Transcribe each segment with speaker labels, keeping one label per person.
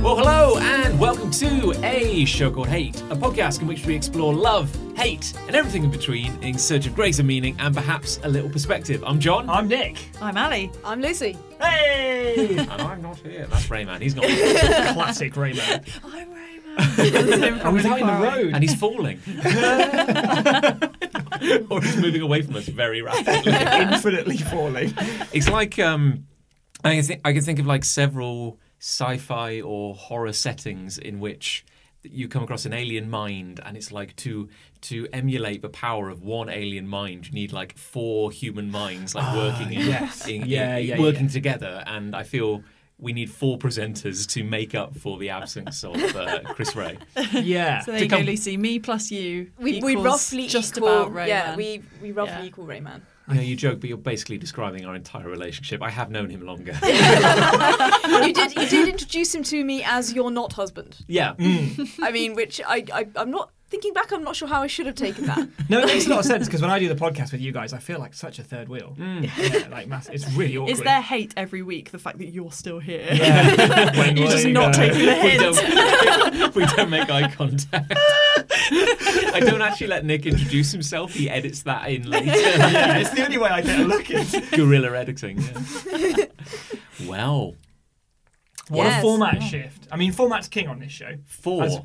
Speaker 1: Well, hello, and welcome to A Show Called Hate, a podcast in which we explore love, hate, and everything in between in search of greater meaning and perhaps a little perspective. I'm John.
Speaker 2: I'm Nick.
Speaker 3: I'm Ali.
Speaker 4: I'm Lizzie.
Speaker 2: Hey!
Speaker 1: and I'm not here. That's Rayman. He's not here.
Speaker 2: Classic Rayman.
Speaker 3: I'm Raymond.
Speaker 2: I was out in the road.
Speaker 1: and he's falling. or he's moving away from us very rapidly.
Speaker 2: infinitely falling.
Speaker 1: It's like um, I can think I can think of like several sci-fi or horror settings in which you come across an alien mind, and it's like to to emulate the power of one alien mind, you need like four human minds like working in,
Speaker 2: Ah, yes.
Speaker 1: in-
Speaker 2: Yeah,
Speaker 1: in-
Speaker 2: yeah,
Speaker 1: working
Speaker 2: yeah.
Speaker 1: together. And I feel. We need four presenters to make up for the absence of uh, Chris Ray.
Speaker 2: Yeah.
Speaker 3: So there you go,
Speaker 1: come-
Speaker 3: Lucy. Me plus you.
Speaker 4: We, we
Speaker 3: equals
Speaker 4: roughly
Speaker 3: just
Speaker 4: equal,
Speaker 3: about Rayman.
Speaker 4: Yeah, we, we roughly
Speaker 3: Yeah.
Speaker 4: equal Rayman.
Speaker 1: I know you joke, but you're basically describing our entire relationship. I have known him longer.
Speaker 4: you did you did introduce him to me as your not husband.
Speaker 1: yeah,
Speaker 4: I mean, which I, I I'm not thinking back. I'm not sure how I should have taken that.
Speaker 2: No, it makes a lot of sense because when I do the podcast with you guys, I feel like such a third wheel.
Speaker 1: Mm.
Speaker 2: Yeah, like mass- it's really awkward.
Speaker 3: Is there hate every week? The fact that you're still here.
Speaker 2: Yeah. when
Speaker 3: You're
Speaker 2: will
Speaker 3: just
Speaker 2: you
Speaker 3: not
Speaker 2: go?
Speaker 3: taking the
Speaker 1: we
Speaker 3: hint.
Speaker 1: don't, we don't make eye contact. I don't actually let Nick introduce himself. He edits that in later.
Speaker 2: Yeah, it's the only way I get a look. At.
Speaker 1: Guerrilla editing. yeah. well,
Speaker 2: What
Speaker 4: Yes.
Speaker 2: a format shift. I mean, format's king on this show.
Speaker 1: four.
Speaker 2: As-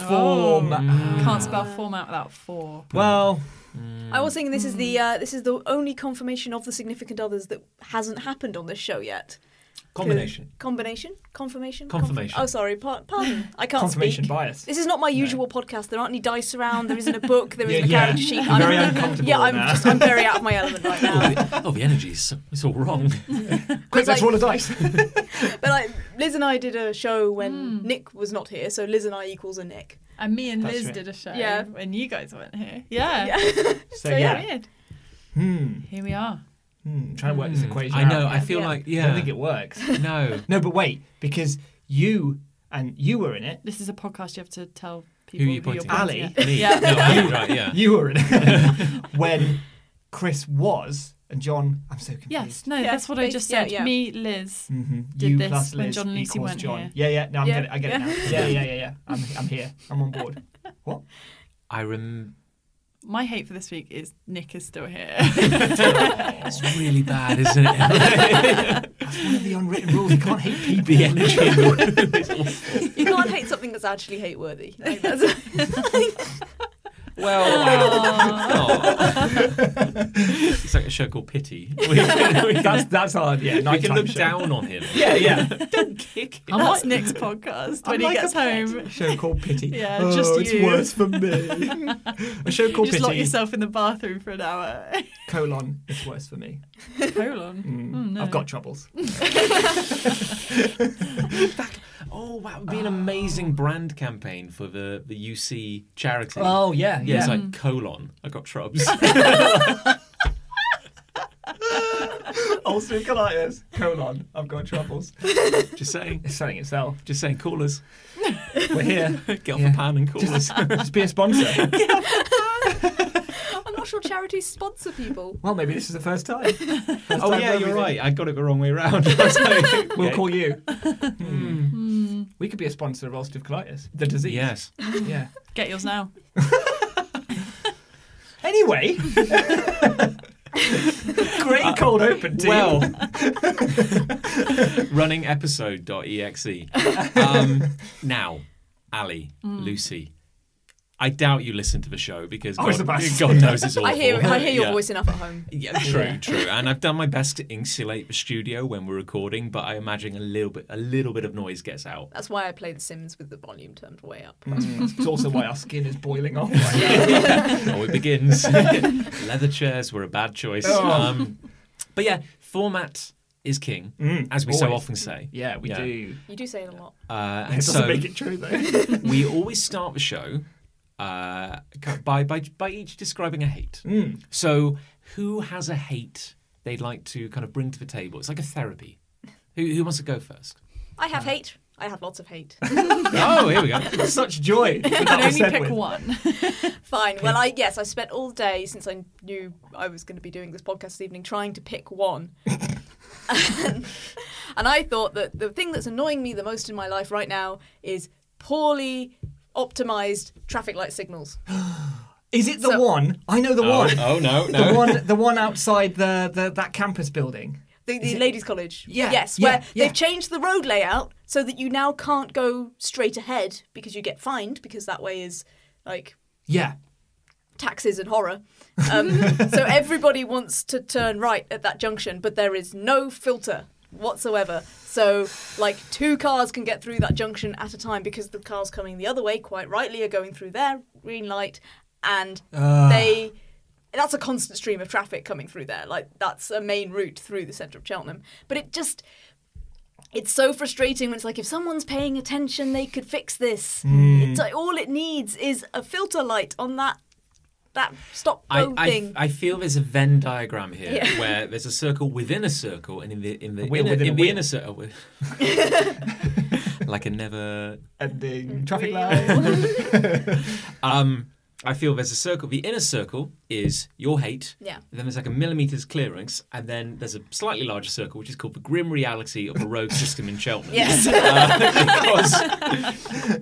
Speaker 3: Oh.
Speaker 2: Format.
Speaker 1: Mm.
Speaker 3: Can't spell format without four.
Speaker 2: Well,
Speaker 4: I was thinking this is
Speaker 3: Hmm.
Speaker 4: the uh, this is the only confirmation of the significant others that hasn't happened on this show yet.
Speaker 1: Combination.
Speaker 4: Combination, confirmation,
Speaker 1: Confirmation.
Speaker 4: Confirm- oh, sorry, par- pardon. I can't
Speaker 2: confirmation
Speaker 4: speak.
Speaker 2: bias.
Speaker 4: This is not my usual podcast. There aren't any dice around. There isn't a book. There
Speaker 2: Yeah,
Speaker 4: isn't
Speaker 2: yeah.
Speaker 4: a character sheet.
Speaker 2: You're very uncomfortable
Speaker 4: Yeah, I'm
Speaker 2: now.
Speaker 4: just I'm very out of my element right now.
Speaker 1: Oh, the, oh, the energy's it's all wrong.
Speaker 2: Quick, let's
Speaker 4: like-
Speaker 2: roll a dice.
Speaker 4: But like Liz and I did a show when Nick was not here, so Liz and I equals a Nick.
Speaker 3: And me and
Speaker 2: That's
Speaker 3: Liz
Speaker 2: right.
Speaker 3: did a show
Speaker 4: Yeah.
Speaker 3: when you guys weren't here. Yeah.
Speaker 2: so,
Speaker 4: yeah.
Speaker 2: yeah.
Speaker 3: Weird.
Speaker 2: Hmm.
Speaker 3: Here we are.
Speaker 2: Hmm. Trying to work this
Speaker 1: Hmm.
Speaker 2: equation
Speaker 1: I know.
Speaker 2: out.
Speaker 1: I feel
Speaker 4: Yeah.
Speaker 1: like
Speaker 2: I
Speaker 1: yeah.
Speaker 2: don't think it works.
Speaker 1: no.
Speaker 2: No, but wait, because you and you were in it.
Speaker 3: This is a podcast you have to tell
Speaker 1: Who
Speaker 3: people
Speaker 1: you
Speaker 3: who you're
Speaker 1: pointing at?
Speaker 3: pointing
Speaker 2: Ali.
Speaker 3: at.
Speaker 1: Me.
Speaker 3: Yeah.
Speaker 1: No, I mean, right. Yeah.
Speaker 2: You were in it when Chris was and John. I'm so confused.
Speaker 3: Yes, no,
Speaker 4: Yeah,
Speaker 3: that's what I
Speaker 4: base-
Speaker 3: just
Speaker 4: yeah,
Speaker 3: said.
Speaker 4: yeah.
Speaker 3: Me, Liz.
Speaker 2: hmm
Speaker 3: Did
Speaker 2: you
Speaker 3: this
Speaker 2: plus
Speaker 3: when
Speaker 2: Liz
Speaker 3: John and Lucy
Speaker 2: equals
Speaker 3: weren't
Speaker 2: John.
Speaker 3: here.
Speaker 2: Yeah, yeah. No, I'm
Speaker 4: Yeah.
Speaker 2: Gonna, I get it now. Yeah, yeah, yeah, yeah. I'm, I'm here. I'm on board. What?
Speaker 1: I rem.
Speaker 3: My hate for this week is Nick is still here.
Speaker 1: It's really bad, isn't it?
Speaker 2: That's one of the unwritten rules. You can't hate people.
Speaker 1: the energy. in the room is awful.
Speaker 4: You can't hate something that's actually hate worthy. Like, that's-
Speaker 1: Oh. Well, it's like a show called Pity. We can, we can-
Speaker 2: That's that's our yeah.
Speaker 1: we can
Speaker 2: nighttime
Speaker 1: look
Speaker 2: show.
Speaker 1: down on him.
Speaker 2: Yeah, yeah.
Speaker 1: Kick him.
Speaker 3: That's Nick's podcast
Speaker 2: I'm
Speaker 3: when
Speaker 2: like
Speaker 3: he
Speaker 2: a
Speaker 3: gets
Speaker 2: pet.
Speaker 3: home.
Speaker 2: Show called Pity.
Speaker 3: Yeah,
Speaker 2: oh,
Speaker 3: just
Speaker 2: it's
Speaker 3: you.
Speaker 2: worse for me. A show
Speaker 3: You
Speaker 2: called
Speaker 3: just lock
Speaker 2: Pity.
Speaker 3: yourself in the bathroom for an hour.
Speaker 2: Colon. It's worse for me.
Speaker 3: Colon.
Speaker 2: Mm.
Speaker 3: Oh, no.
Speaker 2: I've got troubles.
Speaker 1: Oh, wow. It would be an amazing brand campaign for the, the UC charity.
Speaker 2: Oh yeah,
Speaker 1: yeah,
Speaker 2: yeah.
Speaker 1: it's like colon. I got shrubs.
Speaker 2: ulcerative colitis, colon, I've got troubles.
Speaker 1: just saying.
Speaker 2: It's selling itself.
Speaker 1: Just saying, call us.
Speaker 2: We're here.
Speaker 1: Get off
Speaker 2: Yeah.
Speaker 1: the pan and call us.
Speaker 2: Just, just be a sponsor.
Speaker 4: I'm not sure charities sponsor people.
Speaker 2: Well, maybe this is the first time. First
Speaker 1: Oh,
Speaker 2: time
Speaker 1: yeah,
Speaker 2: for
Speaker 1: you're
Speaker 2: everything.
Speaker 1: right. I got it the wrong way around. Okay.
Speaker 2: We'll call you.
Speaker 1: Mm.
Speaker 3: Hmm.
Speaker 2: We could be a sponsor of ulcerative colitis, the disease.
Speaker 1: Yes.
Speaker 2: Yeah.
Speaker 3: Get yours now.
Speaker 2: Anyway, great cold open. Team.
Speaker 1: Uh, Well, running E episode.exe. Um, now, Ali, Lucy, I doubt you listen to the show because
Speaker 2: Oh, it's
Speaker 1: God,
Speaker 2: the best.
Speaker 1: God knows it's awful.
Speaker 4: I hear I hear your
Speaker 1: Yeah.
Speaker 4: voice enough at home.
Speaker 1: Yeah, true, true. And I've done my best to insulate the studio when we're recording, but I imagine a little bit, a little bit of noise gets out.
Speaker 4: That's why I play The Sims with the volume turned way up.
Speaker 1: Hmm.
Speaker 2: Mm. it's also why our skin is boiling off.
Speaker 1: oh, it begins. Leather chairs were a bad choice.
Speaker 2: Oh.
Speaker 1: Um, but yeah, format is king,
Speaker 2: Mm,
Speaker 1: as we so
Speaker 2: always.
Speaker 1: often say.
Speaker 2: Yeah, we
Speaker 1: Yeah.
Speaker 2: do.
Speaker 4: You do say it a lot.
Speaker 1: Uh,
Speaker 2: It
Speaker 1: and
Speaker 2: doesn't
Speaker 1: so
Speaker 2: make it true though.
Speaker 1: we always start the show uh, by, by by each describing a hate.
Speaker 2: Mm.
Speaker 1: So who has a hate they'd like to kind of bring to the table? It's like a therapy. Who, who wants to go first?
Speaker 4: I have hate. I have lots of hate.
Speaker 1: oh, here we go.
Speaker 2: Such joy.
Speaker 3: You
Speaker 2: That
Speaker 3: can
Speaker 2: was
Speaker 3: only
Speaker 2: said
Speaker 3: pick
Speaker 2: with.
Speaker 3: one.
Speaker 4: Fine. Well, I yes, I spent all day since I knew I was going to be doing this podcast this evening trying to pick one. and, and I thought that the thing that's annoying me the most in my life right now is poorly optimized traffic light signals.
Speaker 2: Is it the
Speaker 4: So-
Speaker 2: one? I know the
Speaker 1: Oh,
Speaker 2: one.
Speaker 1: oh, no,
Speaker 2: The
Speaker 1: no.
Speaker 2: one, the one outside the, the that campus building.
Speaker 4: The, the ladies' college.
Speaker 2: Yeah,
Speaker 4: Yes,
Speaker 2: yeah,
Speaker 4: where
Speaker 2: yeah.
Speaker 4: they've changed the road layout so that you now can't go straight ahead because you get fined because that way is like
Speaker 2: Yeah,
Speaker 4: taxes and horror. Um, so everybody wants to turn right at that junction, but there is no filter whatsoever. So, like, two cars can get through that junction at a time because the cars coming the other way, quite rightly, are going through their green light, and they. That's a constant stream of traffic coming through there. Like, that's a main route through the centre of Cheltenham. But it just it's so frustrating when it's like if someone's paying attention they could fix this
Speaker 1: Hmm.
Speaker 4: it's like all it needs is a filter light on that that stop
Speaker 1: I,
Speaker 4: go
Speaker 1: I,
Speaker 4: Oh, thing
Speaker 1: I feel there's a Venn diagram here
Speaker 4: Yeah.
Speaker 1: where there's a circle within a circle, and in the in the
Speaker 2: wheel
Speaker 1: inner,
Speaker 2: within a
Speaker 1: in the
Speaker 2: wheel.
Speaker 1: inner circle, like a never.
Speaker 2: ending traffic
Speaker 4: Wheel.
Speaker 2: light.
Speaker 1: Um, I feel there's a circle. The inner circle is your hate.
Speaker 4: Yeah.
Speaker 1: Then there's like a millimeters clearance, and then there's a slightly larger circle which is called the grim reality of the road system in Cheltenham.
Speaker 4: Yes.
Speaker 1: Uh, because,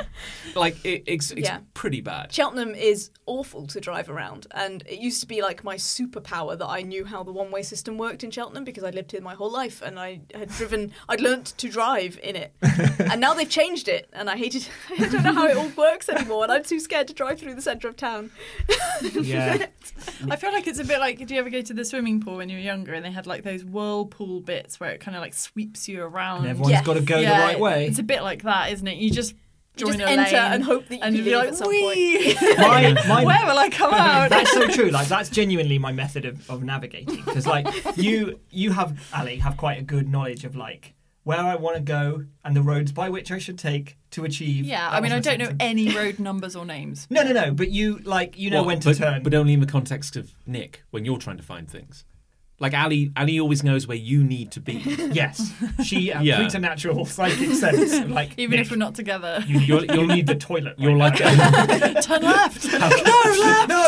Speaker 1: like it, it's it's
Speaker 4: Yeah.
Speaker 1: pretty bad.
Speaker 4: Cheltenham is awful to drive around, and it used to be like my superpower that I knew how the one way system worked in Cheltenham because I lived here my whole life and I had driven, I'd learnt to drive in it. and now they've changed it, and I hated, I don't know how it all works anymore, and I'm too scared to drive through the centre of town.
Speaker 2: yeah,
Speaker 3: I feel like it's a bit like do you ever go to the swimming pool when you were younger and they had like those whirlpool bits where it kind of like sweeps you around?
Speaker 2: and everyone's
Speaker 4: Yes.
Speaker 2: got to go
Speaker 3: Yeah,
Speaker 2: the right way.
Speaker 3: It's a bit like that, isn't it? You just
Speaker 4: You
Speaker 3: join a
Speaker 4: just enter
Speaker 3: lane
Speaker 4: and hope that you
Speaker 3: and you'd
Speaker 4: can leave
Speaker 3: be like,
Speaker 4: at some point.
Speaker 3: "Whee!"
Speaker 2: My, my,
Speaker 3: Where will I come out?
Speaker 2: That's so true. Like that's genuinely my method of, of navigating because like you you have Ali have quite a good knowledge of like where I want to go and the roads by which I should take to achieve.
Speaker 3: Yeah,
Speaker 2: that
Speaker 3: I mean, I
Speaker 2: was my
Speaker 3: don't know
Speaker 2: sentence.
Speaker 3: any road numbers or names.
Speaker 2: No, no, no. But you like you know
Speaker 1: Well,
Speaker 2: when to
Speaker 1: but,
Speaker 2: turn.
Speaker 1: but uh, only in the context of Nick when you're trying to find things. Like Ali, Ali always knows where you need to be.
Speaker 2: yes, she uh,
Speaker 1: Yeah.
Speaker 2: preternatural psychic sense. of, Like
Speaker 3: Even if we're not together,
Speaker 2: you, you'll, you'll need the toilet.
Speaker 1: You're
Speaker 2: right
Speaker 1: like,
Speaker 3: turn left.
Speaker 2: now. no, no.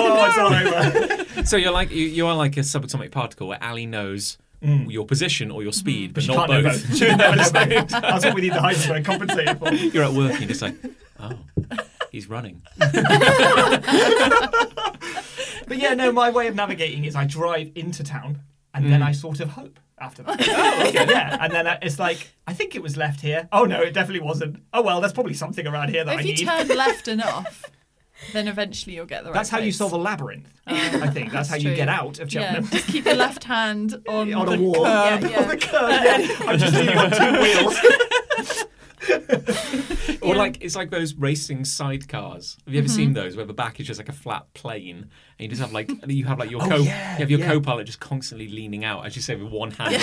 Speaker 2: Oh, it's all over.
Speaker 1: so you're like, you, you are like a subatomic particle where Ali knows your position or your
Speaker 4: Mm-hmm.
Speaker 1: speed, but
Speaker 2: Mm. She
Speaker 1: not
Speaker 2: can't know
Speaker 1: both.
Speaker 2: both. She never knows both. That's what we need the Heisenberg compensator for.
Speaker 1: You're at work and you're just like, oh, he's running.
Speaker 2: But yeah, no, my way of navigating is I drive into town and
Speaker 3: Mm.
Speaker 2: then I sort of hope after that.
Speaker 4: Oh,
Speaker 2: Yeah, and then I, it's like, I think it was left here. Oh no, it definitely wasn't. Oh well, there's probably something around here that
Speaker 3: if
Speaker 2: I
Speaker 3: you
Speaker 2: need.
Speaker 3: turn left enough, then eventually you'll get the right.
Speaker 2: That's how you
Speaker 3: place.
Speaker 2: solve a labyrinth,
Speaker 4: Oh,
Speaker 2: I think. That's, how
Speaker 3: that's
Speaker 2: you
Speaker 3: true.
Speaker 2: get out of
Speaker 3: Yeah,
Speaker 2: Cheltenham.
Speaker 3: just keep your left hand on,
Speaker 2: On
Speaker 3: the
Speaker 2: a wall.
Speaker 3: curb.
Speaker 4: Yeah, yeah.
Speaker 2: On the curb, yeah. I'm just leaving on two wheels.
Speaker 1: Or like, it's like those racing sidecars. Have you ever
Speaker 2: Mm-hmm.
Speaker 1: seen those where the back is just like a flat plane and you just have like, you have like your
Speaker 2: Oh,
Speaker 1: co,
Speaker 2: yeah,
Speaker 1: you have your
Speaker 2: yeah.
Speaker 1: co-pilot just constantly leaning out, as you say, with one hand. on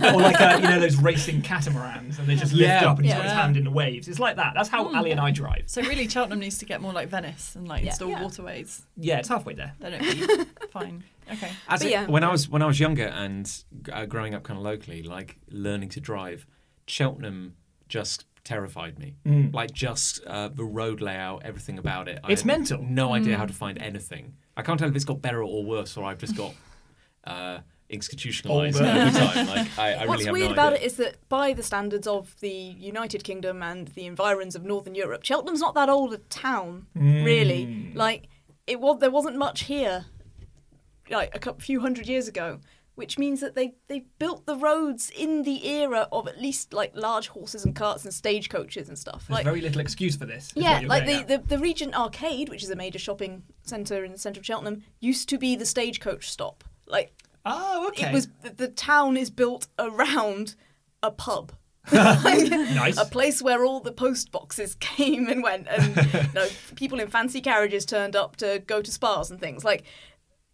Speaker 1: the-
Speaker 2: or like, uh, you know, those racing catamarans and they just lift
Speaker 1: Yeah.
Speaker 2: up and he's got his
Speaker 3: Yeah.
Speaker 2: hand in the waves. It's like that. That's how
Speaker 4: Hmm.
Speaker 2: Ali and I drive.
Speaker 3: So really, Cheltenham needs to get more like Venice and like
Speaker 4: Yeah.
Speaker 3: install
Speaker 4: Yeah.
Speaker 3: waterways.
Speaker 2: Yeah, it's halfway there.
Speaker 3: Then it'd be fine. Okay.
Speaker 1: As
Speaker 4: But
Speaker 1: it-
Speaker 4: yeah.
Speaker 1: when I was when I was younger and uh, growing up kind of locally, like learning to drive, Cheltenham just terrified me. Like just uh, the road layout, everything about it. I
Speaker 2: Mm. It's
Speaker 1: had
Speaker 2: mental.
Speaker 1: No idea
Speaker 4: Mm.
Speaker 1: how to find anything. I can't tell if it's got better or worse, or I've just got uh, institutionalized
Speaker 2: Older.
Speaker 1: over time. Like I, I really
Speaker 4: What's
Speaker 1: have
Speaker 4: weird
Speaker 1: no
Speaker 4: about
Speaker 1: idea.
Speaker 4: it is that by the standards of the United Kingdom and the environs of Northern Europe, Cheltenham's not that old a town,
Speaker 1: Mm.
Speaker 4: really. Like it was, there wasn't much here, like a cou- few hundred years ago. which means that they they built the roads in the era of at least like large horses and carts and stagecoaches and stuff.
Speaker 2: There's
Speaker 4: Like
Speaker 2: very little excuse for this. is
Speaker 4: yeah,
Speaker 2: what you're
Speaker 4: like
Speaker 2: getting
Speaker 4: the,
Speaker 2: at.
Speaker 4: the, the Regent Arcade, which is a major shopping centre in the centre of Cheltenham, used to be the stagecoach stop. Like
Speaker 2: Oh, okay.
Speaker 4: it was the, the town is built around a pub.
Speaker 2: nice.
Speaker 4: a place where all the post boxes came and went, and you know, people in fancy carriages turned up to go to spas and things. Like,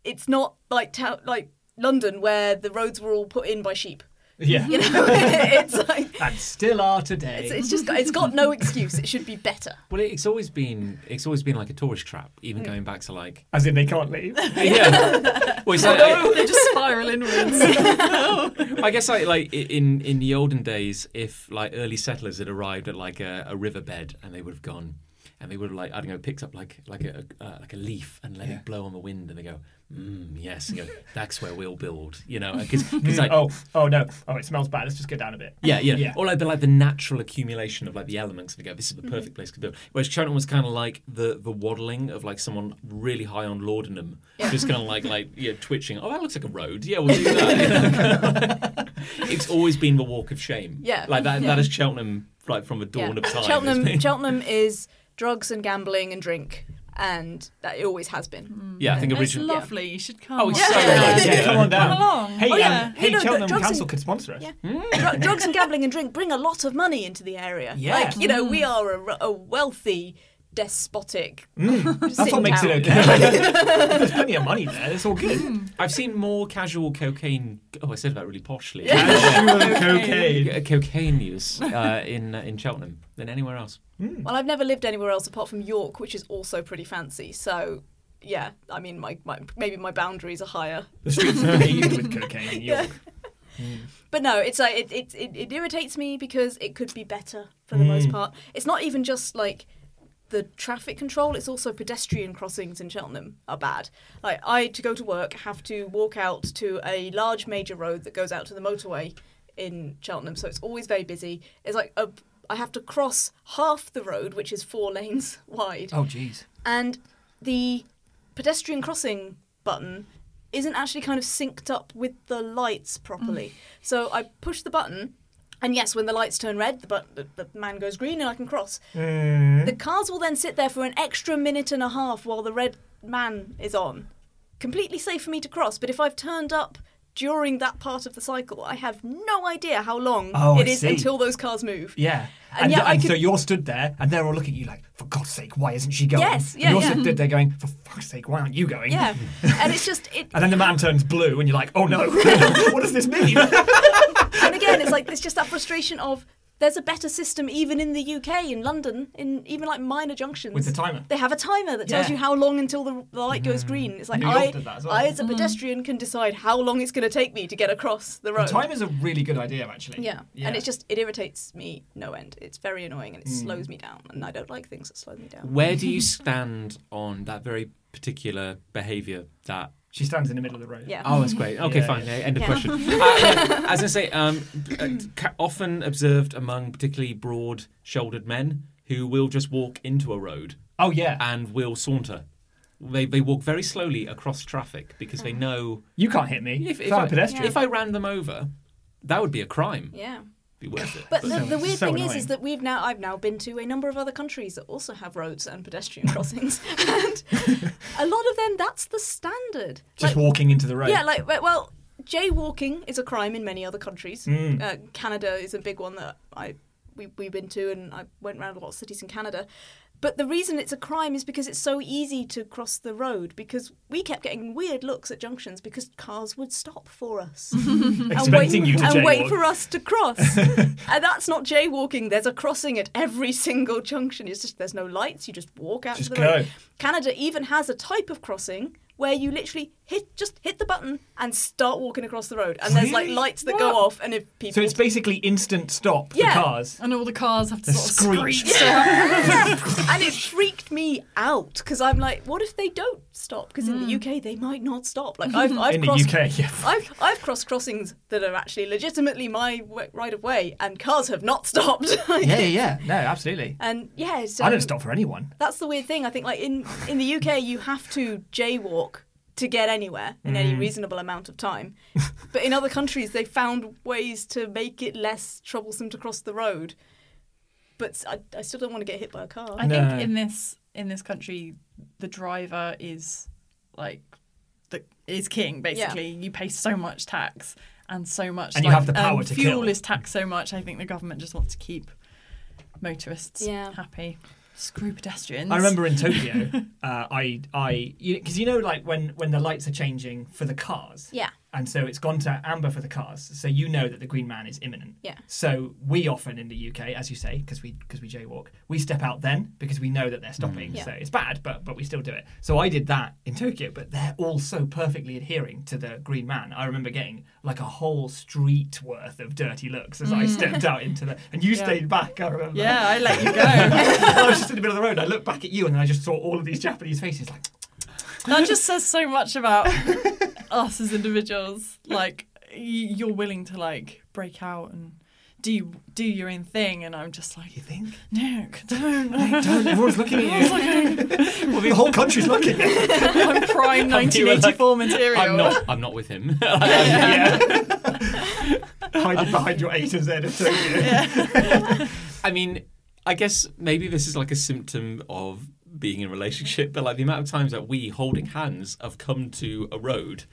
Speaker 4: it's not like ta- like London where the roads were all put in by sheep.
Speaker 2: yeah.
Speaker 4: You know, it's like
Speaker 2: And still are today.
Speaker 4: it's, it's just got, it's got no excuse. It should be better.
Speaker 1: Well, it's always been it's always been like a tourist trap, even going back to like
Speaker 2: As in, they can't leave.
Speaker 1: yeah. well, it's like-
Speaker 3: they just spiral inwards.
Speaker 1: I guess like like i- in in the olden days, if like early settlers had arrived at like a, a riverbed and they would have gone and they would have like I don't know picked up like like a uh, like a leaf and let it blow on the wind and they go mm, yes and go, that's where we'll build you know because like
Speaker 2: oh, oh no. Oh, it smells bad. Let's just go down a bit.
Speaker 1: yeah, yeah,
Speaker 2: Yeah.
Speaker 1: Or like the like the natural accumulation of like the elements. And you go, this is the
Speaker 4: Mm-hmm.
Speaker 1: perfect place to build. Whereas Cheltenham was kind of like the the waddling of like someone really high on laudanum, just kind of like like yeah, twitching. Oh, that looks like a road. Yeah, we'll do that. it's always been the walk of shame.
Speaker 4: Yeah.
Speaker 1: like that.
Speaker 4: Yeah.
Speaker 1: That is Cheltenham like from the dawn of time. isn't
Speaker 4: Cheltenham
Speaker 1: it?
Speaker 4: Cheltenham is drugs and gambling and drink, and that it always has been.
Speaker 1: yeah, I think
Speaker 3: it's
Speaker 1: originally.
Speaker 3: lovely. You should come.
Speaker 1: Oh, it's so
Speaker 4: Yeah.
Speaker 1: nice.
Speaker 2: Yeah, come on
Speaker 3: Come
Speaker 2: down.
Speaker 3: along.
Speaker 2: Hey,
Speaker 4: Oh, yeah.
Speaker 2: um, hey,
Speaker 4: You know,
Speaker 2: Cheltenham
Speaker 4: drugs
Speaker 2: Council
Speaker 4: and-
Speaker 2: could sponsor us.
Speaker 4: Yeah. Dr- drugs and gambling and drink bring a lot of money into the area.
Speaker 2: Yeah.
Speaker 4: Like you know, we are a, r- a wealthy, despotic.
Speaker 2: Mm. That's what makes it okay. There's plenty of money there. It's all
Speaker 4: Hmm.
Speaker 2: good.
Speaker 1: I've seen more casual cocaine. Oh, I said that really poshly.
Speaker 2: Casual cocaine.
Speaker 1: Uh, cocaine use uh, in uh, in Cheltenham than anywhere else.
Speaker 4: Well, I've never lived anywhere else apart from York, which is also pretty fancy. So, yeah, I mean, my, my maybe my boundaries are higher.
Speaker 2: The streets are paved with cocaine in York.
Speaker 4: But no, it's like it it, it, it irritates me because it could be better for the most part. It's not even just like the traffic control; it's also pedestrian crossings in Cheltenham are bad. Like I, to go to work, have to walk out to a large major road that goes out to the motorway in Cheltenham, so it's always very busy. It's like a, I have to cross half the road, which is four lanes wide.
Speaker 2: Oh, jeez.
Speaker 4: and the pedestrian crossing button isn't actually kind of synced up with the lights properly.
Speaker 2: Mm.
Speaker 4: So I push the button, and yes, when the lights turn red, the, but- the, the man goes green and I can cross.
Speaker 2: Mm.
Speaker 4: The cars will then sit there for an extra minute and a half while the red man is on. Completely safe for me to cross, but if I've turned up during that part of the cycle, I have no idea how long
Speaker 2: Oh, I
Speaker 4: it is
Speaker 2: see.
Speaker 4: until those cars move.
Speaker 2: Yeah.
Speaker 4: And
Speaker 2: And,
Speaker 4: yet I
Speaker 2: and
Speaker 4: could-
Speaker 2: so you're stood there, and they're all looking at you like, for God's sake, why isn't she going?
Speaker 4: Yes,
Speaker 2: And
Speaker 4: yeah,
Speaker 2: you're
Speaker 4: yeah.
Speaker 2: stood there going, for fuck's sake, why aren't you going?
Speaker 4: Yeah, and it's just it.
Speaker 2: And then the man turns blue, and you're like, oh no, what does this mean?
Speaker 4: and again, it's like it's just that frustration of there's a better system even in the UK, in London, in even like minor junctions.
Speaker 2: With the timer.
Speaker 4: They have a timer that tells
Speaker 2: Yeah. Mm.
Speaker 4: you how long until the, the light goes green. It's like
Speaker 2: New York
Speaker 4: I,
Speaker 2: did that as well.
Speaker 4: I as a pedestrian can decide how long it's going to take me to get across the road.
Speaker 2: Time is a really good idea, actually.
Speaker 4: yeah. and it's just it irritates me no end. It's very annoying and it
Speaker 2: Mm.
Speaker 4: slows me down, and I don't like things that slow me down.
Speaker 1: Where do you stand on that very particular behaviour that?
Speaker 2: She stands in the middle of the road.
Speaker 4: Yeah.
Speaker 1: Oh, that's great. Okay,
Speaker 2: Yeah,
Speaker 1: fine.
Speaker 2: yeah.
Speaker 1: yeah, End of
Speaker 4: Yeah.
Speaker 1: question. Uh, yeah, as I say, um, uh, ca- often observed among particularly broad-shouldered men who will just walk into a road
Speaker 2: Oh, yeah.
Speaker 1: and will saunter. They, they walk very slowly across traffic because
Speaker 4: Uh-huh.
Speaker 1: they know
Speaker 2: you can't hit me.
Speaker 1: if,
Speaker 2: If,
Speaker 1: if,
Speaker 2: I'm
Speaker 1: I,
Speaker 2: a pedestrian.
Speaker 1: if I ran them over, that would be a crime.
Speaker 4: yeah.
Speaker 1: Be worth it.
Speaker 4: But the, the weird
Speaker 2: so
Speaker 4: thing is,
Speaker 2: annoying.
Speaker 4: is that we've now I've now been to a number of other countries that also have roads and pedestrian crossings, and a lot of them that's the standard.
Speaker 2: just
Speaker 4: Like,
Speaker 2: walking into the road.
Speaker 4: Yeah, like we- well, jaywalking is a crime in many other countries.
Speaker 2: Hmm.
Speaker 4: Uh, Canada is a big one that I we we've been to, and I went around a lot of cities in Canada. But the reason it's a crime is because it's so easy to cross the road because we kept getting weird looks at junctions because cars would stop for us and wait,
Speaker 2: expecting you to
Speaker 4: and wait
Speaker 2: jaywalk.
Speaker 4: for us to cross. and that's not jaywalking. There's a crossing at every single junction. It's just there's no lights. You just walk out
Speaker 2: Just
Speaker 4: to the road.
Speaker 2: go.
Speaker 4: Canada even has a type of crossing where you literally hit just hit the button and start walking across the road. And there's like
Speaker 2: Really?
Speaker 4: lights that go off. And if people
Speaker 2: So it's basically instant stop
Speaker 4: Yeah.
Speaker 2: for cars.
Speaker 3: and all the cars have to
Speaker 2: The
Speaker 3: sort of
Speaker 2: screech.
Speaker 3: screech. Yeah.
Speaker 4: and it freaked me out because I'm like, what if they don't stop? Because
Speaker 2: Hmm.
Speaker 4: in the UK they might not stop. Like I've, I've
Speaker 2: In the
Speaker 4: crossed,
Speaker 2: UK, yeah.
Speaker 4: I've I've crossed crossings that are actually legitimately my w- right of way, and cars have not stopped.
Speaker 2: Yeah, yeah, yeah. No, absolutely.
Speaker 4: And yeah, so
Speaker 2: I don't stop for anyone.
Speaker 4: That's the weird thing. I think like in in the UK you have to jaywalk to get anywhere in
Speaker 2: Mm.
Speaker 4: any reasonable amount of time. but in other countries, they found ways to make it less troublesome to cross the road. But I, I still don't want to get hit by a car.
Speaker 3: I
Speaker 2: No.
Speaker 3: think in this in this country, the driver is like the is king. Basically, you pay so much tax and so much,
Speaker 2: And you
Speaker 3: like,
Speaker 2: have the power
Speaker 3: um,
Speaker 2: to
Speaker 3: fuel
Speaker 2: kill.
Speaker 3: is taxed so much. I think the government just wants to keep motorists
Speaker 4: Yeah.
Speaker 3: happy. Screw pedestrians.
Speaker 2: I remember in Tokyo, uh, I I because you, know like when when the lights are changing for the cars.
Speaker 4: Yeah.
Speaker 2: And so it's gone to amber for the cars, so you know that the green man is imminent.
Speaker 4: Yeah.
Speaker 2: So we often in the UK, as you say, because we because we jaywalk, we step out then because we know that they're stopping.
Speaker 4: Yeah.
Speaker 2: So it's bad, but but we still do it. So I did that in Tokyo, but they're all so perfectly adhering to the green man. I remember getting like a whole street worth of dirty looks as
Speaker 4: Mm.
Speaker 2: I stepped out into the and you
Speaker 3: Yeah.
Speaker 2: stayed back. I remember.
Speaker 3: Yeah, I let you go.
Speaker 2: I was just in the middle of the road. I looked back at you, and then I just saw all of these Japanese faces. Like,
Speaker 3: that just says so much about us as individuals. Like y- you're willing to like break out and do do your own thing, and I'm just like,
Speaker 2: you think?
Speaker 3: Nick, don't.
Speaker 2: Don't, everyone's looking at you. well, the whole country's looking. at
Speaker 3: I'm prime
Speaker 1: And you were like,
Speaker 3: 1984 material.
Speaker 1: I'm not. I'm not with him.
Speaker 2: yeah. Hiding behind your A to Z of Tokyo.
Speaker 1: I mean, I guess maybe this is like a symptom of being in a relationship, but like the amount of times that we holding hands have come to a road,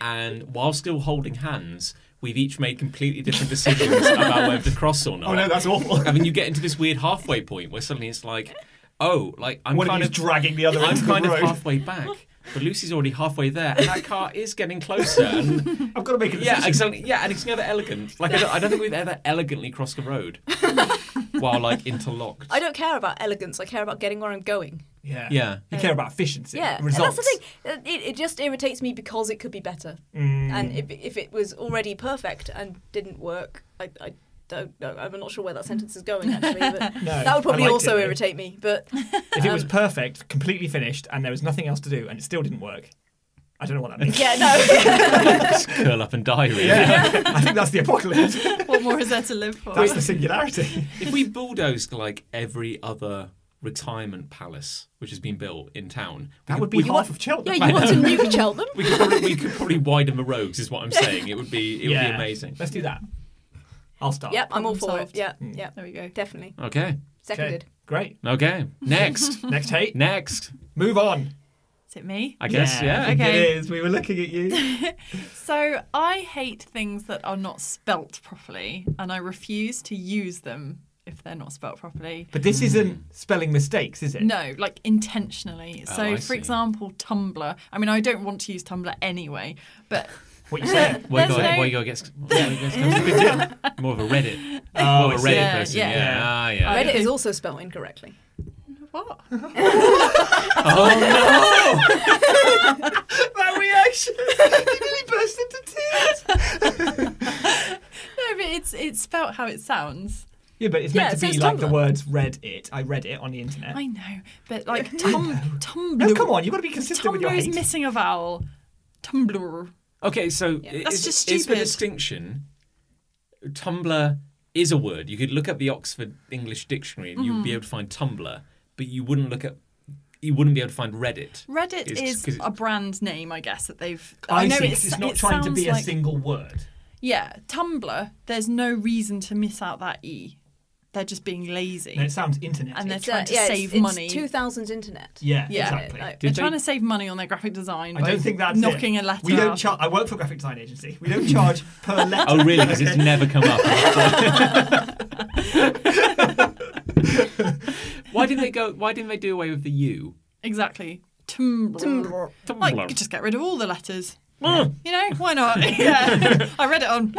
Speaker 1: and while still holding hands, we've each made completely different decisions about whether to cross or not.
Speaker 2: Oh no, that's awful.
Speaker 1: I mean, you get into this weird halfway point where suddenly it's like, oh, like I'm
Speaker 2: One of
Speaker 1: kind
Speaker 2: you's
Speaker 1: of
Speaker 2: dragging the other
Speaker 1: I'm
Speaker 2: end of the
Speaker 1: kind of
Speaker 2: road.
Speaker 1: halfway back, but Lucy's already halfway there, and that car is getting closer. And
Speaker 2: I've got to make a decision.
Speaker 1: yeah, exactly. Yeah, and it's never elegant. Like I don't, I don't think we've ever elegantly crossed the road while like interlocked.
Speaker 4: I don't care about elegance. I care about getting where I'm going.
Speaker 2: Yeah.
Speaker 1: Yeah.
Speaker 2: You care about efficiency.
Speaker 4: Yeah, and
Speaker 2: Results.
Speaker 4: that's the thing. Uh, It, it just irritates me because it could be better.
Speaker 2: Mm.
Speaker 4: And if, if it was already perfect and didn't work, I, I don't know. I'm not sure where that sentence is going actually. But
Speaker 2: No,
Speaker 4: that
Speaker 2: I
Speaker 4: would probably
Speaker 2: liked
Speaker 4: also
Speaker 2: it, though.
Speaker 4: irritate me. But um,
Speaker 2: If it was perfect, completely finished, and there was nothing else to do, and it still didn't work, I don't know what that means.
Speaker 4: yeah, no.
Speaker 1: Just curl up and die. Really.
Speaker 2: Yeah. I think that's the apocalypse.
Speaker 3: What more is there to live for?
Speaker 2: That's the singularity.
Speaker 1: If we bulldozed like every other retirement palace which has been built in town, we
Speaker 2: That
Speaker 1: could-
Speaker 2: would be
Speaker 1: we
Speaker 2: half
Speaker 1: could-
Speaker 2: of Cheltenham.
Speaker 4: yeah, you want to nuke Cheltenham?
Speaker 1: We could, probably, we could probably widen the roads, is what I'm saying. It would be it would
Speaker 2: Yeah.
Speaker 1: be amazing.
Speaker 2: Let's do that. I'll start.
Speaker 4: Yep, I'm all for it.
Speaker 3: Solved.
Speaker 4: Yeah, yeah,
Speaker 3: There we go.
Speaker 4: definitely
Speaker 1: Okay.
Speaker 2: Okay.
Speaker 4: seconded.
Speaker 2: Great.
Speaker 1: Okay. Next.
Speaker 2: Next hate.
Speaker 1: Next.
Speaker 2: Move on.
Speaker 3: Is it me?
Speaker 1: I guess.
Speaker 2: I
Speaker 1: Yeah.
Speaker 2: think
Speaker 3: Okay.
Speaker 2: It is. We were looking at you.
Speaker 3: So I hate things that are not spelt properly, and I refuse to use them if they're not spelt properly.
Speaker 2: But this isn't spelling mistakes, is it?
Speaker 3: No, like intentionally.
Speaker 1: Oh,
Speaker 3: so,
Speaker 1: I
Speaker 3: for
Speaker 1: see.
Speaker 3: example, Tumblr. I mean, I don't want to use Tumblr anyway, but
Speaker 2: What you saying?
Speaker 1: Where you
Speaker 3: There's
Speaker 1: go,
Speaker 3: no-
Speaker 1: where you go gets, where you go gets more of a Reddit, more of a Reddit
Speaker 3: Yeah,
Speaker 1: person. Oh, Yeah,
Speaker 3: yeah.
Speaker 1: yeah. yeah.
Speaker 4: Reddit
Speaker 3: Okay.
Speaker 4: is also spelled incorrectly.
Speaker 3: what?
Speaker 1: Oh no!
Speaker 2: that reaction. you nearly burst into tears.
Speaker 3: No, but it's it's spelt how it sounds.
Speaker 2: Yeah, but it's
Speaker 4: Yeah,
Speaker 2: meant to
Speaker 4: so
Speaker 2: be
Speaker 4: it's
Speaker 2: like the
Speaker 4: Tumblr.
Speaker 2: words read it. I read it on the internet.
Speaker 3: I know, but like tum, Tumblr.
Speaker 2: No, come on. You've got to be consistent with your
Speaker 3: Tumblr is
Speaker 2: hate.
Speaker 3: missing a vowel. Tumblr.
Speaker 1: Okay, so
Speaker 3: That's
Speaker 1: is,
Speaker 3: just
Speaker 1: is the
Speaker 3: stupid.
Speaker 1: distinction. Tumblr is a word. You could look up the Oxford English Dictionary and you'd be able to find Tumblr, but you wouldn't look up. You wouldn't be able to find Reddit.
Speaker 3: Reddit
Speaker 1: It's-
Speaker 3: is
Speaker 1: 'cause it-
Speaker 3: a brand name, I guess, that they've.
Speaker 2: I,
Speaker 3: know
Speaker 2: see, 'cause it's not
Speaker 3: it
Speaker 2: trying to be
Speaker 3: sounds
Speaker 2: a
Speaker 3: like-
Speaker 2: single word.
Speaker 3: Yeah, Tumblr. There's no reason to miss out that e. They're just being lazy,
Speaker 2: No, it sounds internet.
Speaker 3: and they're
Speaker 4: So,
Speaker 3: trying to
Speaker 4: yeah, it's-
Speaker 3: save
Speaker 4: it's
Speaker 3: money.
Speaker 4: 2000s internet.
Speaker 2: yeah,
Speaker 3: Yeah.
Speaker 2: exactly.
Speaker 4: Like-
Speaker 3: They're
Speaker 1: Did
Speaker 3: trying
Speaker 1: they-
Speaker 3: to save money on their graphic design.
Speaker 2: I
Speaker 3: by
Speaker 2: don't think that's
Speaker 3: knocking
Speaker 2: it.
Speaker 3: a letter.
Speaker 2: We don't
Speaker 3: out.
Speaker 2: charge. I work for a graphic design agency. We don't charge per letter.
Speaker 1: Oh really? Because it's never come up. why didn't they go? Why didn't they do away with the U?
Speaker 3: exactly. Tumblr.
Speaker 1: Tumblr.
Speaker 3: Like, you could just get rid of all the letters.
Speaker 1: Mm.
Speaker 3: You know, why not? yeah, I read it on.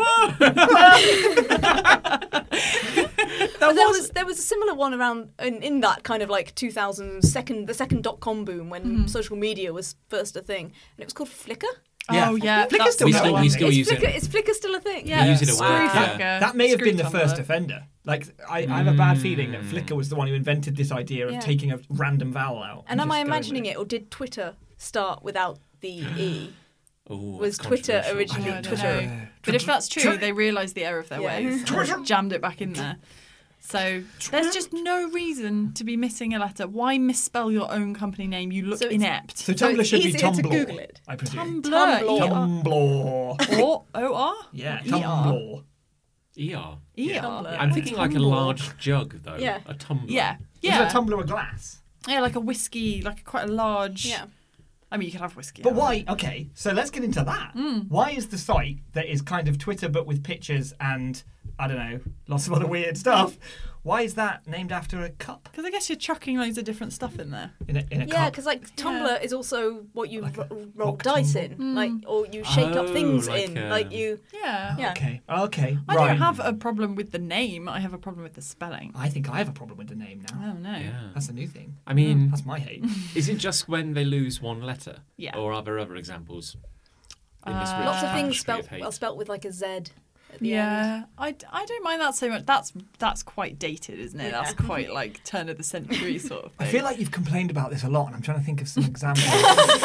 Speaker 4: But oh, there was there was a similar one around in, in that kind of like 2000 second the second dot com boom when social media was first a thing and it was called Flickr.
Speaker 2: Yeah.
Speaker 3: Oh yeah,
Speaker 2: Flickr's
Speaker 3: that's
Speaker 2: still
Speaker 3: the
Speaker 1: We still-
Speaker 3: one.
Speaker 1: we still-
Speaker 4: is,
Speaker 1: use it.
Speaker 4: Flickr is Flickr still a thing?
Speaker 3: Yeah,
Speaker 1: use it at
Speaker 3: screw
Speaker 1: work, yeah.
Speaker 3: Flickr,
Speaker 2: That may have
Speaker 3: screw
Speaker 2: been the
Speaker 3: Tumblr.
Speaker 2: first offender. Like I, I have a bad feeling that Flickr was the one who invented this idea of
Speaker 4: Mm. Yeah.
Speaker 2: taking a random vowel out.
Speaker 4: And am I imagining it or did Twitter start without the e?
Speaker 1: Ooh, Oh, that's
Speaker 4: Was Twitter
Speaker 1: controversial.
Speaker 4: originally-
Speaker 3: No, I don't
Speaker 4: Twitter.
Speaker 3: know. But if that's true, they realised the error of their
Speaker 4: Yeah.
Speaker 3: ways, and just jammed it back in there. So there's just no reason to be missing a letter. Why misspell your own company name? You look
Speaker 4: So it's-
Speaker 3: inept.
Speaker 2: So
Speaker 4: So
Speaker 2: Tumblr
Speaker 4: it's
Speaker 2: should be
Speaker 4: easier to
Speaker 2: Tumblr.
Speaker 4: Google it.
Speaker 2: I presume.
Speaker 3: Tumblr,
Speaker 4: Tumblr.
Speaker 3: E-R-
Speaker 2: Tumblr.
Speaker 3: or O-R?
Speaker 2: Yeah,
Speaker 3: ER.
Speaker 2: Tumblr.
Speaker 1: ER.
Speaker 3: E-R.
Speaker 4: Tumblr.
Speaker 1: I'm thinking like a large jug though.
Speaker 4: Yeah.
Speaker 1: A tumbler.
Speaker 3: Yeah.
Speaker 2: Yeah.
Speaker 3: Yeah.
Speaker 2: Is a tumbler a glass?
Speaker 3: yeah, like a whiskey, like quite a large.
Speaker 4: Yeah.
Speaker 3: I mean, you could have whiskey.
Speaker 2: But why? Okay, so let's get into that.
Speaker 4: Mm.
Speaker 2: Why is the site that is kind of Twitter but with pictures and I don't know lots of other weird stuff? Why is that named after a cup
Speaker 3: Because I guess you're chucking loads of different stuff in there.
Speaker 2: in a, in a cup?
Speaker 4: Yeah, because like Tumblr
Speaker 3: Yeah.
Speaker 4: is also what you
Speaker 2: Like a
Speaker 4: ro- roll
Speaker 2: rock
Speaker 4: dice in,
Speaker 3: Mm.
Speaker 2: tumble.
Speaker 4: like or you shake up
Speaker 1: Oh,
Speaker 4: things
Speaker 1: like,
Speaker 4: in,
Speaker 1: um,
Speaker 4: like you.
Speaker 3: Yeah.
Speaker 4: Yeah.
Speaker 2: Okay, okay,
Speaker 3: I
Speaker 2: right.
Speaker 3: don't have a problem with the name. I have a problem with the spelling.
Speaker 2: I think I have a problem with the name now.
Speaker 3: Oh no.
Speaker 1: Yeah.
Speaker 2: That's a new thing.
Speaker 1: I mean,
Speaker 2: That's my hate.
Speaker 1: is it just when they lose one letter?
Speaker 3: Yeah.
Speaker 1: Or are there other examples? In this
Speaker 3: Uh,
Speaker 1: rich
Speaker 4: Lots of things
Speaker 1: tapestry
Speaker 4: spelt
Speaker 1: hate?
Speaker 4: well spelt with like a Z at the end.
Speaker 3: Yeah, I, d- I don't mind that so much. That's that's quite dated, isn't it? That's
Speaker 4: Yeah.
Speaker 3: quite like turn of the century sort of
Speaker 2: I
Speaker 3: thing.
Speaker 2: feel like you've complained about this a lot, and I'm trying to think of some examples.
Speaker 3: all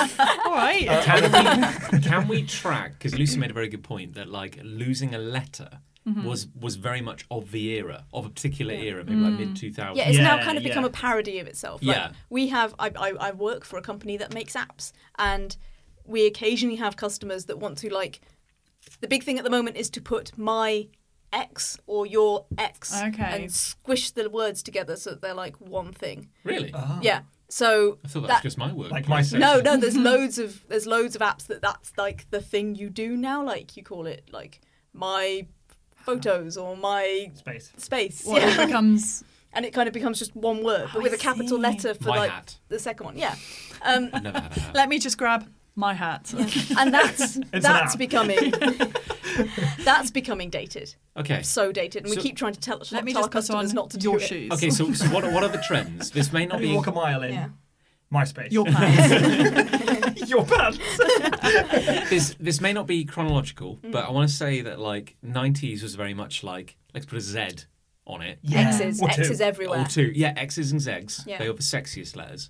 Speaker 3: right.
Speaker 1: can we can we track because Lucy made a very good point that like losing a letter
Speaker 4: Mm-hmm.
Speaker 1: was was very much of the era of a particular era maybe like mid 2000s
Speaker 4: Mm. Yeah, it's now
Speaker 2: Yeah,
Speaker 4: kind of become
Speaker 2: yeah.
Speaker 4: a parody of itself. Like,
Speaker 1: Yeah.
Speaker 4: we have. I, I I work for a company that makes apps, and we occasionally have customers that want to like. The big thing at the moment is to put my X or your X
Speaker 3: Okay.
Speaker 4: and squish the words together so that they're like one thing.
Speaker 1: really
Speaker 3: Oh.
Speaker 2: Ah.
Speaker 4: Yeah. So
Speaker 1: I thought that, was
Speaker 4: Uh, that-
Speaker 1: just my work
Speaker 2: Like my
Speaker 1: process.
Speaker 4: No, no. There's loads of there's loads of apps that that's like the thing you do now. Like you call it like my photos or my
Speaker 2: Space.
Speaker 4: space,
Speaker 3: What
Speaker 4: yeah.
Speaker 3: it becomes
Speaker 4: and it kind of becomes just one word, but
Speaker 3: Oh,
Speaker 4: with
Speaker 3: I
Speaker 4: a capital
Speaker 3: see.
Speaker 4: letter for
Speaker 1: my
Speaker 4: like
Speaker 1: hat
Speaker 4: the second one. Yeah, um,
Speaker 1: I never had a hat
Speaker 3: let me just grab my hat.
Speaker 4: and that's
Speaker 2: an
Speaker 4: that's
Speaker 2: app.
Speaker 4: becoming that's becoming dated.
Speaker 1: okay
Speaker 4: So dated, and
Speaker 1: So-
Speaker 4: we keep trying to tell,
Speaker 3: Let me
Speaker 4: tell our
Speaker 3: just put on
Speaker 4: customers not to
Speaker 3: your
Speaker 4: do it.
Speaker 3: shoes.
Speaker 1: okay so, so what, are- what are the trends this may not
Speaker 2: Let
Speaker 1: be
Speaker 2: me walk a mile in.
Speaker 4: Yeah.
Speaker 2: MySpace.
Speaker 3: Your pants.
Speaker 2: Your pants.
Speaker 1: this this may not be chronological
Speaker 4: Mm.
Speaker 1: but I want to say that like 90s was very much like let's put a Z on it
Speaker 2: Yeah.
Speaker 4: X's,
Speaker 2: Or two.
Speaker 4: X's everywhere.
Speaker 1: or two yeah X's and Z's
Speaker 4: Yeah.
Speaker 1: they are the sexiest letters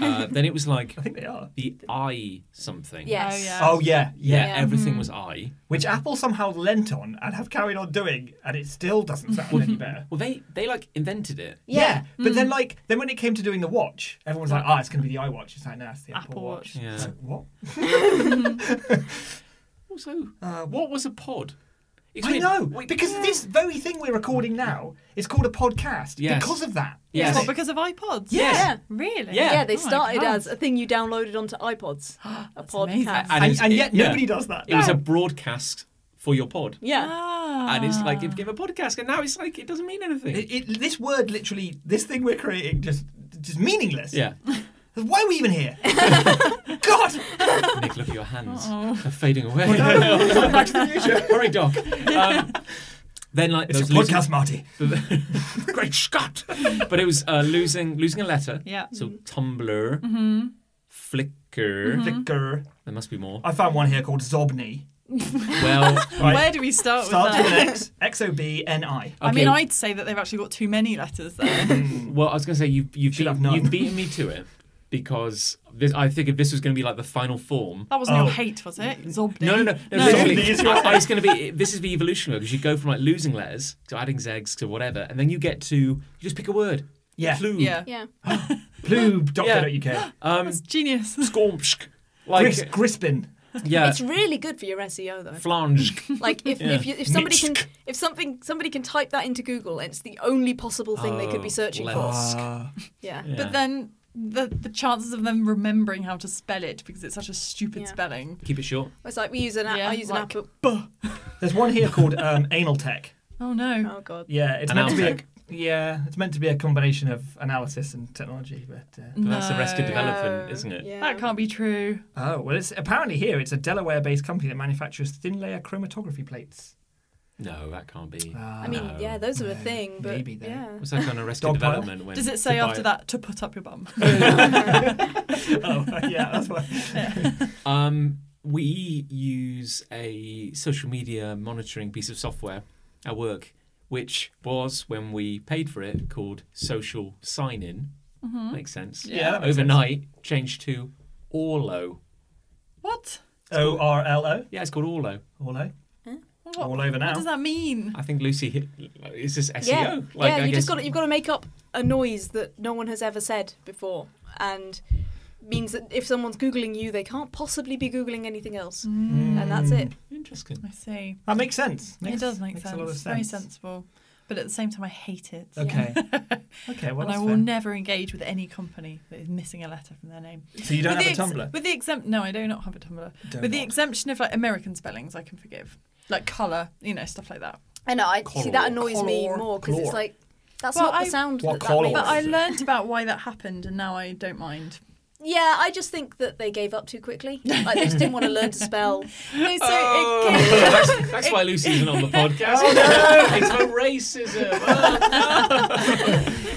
Speaker 1: uh, then it was like
Speaker 2: I think they are.
Speaker 1: the I something
Speaker 4: Yes.
Speaker 3: Oh, yeah.
Speaker 2: Oh yeah,
Speaker 1: Yeah,
Speaker 2: yeah.
Speaker 1: everything
Speaker 2: Mm-hmm.
Speaker 1: was I.
Speaker 2: Which Apple somehow lent on and have carried on doing, and it still doesn't sound any better.
Speaker 1: Well, they they like invented it.
Speaker 4: Yeah. Hmm.
Speaker 2: but then like then when it came to doing the watch, everyone's like, "Ah, it's going to be the iWatch." It's like, "No, it's the Apple,
Speaker 3: Apple
Speaker 2: Watch."
Speaker 1: Watch. Yeah.
Speaker 2: It's like, what?
Speaker 1: Also,
Speaker 2: Uh,
Speaker 1: what was a pod? It's
Speaker 2: I
Speaker 1: weird.
Speaker 2: know
Speaker 1: Wait,
Speaker 2: because this very thing we're recording now is called a podcast
Speaker 1: Yes.
Speaker 2: because of that.
Speaker 1: Yes.
Speaker 3: What, because of iPods?
Speaker 1: Yes.
Speaker 4: Yeah.
Speaker 3: Really?
Speaker 1: Yeah.
Speaker 4: Yeah, they
Speaker 3: Oh my
Speaker 4: started
Speaker 3: God.
Speaker 4: as a thing you downloaded onto iPods, a
Speaker 3: That's amazing.
Speaker 4: podcast.
Speaker 1: And,
Speaker 2: And,
Speaker 1: it's-
Speaker 2: and
Speaker 1: it-
Speaker 2: yet
Speaker 1: yeah.
Speaker 2: nobody does that.
Speaker 1: It was a broadcast for your pod,
Speaker 4: Yeah,
Speaker 3: Ah.
Speaker 1: and it's like it became a podcast, and now it's like it doesn't mean anything.
Speaker 2: It- it- this word literally, this thing we're creating, just just meaningless.
Speaker 1: yeah,
Speaker 2: Why are we even here? God.
Speaker 1: Nick, look at your hands.
Speaker 3: Uh-oh.
Speaker 1: They're fading away.
Speaker 2: Back to the future.
Speaker 1: Hurry, Doc. Um, then like
Speaker 2: It's a
Speaker 1: those losing-
Speaker 2: podcast, Marty.
Speaker 1: Great Scott! but it was uh, losing losing a letter.
Speaker 3: Yeah.
Speaker 1: So Tumblr, Flickr. Hmm?
Speaker 2: Mm-hmm. Flickr.
Speaker 1: There must be more.
Speaker 2: I found one here called Zobni.
Speaker 1: Well,
Speaker 2: Right.
Speaker 3: Where do we start,
Speaker 2: Starts
Speaker 3: with
Speaker 2: with
Speaker 3: that?
Speaker 2: an X. X O B N I.
Speaker 3: I mean,
Speaker 1: okay.
Speaker 3: I'd say that they've actually got too many letters there.
Speaker 1: Well, I was going to say you've you've,
Speaker 2: Should
Speaker 1: beat,
Speaker 2: have none.
Speaker 1: you've beaten me to it because this, I figured this was going to be like the final form.
Speaker 3: That wasn't
Speaker 2: Oh.
Speaker 3: your hate, was it? Zobni.
Speaker 1: No, no, no. no,
Speaker 3: No.
Speaker 1: literally,
Speaker 2: These
Speaker 1: I, I was going to be. This is the evolution because you go from like losing letters to adding zegs to whatever, and then you get to you just pick a word.
Speaker 2: Yeah.
Speaker 1: Ploob.
Speaker 3: Yeah.
Speaker 4: yeah.
Speaker 2: Ploob.co.uk.
Speaker 1: Um.
Speaker 3: That's genius.
Speaker 1: Skormsk. Like
Speaker 2: Gris- Grispin.
Speaker 1: yeah.
Speaker 4: It's really good for your SEO though.
Speaker 1: Flansk.
Speaker 4: Like if
Speaker 1: Yeah.
Speaker 4: if, you, if somebody can
Speaker 1: Nitschk.
Speaker 4: if something somebody can type that into Google and it's the only possible thing they could be
Speaker 1: Oh,
Speaker 4: searching
Speaker 1: level.
Speaker 4: for.
Speaker 2: Uh,
Speaker 4: Yeah.
Speaker 1: Yeah.
Speaker 3: But then the the chances of them remembering how to spell it because it's such a stupid
Speaker 4: Yeah.
Speaker 3: spelling.
Speaker 1: Keep it short.
Speaker 4: It's like we use an app.
Speaker 3: Yeah,
Speaker 4: I use
Speaker 3: like-
Speaker 4: an app.
Speaker 2: there's one here called um, Anal Tech.
Speaker 3: Oh
Speaker 4: But,
Speaker 3: no.
Speaker 4: oh god.
Speaker 2: Yeah, it's
Speaker 1: Anal
Speaker 2: meant to be. A, yeah, it's meant to be a combination of analysis and technology, but. Uh,
Speaker 1: But that's arrested
Speaker 3: No.
Speaker 1: development,
Speaker 4: No.
Speaker 1: isn't it?
Speaker 4: Yeah.
Speaker 3: That can't be true.
Speaker 2: oh well, it's apparently here. It's a Delaware-based company that manufactures thin layer chromatography plates. Ah.
Speaker 1: No, that can't be.
Speaker 2: Uh,
Speaker 4: I mean,
Speaker 1: No.
Speaker 4: yeah, those are a
Speaker 2: No,
Speaker 4: thing, but
Speaker 2: maybe they-
Speaker 4: yeah.
Speaker 1: Was Oh, that kind of arrested
Speaker 2: Dog pile.
Speaker 1: development? When
Speaker 3: Does it say
Speaker 1: to buy
Speaker 3: after
Speaker 1: it?
Speaker 3: that to put up your bum?
Speaker 2: oh yeah, that's why.
Speaker 1: Um, we use a social media monitoring piece of software at work, which was when we paid for it called Social Sign In. Makes sense.
Speaker 3: Mm-hmm. Yeah,
Speaker 2: that makes sense.
Speaker 1: Overnight changed to Orlo.
Speaker 3: what?
Speaker 2: O R L O.
Speaker 1: Yeah, it's called Orlo.
Speaker 2: Orlo.
Speaker 3: Oh What,
Speaker 2: All over
Speaker 3: What
Speaker 2: now.
Speaker 3: does that mean?
Speaker 1: I think Lucy hit, is this SEO?
Speaker 4: yeah,
Speaker 1: E Like,
Speaker 4: yeah.
Speaker 1: I
Speaker 4: You
Speaker 1: guess-
Speaker 4: just got to, you've got to make up a noise that no one has ever said before, and means that if someone's googling you, they can't possibly be googling anything else,
Speaker 1: Mm.
Speaker 4: and that's it.
Speaker 1: Interesting.
Speaker 3: I see.
Speaker 2: That makes sense. Makes,
Speaker 3: it does make
Speaker 2: makes
Speaker 3: sense.
Speaker 2: A lot of sense.
Speaker 3: Very sensible. But at the same time, I hate it.
Speaker 2: Okay. okay. Well,
Speaker 3: and I
Speaker 2: that's
Speaker 3: will
Speaker 2: fair.
Speaker 3: never engage with any company that is missing a letter from their name.
Speaker 2: so you don't
Speaker 3: with
Speaker 2: have a
Speaker 3: the ex-
Speaker 2: Tumblr.
Speaker 3: With the exempt, no, I do not have a Tumblr.
Speaker 2: Do
Speaker 3: with the
Speaker 2: not.
Speaker 3: exemption of like American spellings, I can forgive, like color, you know, stuff like that.
Speaker 4: I know. I see that
Speaker 1: Color.
Speaker 4: annoys me more because
Speaker 2: Color.
Speaker 4: it's like that's
Speaker 3: Well,
Speaker 4: not the
Speaker 3: I-
Speaker 4: sound
Speaker 2: What
Speaker 4: that, that
Speaker 2: color?
Speaker 4: makes.
Speaker 3: But I
Speaker 2: Awesome.
Speaker 3: learned about why that happened, and now I don't mind.
Speaker 4: Yeah, I just think that they gave up too quickly. Like they just didn't want to learn to spell.
Speaker 3: No,
Speaker 1: Oh,
Speaker 3: so it Oh, came,
Speaker 1: that's, that's why Lucy isn't on the podcast. it's about racism. Oh.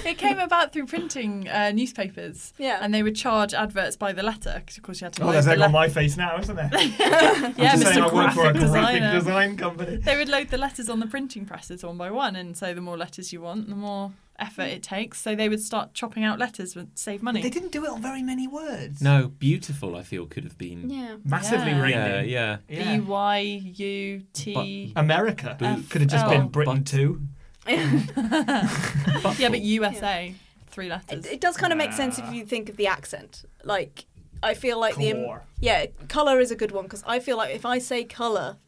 Speaker 3: it came about through printing uh, newspapers.
Speaker 4: Yeah.
Speaker 3: And they would charge adverts by the letter because, of course, you had to.
Speaker 2: Oh,
Speaker 3: load
Speaker 2: there's
Speaker 3: the
Speaker 2: egg
Speaker 3: letter.
Speaker 2: on my face now, isn't there? I'm
Speaker 3: Yeah,
Speaker 2: just saying
Speaker 3: Mr.
Speaker 2: I work for a
Speaker 3: Graphic
Speaker 2: graphic
Speaker 3: Designer.
Speaker 2: design company.
Speaker 3: They would load the letters on the printing presses one by one, and so the more letters you want, the more effort it takes. So they would start chopping out letters to save money.
Speaker 2: They didn't do it on very many words.
Speaker 1: No, beautiful. I feel could have been.
Speaker 4: Yeah.
Speaker 2: Massively
Speaker 3: Yeah.
Speaker 2: reined
Speaker 1: yeah.
Speaker 2: in.
Speaker 1: yeah.
Speaker 3: B Y U T.
Speaker 2: America
Speaker 3: But-
Speaker 2: could have just
Speaker 3: Oh.
Speaker 2: been Britain
Speaker 1: But-
Speaker 2: too. um,
Speaker 3: Yeah, but USA, three letters.
Speaker 4: It, it does kind of make sense
Speaker 2: Ah.
Speaker 4: if you think of the accent. Like I feel like the
Speaker 2: Color.
Speaker 4: yeah, color is a good one because I feel like if I say color,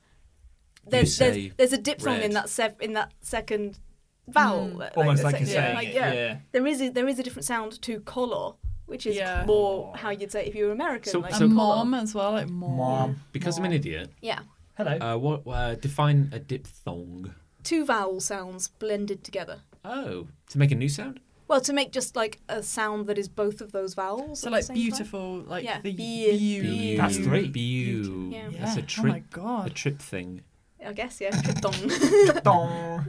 Speaker 4: there's
Speaker 1: say
Speaker 4: there's, there's a dip sound
Speaker 1: red.
Speaker 4: in that sef- in that second vowel. like,
Speaker 2: Almost
Speaker 4: the
Speaker 2: like you're
Speaker 4: second-
Speaker 2: saying
Speaker 4: like,
Speaker 2: it.
Speaker 4: yeah.
Speaker 2: Yeah.
Speaker 4: There is a, there is a different sound to color, which is
Speaker 3: Yeah.
Speaker 4: more how you'd say it if you were American.
Speaker 1: So-
Speaker 4: like
Speaker 3: and
Speaker 1: so-
Speaker 4: color.
Speaker 3: mom as well, like mom.
Speaker 2: Mom.
Speaker 1: Because I'm an idiot.
Speaker 4: Yeah,
Speaker 2: Hello.
Speaker 1: Uh, what uh, define a diphthong?
Speaker 4: two vowel sounds blended together.
Speaker 1: Oh, to make a new sound.
Speaker 4: Well, to make just like a sound that is both of those vowels.
Speaker 3: So
Speaker 4: at the
Speaker 3: like
Speaker 4: same time.
Speaker 3: beautiful, like
Speaker 4: Yeah.
Speaker 3: the
Speaker 4: Be-
Speaker 3: U.
Speaker 4: be-
Speaker 2: That's
Speaker 1: Beau-
Speaker 2: three.
Speaker 1: beau.
Speaker 4: Yeah.
Speaker 3: Yeah.
Speaker 1: That's a
Speaker 3: Oh my
Speaker 1: trip. a
Speaker 3: god!
Speaker 1: trip thing.
Speaker 4: I guess yeah. Dong.
Speaker 2: Dong.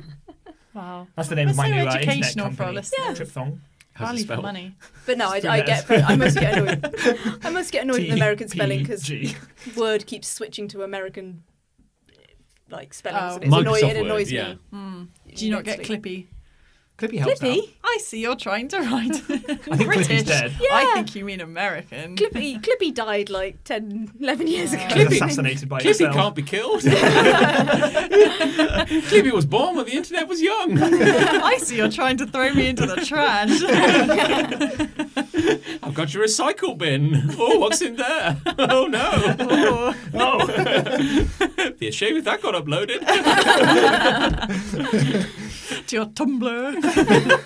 Speaker 3: Wow.
Speaker 2: That's the name
Speaker 3: We're
Speaker 2: of
Speaker 3: so
Speaker 2: my new uh, internet
Speaker 3: educational
Speaker 2: company.
Speaker 3: for our listeners.
Speaker 2: Tripthong.
Speaker 1: How's it
Speaker 3: Value for
Speaker 1: spelled?
Speaker 3: money.
Speaker 4: But no, I,
Speaker 2: Just
Speaker 4: I
Speaker 2: three
Speaker 4: get. I must get annoyed. I must get annoyed with
Speaker 1: E
Speaker 4: American spelling because
Speaker 2: T P E G.
Speaker 4: Word keeps switching to American like spellings.
Speaker 3: Oh.
Speaker 4: and it's annoying.
Speaker 1: Microsoft
Speaker 4: It
Speaker 1: Word,
Speaker 4: annoys
Speaker 1: yeah.
Speaker 4: me.
Speaker 3: Do you not get
Speaker 4: immensely.
Speaker 3: Clippy?
Speaker 2: Clippy helps out.
Speaker 4: Clippy,
Speaker 3: I see you're trying to write.
Speaker 2: I think Clippy's
Speaker 3: British.
Speaker 2: dead.
Speaker 3: I
Speaker 4: Yeah.
Speaker 3: think you mean American.
Speaker 4: Clippy, Clippy died like 10, 11 years ago.
Speaker 2: He was assassinated by
Speaker 1: Clippy
Speaker 2: himself.
Speaker 1: can't be killed. Clippy was born when the internet was young.
Speaker 3: I see you're trying to throw me into the trash.
Speaker 1: I've got your recycle bin. Oh, what's in there? Oh no!
Speaker 3: Oh.
Speaker 2: Oh.
Speaker 1: Be a shame if that got uploaded.
Speaker 3: to your Tumblr.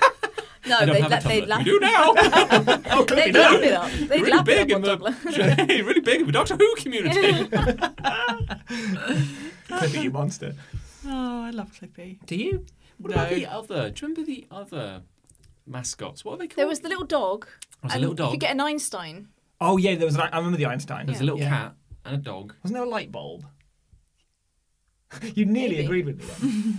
Speaker 4: No,
Speaker 1: I don't
Speaker 4: they
Speaker 1: have
Speaker 4: let
Speaker 1: a
Speaker 4: they
Speaker 1: Tumblr.
Speaker 4: laugh.
Speaker 1: We do now.
Speaker 2: oh,
Speaker 4: They
Speaker 2: Clippy
Speaker 4: laugh
Speaker 2: no.
Speaker 4: it up. They
Speaker 1: really
Speaker 4: laugh
Speaker 1: big in
Speaker 4: it up on
Speaker 1: the
Speaker 4: Tumblr.
Speaker 1: really big in the Doctor Who community.
Speaker 2: Clippy, you monster.
Speaker 3: Oh, I love Clippy.
Speaker 1: do you? What
Speaker 3: No.
Speaker 1: about the other? Do you remember the other mascots? What are they called?
Speaker 4: There was the little dog.
Speaker 1: There was a
Speaker 4: and
Speaker 1: little
Speaker 4: You
Speaker 1: dog.
Speaker 4: could get an Einstein.
Speaker 2: Oh, yeah, there was an, I remember the Einstein.
Speaker 1: There's a little
Speaker 2: Yeah.
Speaker 1: cat and a dog.
Speaker 2: Wasn't there a light bulb? you nearly
Speaker 4: Maybe.
Speaker 2: agreed with me then.
Speaker 1: Mm.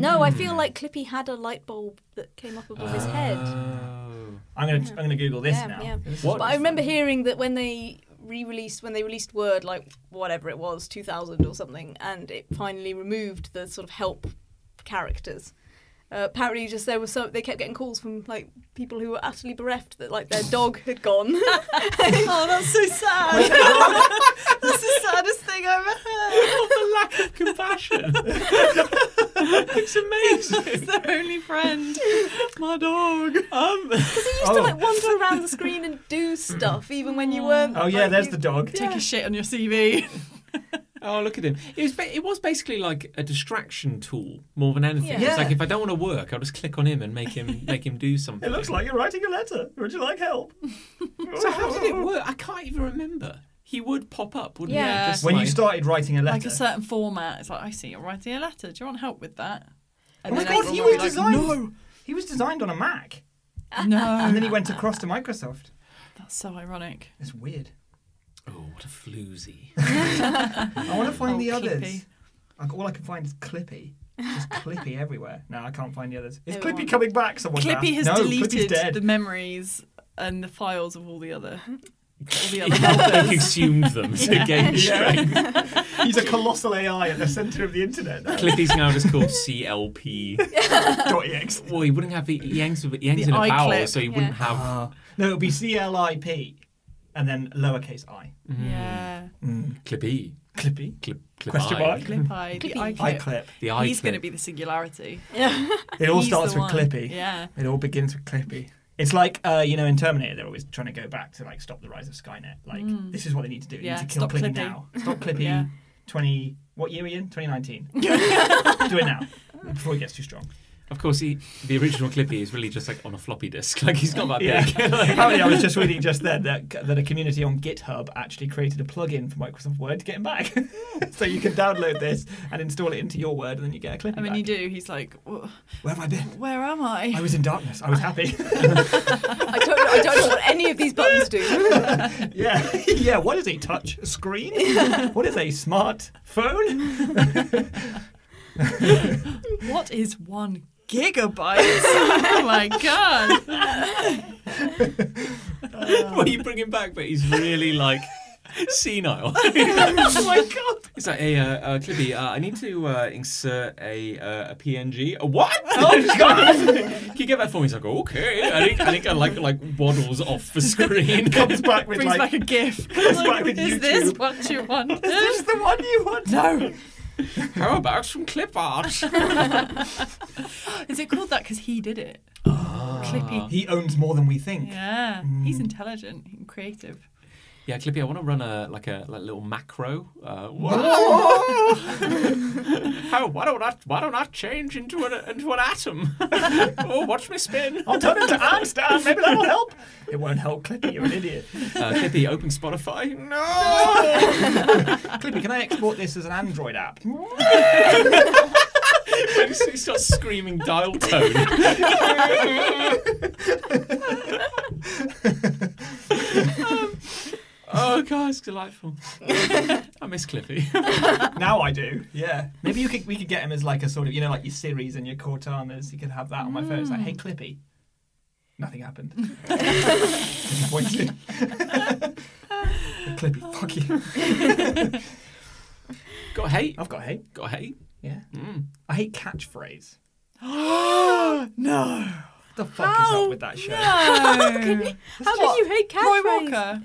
Speaker 4: No, I feel like Clippy had a light bulb that came up above his head.
Speaker 1: Oh.
Speaker 2: I'm gonna I'm gonna Google this
Speaker 4: Yeah,
Speaker 2: now.
Speaker 4: yeah.
Speaker 2: This is
Speaker 1: What?
Speaker 4: But I remember hearing that when they re-released, when they released Word, like whatever it was, 2000 or something, and it finally removed the sort of help characters. Uh, apparently, just there were so they kept getting calls from like people who were utterly bereft that like their dog had gone.
Speaker 3: Oh, that's so sad. that's the saddest thing I've ever
Speaker 1: the lack of compassion. it's amazing.
Speaker 3: heard. Their only friend, my dog.
Speaker 1: Um,
Speaker 4: They used to like wander around the screen and do stuff even when you weren't.
Speaker 2: Oh yeah,
Speaker 4: like,
Speaker 2: there's
Speaker 4: you-
Speaker 2: the dog.
Speaker 3: Take a shit on your CV.
Speaker 1: oh, look at him. It was ba- it was basically like a distraction tool more than anything.
Speaker 4: Yeah.
Speaker 1: It's
Speaker 2: Yeah.
Speaker 1: like if I don't want to work, I'll just click on him and make him make him do something.
Speaker 2: It looks like you're writing a letter. Would you like help?
Speaker 1: So how did it work? I can't even remember. He would pop up, wouldn't
Speaker 3: Yeah.
Speaker 1: he? Just
Speaker 2: When you
Speaker 1: like-
Speaker 2: started writing a letter,
Speaker 3: Like a certain format. It's like, I see you're writing a letter. Do you want help with that?
Speaker 2: oh my
Speaker 3: then
Speaker 2: god,
Speaker 3: everyone
Speaker 2: he
Speaker 3: will be
Speaker 2: was
Speaker 3: like,
Speaker 2: designed. He was designed on a Mac,
Speaker 3: No.
Speaker 2: and then he went across to Microsoft.
Speaker 3: That's so ironic.
Speaker 2: It's weird.
Speaker 1: Oh, what a floozy.
Speaker 2: I want to find
Speaker 3: Oh,
Speaker 2: the
Speaker 3: Clippy.
Speaker 2: others. I, all I can find is Clippy. Just Clippy everywhere. No, I can't find the others. Is
Speaker 3: Everyone-
Speaker 2: Clippy coming back? Someone
Speaker 3: Clippy has
Speaker 2: asked. no, Clippy's
Speaker 3: deleted
Speaker 2: dead. Mm-hmm.
Speaker 3: the memories and the files of all the other. All the other
Speaker 1: he consumed them to gain strength.
Speaker 2: He's a colossal AI at the centre of the internet. Now.
Speaker 1: Clippy's now just called CLP.
Speaker 3: E
Speaker 2: Dot exe.
Speaker 1: Well, he wouldn't have the yangs with yangs
Speaker 3: The
Speaker 1: in a
Speaker 3: eye
Speaker 1: vowel,
Speaker 3: clip, Uh-huh.
Speaker 1: so he
Speaker 4: yeah.
Speaker 1: wouldn't have.
Speaker 2: Ah. No, it'll be C L I P, and then lowercase i.
Speaker 3: Yeah.
Speaker 1: Clippy.
Speaker 2: Clippy.
Speaker 1: E, Clip, clip
Speaker 2: Question
Speaker 1: eye.
Speaker 2: mark.
Speaker 3: Clip eye, the eye
Speaker 4: Clippy.
Speaker 2: Mm-hmm. I
Speaker 3: clip.
Speaker 2: clip.
Speaker 1: The eye
Speaker 3: He's going to
Speaker 1: clip.
Speaker 3: be the singularity.
Speaker 4: Yeah.
Speaker 2: It all
Speaker 3: He's
Speaker 2: starts
Speaker 3: the
Speaker 2: with
Speaker 3: one.
Speaker 2: Clippy.
Speaker 3: Yeah.
Speaker 2: It all begins with Clippy. It's like uh, you know in Terminator they're always trying to go back to like stop the rise of Skynet. Like this is what they need to do. They
Speaker 3: Mm. Yeah,
Speaker 2: need to kill
Speaker 3: stop
Speaker 2: Clippy,
Speaker 3: Clippy.
Speaker 2: now. Stop Clippy.
Speaker 3: Yeah.
Speaker 2: Twenty. What year are we in? Twenty nineteen. do it now before he gets too strong.
Speaker 1: Of course, he, the original Clippy is really just like on a floppy disk. Like he's not that
Speaker 2: Yeah.
Speaker 1: big.
Speaker 2: Apparently, I was just reading just then that that a community on GitHub actually created a plugin for Microsoft Word to get him back. so you can download this and install it into your Word, and then you get a Clippy.
Speaker 3: And when
Speaker 2: back.
Speaker 3: you do, he's like, "Wh-
Speaker 2: Where have I been?
Speaker 3: where am
Speaker 2: I
Speaker 3: I?
Speaker 2: was in darkness. I was happy.
Speaker 4: I don't. I don't know what any of these buttons do.
Speaker 2: Yeah, yeah. What is a touch screen? what is a smart phone?
Speaker 3: What is one gigabyte? oh my god.
Speaker 1: well, you bring him back, but he's really like senile.
Speaker 3: Oh my god.
Speaker 1: It's like, hey, uh, uh, Clippy, uh, I need to uh, insert a uh, a PNG. A what? Oh God! Can you get that for me? He's like, okay. I think I think I like like waddles off the screen.
Speaker 2: Comes back with
Speaker 3: Brings back
Speaker 2: like.
Speaker 3: a gif.
Speaker 2: back
Speaker 3: Like,
Speaker 2: with
Speaker 3: is
Speaker 2: YouTube.
Speaker 3: this what you want?
Speaker 2: Is this the one you want?
Speaker 3: no.
Speaker 1: How about some clip art?
Speaker 3: Is it called that because he did it? Clippy.
Speaker 2: Ah. He Mm. owns more than we think.
Speaker 3: Yeah. He's intelligent and creative.
Speaker 1: Yeah, Clippy, I want to run a like a like little macro. Uh, How, why don't I why don't I change into an into an atom? oh, watch me spin.
Speaker 2: I'll turn into Amstar. Maybe that'll help. It won't help, Clippy. You're an idiot.
Speaker 1: Uh, Clippy, open Spotify. No.
Speaker 2: Clippy, can I export this as an Android app?
Speaker 1: when he starts screaming dial tone. oh, God, it's delightful. I miss Cliffy.
Speaker 2: now I do. Yeah. Maybe you could. We could get him as like a sort of, you know, like your Series and your Cortanas. You could have that on my phone. It's like, hey, Clippy. Nothing happened. Disappointed. Clippy, fuck you.
Speaker 1: Got hate.
Speaker 2: I've got hate.
Speaker 1: Got hate.
Speaker 2: Yeah.
Speaker 1: Mm.
Speaker 2: I hate catchphrase.
Speaker 3: No.
Speaker 2: The fuck is up with that show?
Speaker 4: How
Speaker 3: What?
Speaker 4: can you hate
Speaker 3: Roy
Speaker 4: catchphrase?
Speaker 3: Walker.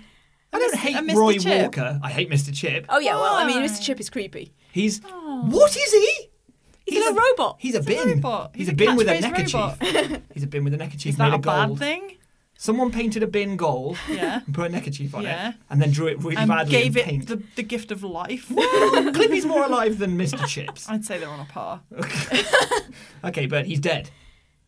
Speaker 2: I don't hate
Speaker 3: and Mr.
Speaker 2: Roy
Speaker 3: Chip.
Speaker 2: Walker. I hate Mr. Chip.
Speaker 4: Oh yeah. Well, I mean,
Speaker 3: Why?
Speaker 4: Mr. Chip is creepy.
Speaker 2: He's what is he?
Speaker 4: He's, a, robot.
Speaker 2: He's a
Speaker 3: Oh. He's a
Speaker 2: bin.
Speaker 3: robot.
Speaker 2: He's,
Speaker 3: He's
Speaker 2: a,
Speaker 3: a
Speaker 2: bin with a
Speaker 3: catchphrase
Speaker 2: neckerchief. He's a bin with a neckerchief
Speaker 3: Is that
Speaker 2: made
Speaker 3: a
Speaker 2: of
Speaker 3: bad
Speaker 2: gold.
Speaker 3: thing?
Speaker 2: Someone painted a bin gold
Speaker 3: Yeah.
Speaker 2: and put a neckerchief on
Speaker 3: Yeah.
Speaker 2: it, and then drew it really
Speaker 3: And
Speaker 2: badly
Speaker 3: gave
Speaker 2: in paint.
Speaker 3: it the, the gift of life.
Speaker 2: Clippy's more alive than Mr. Chips.
Speaker 3: I'd say they're on a par.
Speaker 2: Okay, but he's dead.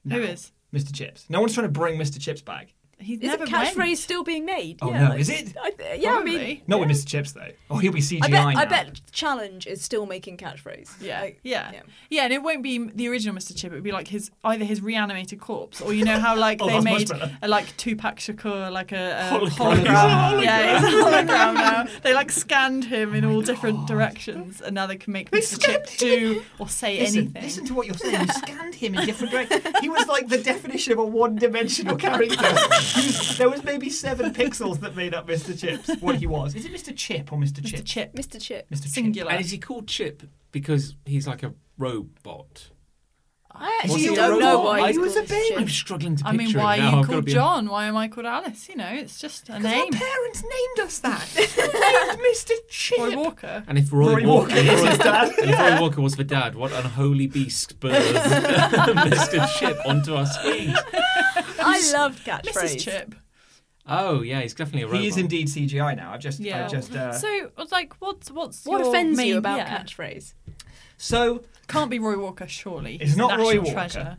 Speaker 3: Who is?
Speaker 2: Mr. Chips. No one's trying to bring Mr. Chips back.
Speaker 3: He's
Speaker 4: Is
Speaker 3: never
Speaker 4: the catchphrase
Speaker 3: went.
Speaker 4: still being made?
Speaker 2: Oh,
Speaker 4: yeah,
Speaker 2: no, is it?
Speaker 4: I, th- yeah, I mean,
Speaker 3: Probably.
Speaker 2: Not with Mr. Chips though. Oh, he'll be CGI
Speaker 4: I bet.
Speaker 2: now.
Speaker 4: I bet Challenge is still making catchphrase.
Speaker 3: Yeah,
Speaker 4: Like,
Speaker 3: yeah, yeah, and it won't be the original Mr. Chip. It would be like his either his reanimated corpse, or you know how like
Speaker 2: Oh,
Speaker 3: they
Speaker 2: that's much
Speaker 3: made
Speaker 2: better.
Speaker 3: a like Tupac Shakur, like a, a
Speaker 1: Hologram.
Speaker 3: hologram. Yeah, it's a hologram now. They like scanned him
Speaker 2: Oh
Speaker 3: in all different directions, and now they can make Mr. Chip do or say
Speaker 2: Listen,
Speaker 3: anything.
Speaker 2: listen to what you're saying. You scanned him in different directions. He was like the definition of a one-dimensional character. He was- there was maybe seven pixels that made up Mr. Chips. What he was. Is it Mr. Chip or Mr.
Speaker 3: Mr.
Speaker 2: Chip?
Speaker 3: Chip,
Speaker 4: Mr. Chip.
Speaker 2: Mr. Chip.
Speaker 3: singular.
Speaker 1: And is he called Chip because he's like a robot?
Speaker 4: I
Speaker 1: Was
Speaker 4: actually
Speaker 1: he a
Speaker 4: don't know
Speaker 1: robot?
Speaker 4: why
Speaker 1: I-
Speaker 4: he's
Speaker 1: He
Speaker 2: was a
Speaker 4: called Mr.
Speaker 1: I'm
Speaker 4: Chip.
Speaker 1: struggling to
Speaker 3: I
Speaker 1: picture
Speaker 3: mean, why
Speaker 1: him
Speaker 3: are
Speaker 1: now.
Speaker 3: you
Speaker 1: I've got to
Speaker 3: called
Speaker 1: be-
Speaker 3: John? Why am I called Alice? You know, it's just a
Speaker 2: Our
Speaker 3: name.
Speaker 2: parents named us that. They named Mr. Chip.
Speaker 3: Roy Walker.
Speaker 1: And if Roy,
Speaker 2: Roy
Speaker 1: Walker,
Speaker 2: Walker is his dad.
Speaker 1: if Roy Walker was the dad, what unholy beast spurs Mr. Chip onto our screens?
Speaker 4: I love
Speaker 3: Mrs.
Speaker 4: catchphrase.
Speaker 3: Chip.
Speaker 1: Oh yeah, he's definitely a robot.
Speaker 2: He is indeed CGI now. I've just,
Speaker 3: Yeah.
Speaker 2: I've just. Uh, so,
Speaker 3: So, like, what's what's
Speaker 4: What
Speaker 3: your
Speaker 4: offends
Speaker 3: main,
Speaker 4: you about
Speaker 3: yeah.
Speaker 4: catchphrase?
Speaker 3: Can't be Roy Walker, surely.
Speaker 2: It's not
Speaker 3: National
Speaker 2: Roy Walker.
Speaker 3: Treasure.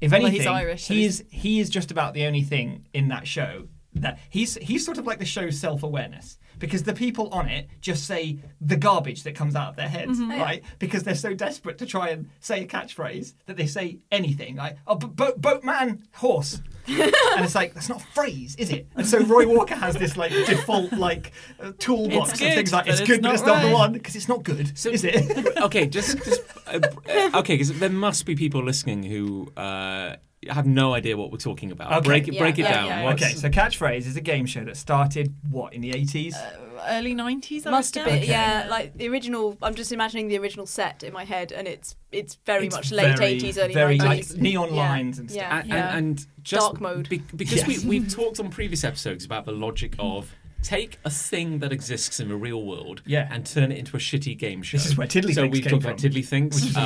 Speaker 2: if
Speaker 3: Although
Speaker 2: anything,
Speaker 3: he's Irish, so
Speaker 2: he
Speaker 3: he's-
Speaker 2: is he is just about the only thing in that show that he's he's sort of like the show's self-awareness because the people on it just say the garbage that comes out of their heads,
Speaker 3: Mm-hmm.
Speaker 2: right? Because they're so desperate to try and say a catchphrase that they say anything like "oh, bo- boat boatman horse." and it's like that's not a phrase, is it? And so Roy Walker has this like default like uh, toolbox
Speaker 3: It's
Speaker 2: of things
Speaker 3: good,
Speaker 2: like
Speaker 3: but
Speaker 2: it's
Speaker 3: it's
Speaker 2: good, but
Speaker 3: not
Speaker 2: it's not the
Speaker 3: right.
Speaker 2: one because it's not good,
Speaker 1: So-
Speaker 2: is it?
Speaker 1: okay, just, just uh, uh, okay, because there must be people listening who uh, have no idea what we're talking about.
Speaker 2: Okay.
Speaker 1: Break it,
Speaker 4: Yeah,
Speaker 1: break it
Speaker 4: yeah,
Speaker 1: down.
Speaker 3: yeah.
Speaker 1: What's-
Speaker 2: Okay, so Catchphrase is a game show that started what in the eighties?
Speaker 3: Uh, Early 90s, I
Speaker 4: Must have been,
Speaker 3: guess.
Speaker 4: yeah. Like the original, I'm just imagining the original set in my head, and it's it's very
Speaker 2: It's
Speaker 4: much late
Speaker 2: very,
Speaker 4: 80s, early
Speaker 2: very
Speaker 4: 90s.
Speaker 2: like neon
Speaker 4: Yeah.
Speaker 2: lines and stuff.
Speaker 4: Yeah.
Speaker 1: And,
Speaker 3: Yeah.
Speaker 1: and, and just
Speaker 4: Dark mode.
Speaker 1: be- because
Speaker 2: Yes.
Speaker 1: we, we've talked on previous episodes about the logic of take a thing that exists in the real world
Speaker 2: Yeah.
Speaker 1: and turn it into a shitty game show.
Speaker 2: is where Tiddly
Speaker 1: So
Speaker 2: Thinks
Speaker 1: we've
Speaker 2: came
Speaker 1: talked about
Speaker 2: from,
Speaker 1: Tiddly Thinks,
Speaker 2: which is
Speaker 1: uh,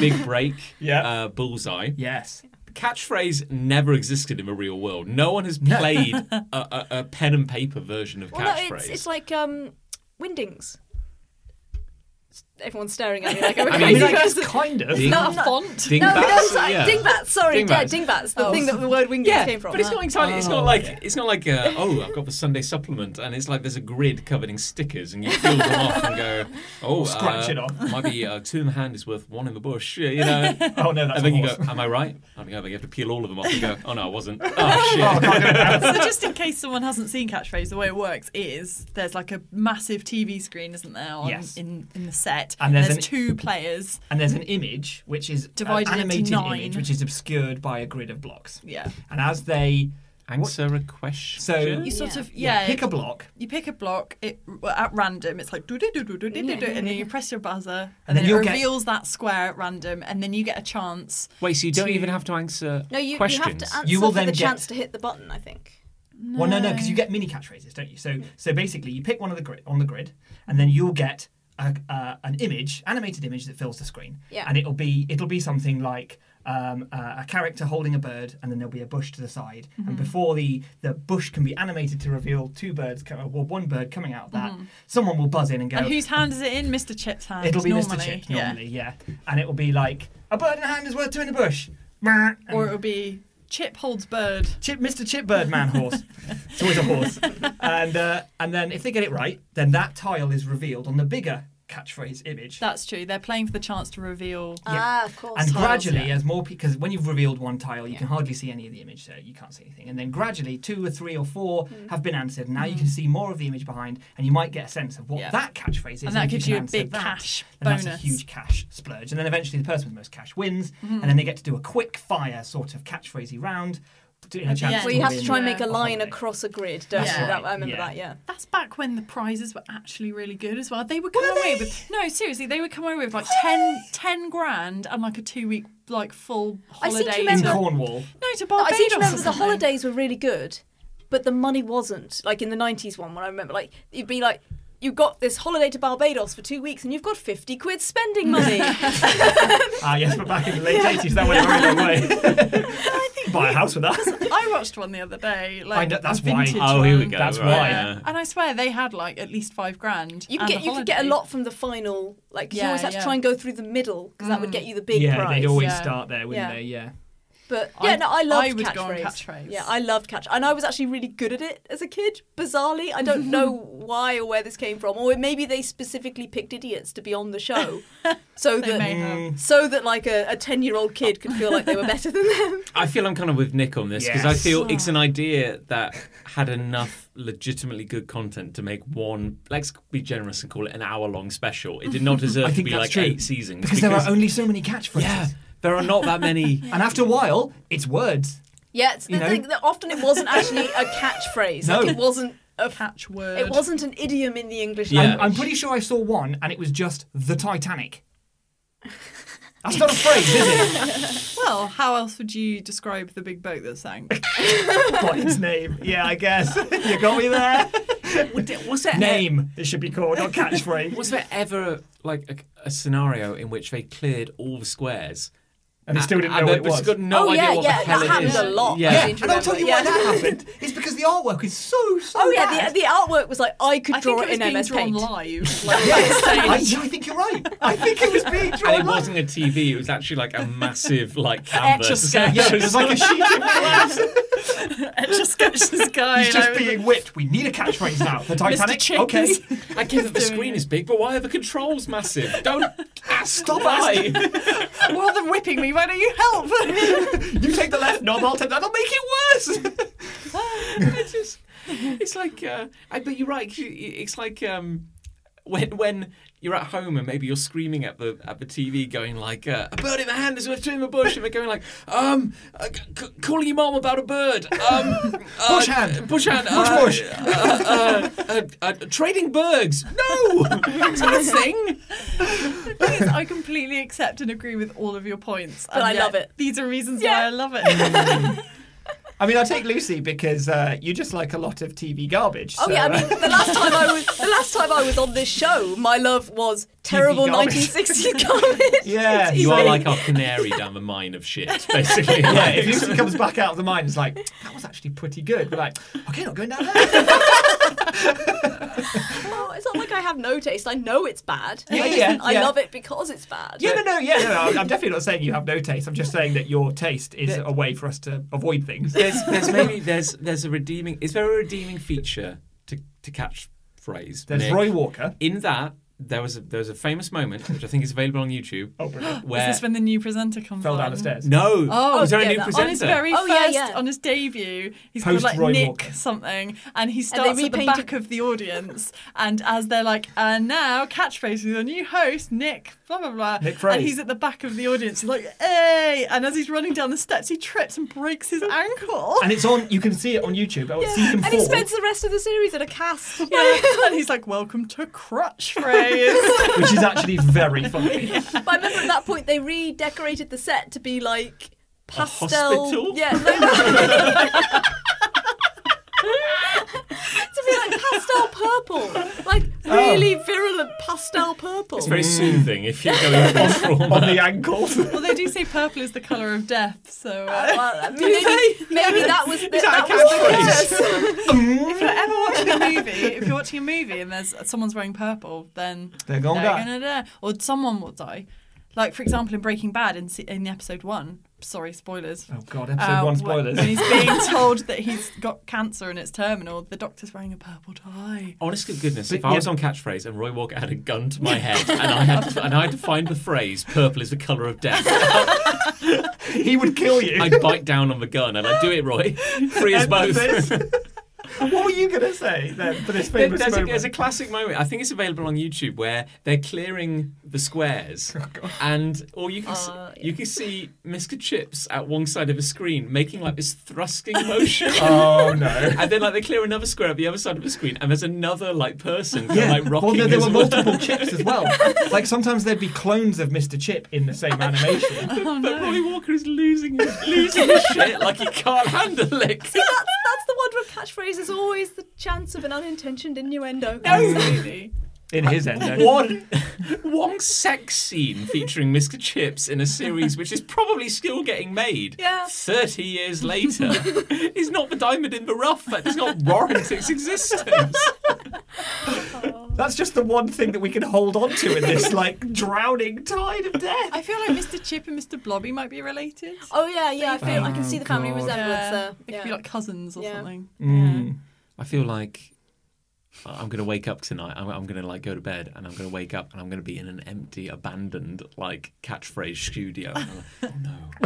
Speaker 1: Big Break,
Speaker 2: Yeah.
Speaker 1: uh, Bullseye.
Speaker 2: Yes.
Speaker 1: Catchphrase never existed in the real world. No one has played a, a, a pen and paper version of
Speaker 4: Well,
Speaker 1: catchphrase.
Speaker 4: no, it's, it's like um, Windings. Everyone's staring at me like I'm a
Speaker 1: I
Speaker 2: I
Speaker 4: crazy
Speaker 2: mean, I guess
Speaker 4: person.
Speaker 2: kind of.
Speaker 1: Ding-
Speaker 3: Not
Speaker 4: I'm
Speaker 3: a
Speaker 4: not-
Speaker 3: font.
Speaker 1: Dingbats?
Speaker 4: No, no, sorry,
Speaker 1: yeah.
Speaker 4: dingbats. Sorry,
Speaker 1: Dingbats.
Speaker 4: yeah, dingbats. The
Speaker 3: Oh.
Speaker 4: thing that the word wingdings
Speaker 1: yeah,
Speaker 4: came from. Uh,
Speaker 1: but it's not entirely. It's not
Speaker 2: Oh,
Speaker 1: like
Speaker 2: yeah.
Speaker 1: it's not like uh oh, I've got the Sunday supplement, and it's like there's a grid covered in stickers, and you peel them off and go, oh,
Speaker 2: scratch
Speaker 1: uh,
Speaker 2: it off.
Speaker 1: Might be uh, two in the hand is worth one in the bush, you know.
Speaker 2: Oh no, that's
Speaker 1: and then you go,
Speaker 2: awesome.
Speaker 1: am I right? I don't know. But you have to peel all of them off and go, oh no, I wasn't. Oh shit.
Speaker 3: so just in case someone hasn't seen catchphrase, the way it works is there's like a massive TV screen, isn't there, on,
Speaker 2: Yes.
Speaker 3: in in the set,
Speaker 2: And there's an-
Speaker 3: two players.
Speaker 2: And there's an image which is
Speaker 3: Divided
Speaker 2: an
Speaker 3: into
Speaker 2: animated
Speaker 3: nine.
Speaker 2: image which is obscured by a grid of blocks.
Speaker 3: Yeah,
Speaker 2: And as they
Speaker 1: Answer a question.
Speaker 2: So-
Speaker 3: you sort
Speaker 4: Yeah.
Speaker 3: of yeah,
Speaker 2: pick a block,
Speaker 3: you pick a block it, at random. It's like do do do do do do do, do, and then you press your buzzer, and,
Speaker 2: then
Speaker 3: then, it
Speaker 2: you'll get-
Speaker 3: reveals that square at random, and then you get a chance.
Speaker 1: wait, so you
Speaker 3: don't even have
Speaker 1: to answer
Speaker 4: No, you, you
Speaker 1: questions.
Speaker 4: have to answer
Speaker 2: You will
Speaker 4: for
Speaker 2: then
Speaker 4: the
Speaker 2: get-
Speaker 4: chance to hit the button. I think.
Speaker 2: Well, no, no, because you get mini catchphrases, don't you? So, so basically, you pick one of the grid on the grid, and then you'll get a, uh, an image, animated image that fills the screen.
Speaker 4: Yeah.
Speaker 2: And it'll be it'll be something like um, uh, a character holding a bird, and then there'll be a bush to the side. And before the the bush can be animated to reveal two birds, co- or one bird coming out of that, someone will buzz in and go.
Speaker 3: And whose hand is it in? Mr. Chip's hand.
Speaker 2: It'll be
Speaker 3: normally.
Speaker 2: Mr. Chip
Speaker 3: Yeah.
Speaker 2: normally, yeah. And it will be like a bird in a hand is worth two in a bush. Brr. And
Speaker 3: Or it'll be Chip holds bird.
Speaker 2: Chip, Mr. Chipbird Man horse. It's always a horse. And uh, and then if they get it right, then that tile is revealed on the bigger catchphrase image.
Speaker 3: That's true. They're playing for the chance to reveal.
Speaker 4: Ah, of course.
Speaker 2: and
Speaker 3: tiles,
Speaker 2: gradually,
Speaker 3: yeah.
Speaker 2: as more because when you've revealed one tile, you
Speaker 4: Yeah.
Speaker 2: can hardly see any of the image, so you can't see anything. And then gradually, two or three or four
Speaker 3: Hmm.
Speaker 2: have been answered. Now you can see more of the image behind, and you might get a sense of what
Speaker 3: Yeah.
Speaker 2: that catchphrase is.
Speaker 3: And that
Speaker 2: if
Speaker 3: gives
Speaker 2: can
Speaker 3: you a
Speaker 2: answer
Speaker 3: big
Speaker 2: that,
Speaker 3: cash
Speaker 2: then That's
Speaker 3: bonus. Mm-hmm.
Speaker 2: a huge cash splurge. And then eventually, the person with the most cash wins, and then they get to do a quick fire sort of catchphrasy round. To, in a
Speaker 3: At the
Speaker 2: chance
Speaker 3: end.
Speaker 4: Well, you have to
Speaker 2: win.
Speaker 4: try and make a
Speaker 2: Yeah.
Speaker 4: line
Speaker 2: Holiday.
Speaker 4: across a grid, don't
Speaker 3: That's
Speaker 4: you?
Speaker 3: right,
Speaker 4: That, I remember
Speaker 2: yeah.
Speaker 4: that, yeah.
Speaker 3: That's back when the prizes were actually really good as well. They would come away with no, seriously, they would come away with like 10, 10 grand and like a two week like full
Speaker 4: I seem to
Speaker 3: holiday.
Speaker 2: in
Speaker 4: remember-
Speaker 3: to-
Speaker 2: Cornwall.
Speaker 3: no, to
Speaker 4: No,
Speaker 3: Barbados.
Speaker 4: I seem to remember
Speaker 3: or
Speaker 4: the
Speaker 3: something.
Speaker 4: holidays were really good, but the money wasn't. Like in the 90s one, when I remember, like, you'd be like, you got this holiday to Barbados for two weeks and you've got 50 quid spending money.
Speaker 2: Ah, yes, but back in the late 80s, that went a very long way. Buy a house with that.
Speaker 3: I watched one the other day. Like,
Speaker 2: know,
Speaker 3: a
Speaker 2: that's why.
Speaker 3: vintage
Speaker 1: Oh, here we
Speaker 3: one.
Speaker 1: go.
Speaker 2: That's
Speaker 1: right,
Speaker 2: why.
Speaker 1: yeah.
Speaker 3: And I swear they had like at least five grand.
Speaker 4: you could
Speaker 3: and
Speaker 4: get you could get a
Speaker 3: holiday.
Speaker 4: lot from the final. Like 'cause you
Speaker 3: Yeah,
Speaker 4: always have
Speaker 3: yeah. Mm.
Speaker 4: to try and go through the middle because that would get you the big
Speaker 2: yeah,
Speaker 4: prize.
Speaker 2: they'd always
Speaker 3: yeah.
Speaker 2: start there, wouldn't
Speaker 4: Yeah.
Speaker 2: they? Yeah.
Speaker 4: But
Speaker 3: I-
Speaker 4: yeah, no, I loved
Speaker 3: I would go on
Speaker 4: catchphrase.
Speaker 3: catchphrase.
Speaker 4: Yeah, I loved catch, and I was actually really good at it as a kid. Bizarrely, I don't know why or where this came from, or maybe they specifically picked idiots to be on the show, so
Speaker 3: They may
Speaker 4: that
Speaker 3: have.
Speaker 2: Mm.
Speaker 4: so that like a a ten year old kid could feel like they were better than them.
Speaker 1: I feel I'm kind of with Nick on this because I
Speaker 2: Yes.
Speaker 1: feel it's an idea that had enough legitimately good content to make one. Let's be generous and call it an hour-long special. It did not
Speaker 2: I
Speaker 1: deserve to
Speaker 2: think
Speaker 1: be
Speaker 2: that's
Speaker 1: like
Speaker 2: true.
Speaker 1: eight seasons
Speaker 2: Because, there are only so many catchphrases.
Speaker 1: yeah, there are not that many.
Speaker 2: And after a while, it's words.
Speaker 4: Yeah, it's the
Speaker 2: You know?
Speaker 4: thing that often it wasn't actually a catchphrase.
Speaker 2: No.
Speaker 4: Like it wasn't a
Speaker 3: catchword.
Speaker 4: it wasn't an idiom in the English
Speaker 1: Yeah.
Speaker 4: language.
Speaker 2: I'm pretty sure I saw one, and it was just the Titanic. That's not a phrase, is it?
Speaker 3: Well, how else would you describe the big boat that sank?
Speaker 2: By its name. Yeah, I guess. you got me there.
Speaker 1: Was there
Speaker 2: Name, it should be called, not catchphrase.
Speaker 1: Was there ever like a, a scenario in which they cleared all the squares
Speaker 2: And they still didn't know
Speaker 1: and
Speaker 2: what
Speaker 1: they-
Speaker 2: it
Speaker 1: but
Speaker 2: was.
Speaker 1: Got no
Speaker 4: Oh,
Speaker 1: idea
Speaker 4: yeah,
Speaker 1: what
Speaker 4: yeah,
Speaker 1: the hell
Speaker 4: that
Speaker 1: it
Speaker 4: happened
Speaker 1: is.
Speaker 4: a lot.
Speaker 1: Yeah.
Speaker 4: I
Speaker 2: Yeah,
Speaker 4: seem to
Speaker 2: and I'll tell you
Speaker 4: remember,
Speaker 2: why
Speaker 4: yeah.
Speaker 2: that happened. It's because the artwork is so, so
Speaker 4: Oh
Speaker 2: bad.
Speaker 4: yeah, the, the artwork was like I could
Speaker 3: I
Speaker 4: draw
Speaker 3: think it was
Speaker 4: in
Speaker 3: being
Speaker 4: MS
Speaker 3: drawn
Speaker 4: Paint.
Speaker 3: live. Like,
Speaker 2: I, I think you're right. I think it was being drawn.
Speaker 1: And it
Speaker 2: live.
Speaker 1: wasn't a TV; it was actually like a massive like canvas.
Speaker 3: Etch a sketch.
Speaker 2: Yeah, it was like a sheet of glass.
Speaker 3: just sketch this guy.
Speaker 2: He's
Speaker 3: and I
Speaker 2: just
Speaker 3: was
Speaker 2: being whipped. We need a catchphrase now. The Titanic.
Speaker 3: Chick
Speaker 2: okay.
Speaker 3: is-
Speaker 1: I get that the
Speaker 3: doing
Speaker 1: screen
Speaker 3: it.
Speaker 1: is big, but why are the controls massive? Don't ask.
Speaker 2: Ah, Stop
Speaker 1: why.
Speaker 3: like, well, they're whipping me. Why don't you help?
Speaker 2: You take the left knob. I'll take that'll make it worse.
Speaker 1: it's just, it's like, uh, I, but you're right. 'cause you- It's like um, when when you're at home and maybe you're screaming at the at the TV, going like, uh, "A bird in the hand is worth two in the bush," and they're going like, "Um, uh, c- c- calling your mom about a bird." Um, uh,
Speaker 2: Bush hand.
Speaker 1: bush hand,
Speaker 2: Bush,
Speaker 1: uh,
Speaker 2: bush.
Speaker 1: Uh, uh, uh, uh, trading birds. No, that's not a thing.
Speaker 3: The thing is, I completely accept and agree with all of your points.
Speaker 4: But
Speaker 3: and
Speaker 4: I love
Speaker 3: yet
Speaker 4: it.
Speaker 3: These are reasons
Speaker 4: Yeah.
Speaker 3: why I love it.
Speaker 2: I mean, I take Lucy because uh, you just like a lot of TV garbage.
Speaker 4: Oh
Speaker 2: so,
Speaker 4: yeah, I
Speaker 2: uh,
Speaker 4: mean the last time I was the last time I was on this show, my love was terrible
Speaker 2: garbage.
Speaker 4: 1960s garbage.
Speaker 2: yeah.
Speaker 1: You
Speaker 4: so-
Speaker 1: are like our canary down the mine of shit, basically.
Speaker 2: Yeah,
Speaker 1: Like,
Speaker 2: if Lucy comes back out of the mine, it's like that was actually pretty good. We're like, okay, not going down there.
Speaker 4: Oh, it's not like I have no taste. I know it's bad.
Speaker 2: Yeah,
Speaker 4: I, just,
Speaker 2: yeah,
Speaker 4: I
Speaker 2: yeah.
Speaker 4: love it because it's bad.
Speaker 2: yeah, no, no, yeah, no, no. I'm- I'm definitely not saying you have no taste. I'm just saying that your taste is a way for us to avoid things.
Speaker 1: there's, there's maybe there's there's a redeeming. Is there a redeeming feature to to catch phrase?
Speaker 2: There's
Speaker 1: Nick?
Speaker 2: Roy Walker.
Speaker 1: In that there was a, there was a famous moment which I think is available on YouTube.
Speaker 2: Oh, brilliant.
Speaker 1: where
Speaker 3: Is this when the new presenter comes
Speaker 2: Fell
Speaker 3: on?
Speaker 2: down the stairs.
Speaker 1: no,
Speaker 3: Oh,
Speaker 1: it was there
Speaker 4: yeah,
Speaker 1: a new
Speaker 4: that-
Speaker 1: presenter?
Speaker 3: On his very
Speaker 4: Oh, yeah,
Speaker 3: first,
Speaker 4: yeah.
Speaker 3: on his debut, he's
Speaker 2: Post
Speaker 3: called like
Speaker 2: Roy
Speaker 3: Nick
Speaker 2: Walker.
Speaker 3: something, and he
Speaker 4: they
Speaker 3: starts at the
Speaker 4: repainted-
Speaker 3: back of the audience. And as they're like, and now catchphrase with our new host Nick, blah blah blah,
Speaker 2: Nick Phrase.
Speaker 3: and he's at the back of the audience, he's like, hey! And as he's running down the steps, he trips and breaks his ankle.
Speaker 2: And it's on. You can see it on YouTube. Oh, it's season
Speaker 4: And he
Speaker 2: four.
Speaker 4: spends the rest of the series in a cast.
Speaker 3: Yeah. and he's like, welcome to crutch phrase.
Speaker 2: which is actually very funny.
Speaker 4: But I remember at that point they redecorated the set to be like pastel.
Speaker 1: hospital?
Speaker 4: yeah, no, no. to be like pastel purple, like
Speaker 2: Oh.
Speaker 4: really virulent pastel purple.
Speaker 1: It's very soothing if you're going through trauma.
Speaker 2: on the ankles.
Speaker 3: well, they do say purple is the colour of death, so.
Speaker 4: Uh,
Speaker 3: Uh,
Speaker 4: well, I mean, maybe, maybe that was the,
Speaker 2: that
Speaker 4: that
Speaker 2: a
Speaker 4: was the
Speaker 2: catchphrase?
Speaker 4: curse.
Speaker 3: if you're ever watching a movie, if you're watching a movie and there's someone's wearing purple, then
Speaker 2: They're gonna die.
Speaker 3: die. or someone will die. Like for example, in Breaking Bad, in se- in episode one, sorry spoilers.
Speaker 2: Oh god, episode
Speaker 3: uh,
Speaker 2: one
Speaker 3: wh-
Speaker 2: spoilers.
Speaker 3: When he's being told that he's got cancer and it's terminal, the doctor's wearing a purple tie.
Speaker 1: Honest to goodness, if
Speaker 2: But
Speaker 1: I
Speaker 2: yeah.
Speaker 1: was on catchphrase and Roy Walker had a gun to my head and I had to, and I had to find the phrase "purple is the color of death,"
Speaker 2: he would kill you.
Speaker 1: I'd bite down on the gun and I'd do it, Roy. Free us both.
Speaker 2: This- what were you gonna say then for this
Speaker 1: There-
Speaker 2: famous
Speaker 1: There's a,
Speaker 2: moment?
Speaker 1: there's a classic moment. I think it's available on YouTube where they're clearing the squares,
Speaker 2: Oh,
Speaker 1: and or you can s
Speaker 4: Oh, yeah.
Speaker 1: you can see Mr. Chips at one side of a screen making like this thrusting motion.
Speaker 2: Oh no.
Speaker 1: And then, like, they clear another square at the other side of the screen, and there's another, like, person,
Speaker 2: Yeah.
Speaker 1: like, rocking
Speaker 2: well, there, there
Speaker 1: as
Speaker 2: were
Speaker 1: well.
Speaker 2: multiple chips as well. Like sometimes there'd be clones of Mr. Chip in the same animation.
Speaker 3: Oh
Speaker 1: But
Speaker 3: no!
Speaker 1: Roy Walker is losing his, losing his shit. Like he can't handle it.
Speaker 4: See, that's, that's the one where catchphrase is always the chance of an unintentioned innuendo.
Speaker 3: Absolutely.
Speaker 2: In his end. though.
Speaker 1: One, one sex scene featuring Mr. Chips in a series which is probably still getting made
Speaker 4: Yeah.
Speaker 1: 30 years later is not the diamond in the rough. That does not warrant its existence.
Speaker 2: That's just the one thing that we can hold on to in this like drowning tide of death.
Speaker 3: I feel like Mr. Chip and Mr. Blobby might be related.
Speaker 4: Oh yeah, yeah. I feel I can see the family
Speaker 2: Oh, God.
Speaker 4: resemblance there.
Speaker 3: They
Speaker 4: Yeah.
Speaker 3: could be like cousins or
Speaker 4: Yeah.
Speaker 3: something.
Speaker 2: Mm.
Speaker 1: I feel like I'm going to wake up tonight. I'm, I'm going to like go to bed and I'm going to wake up and I'm going to be in an empty, abandoned like catchphrase studio. And I'm like, oh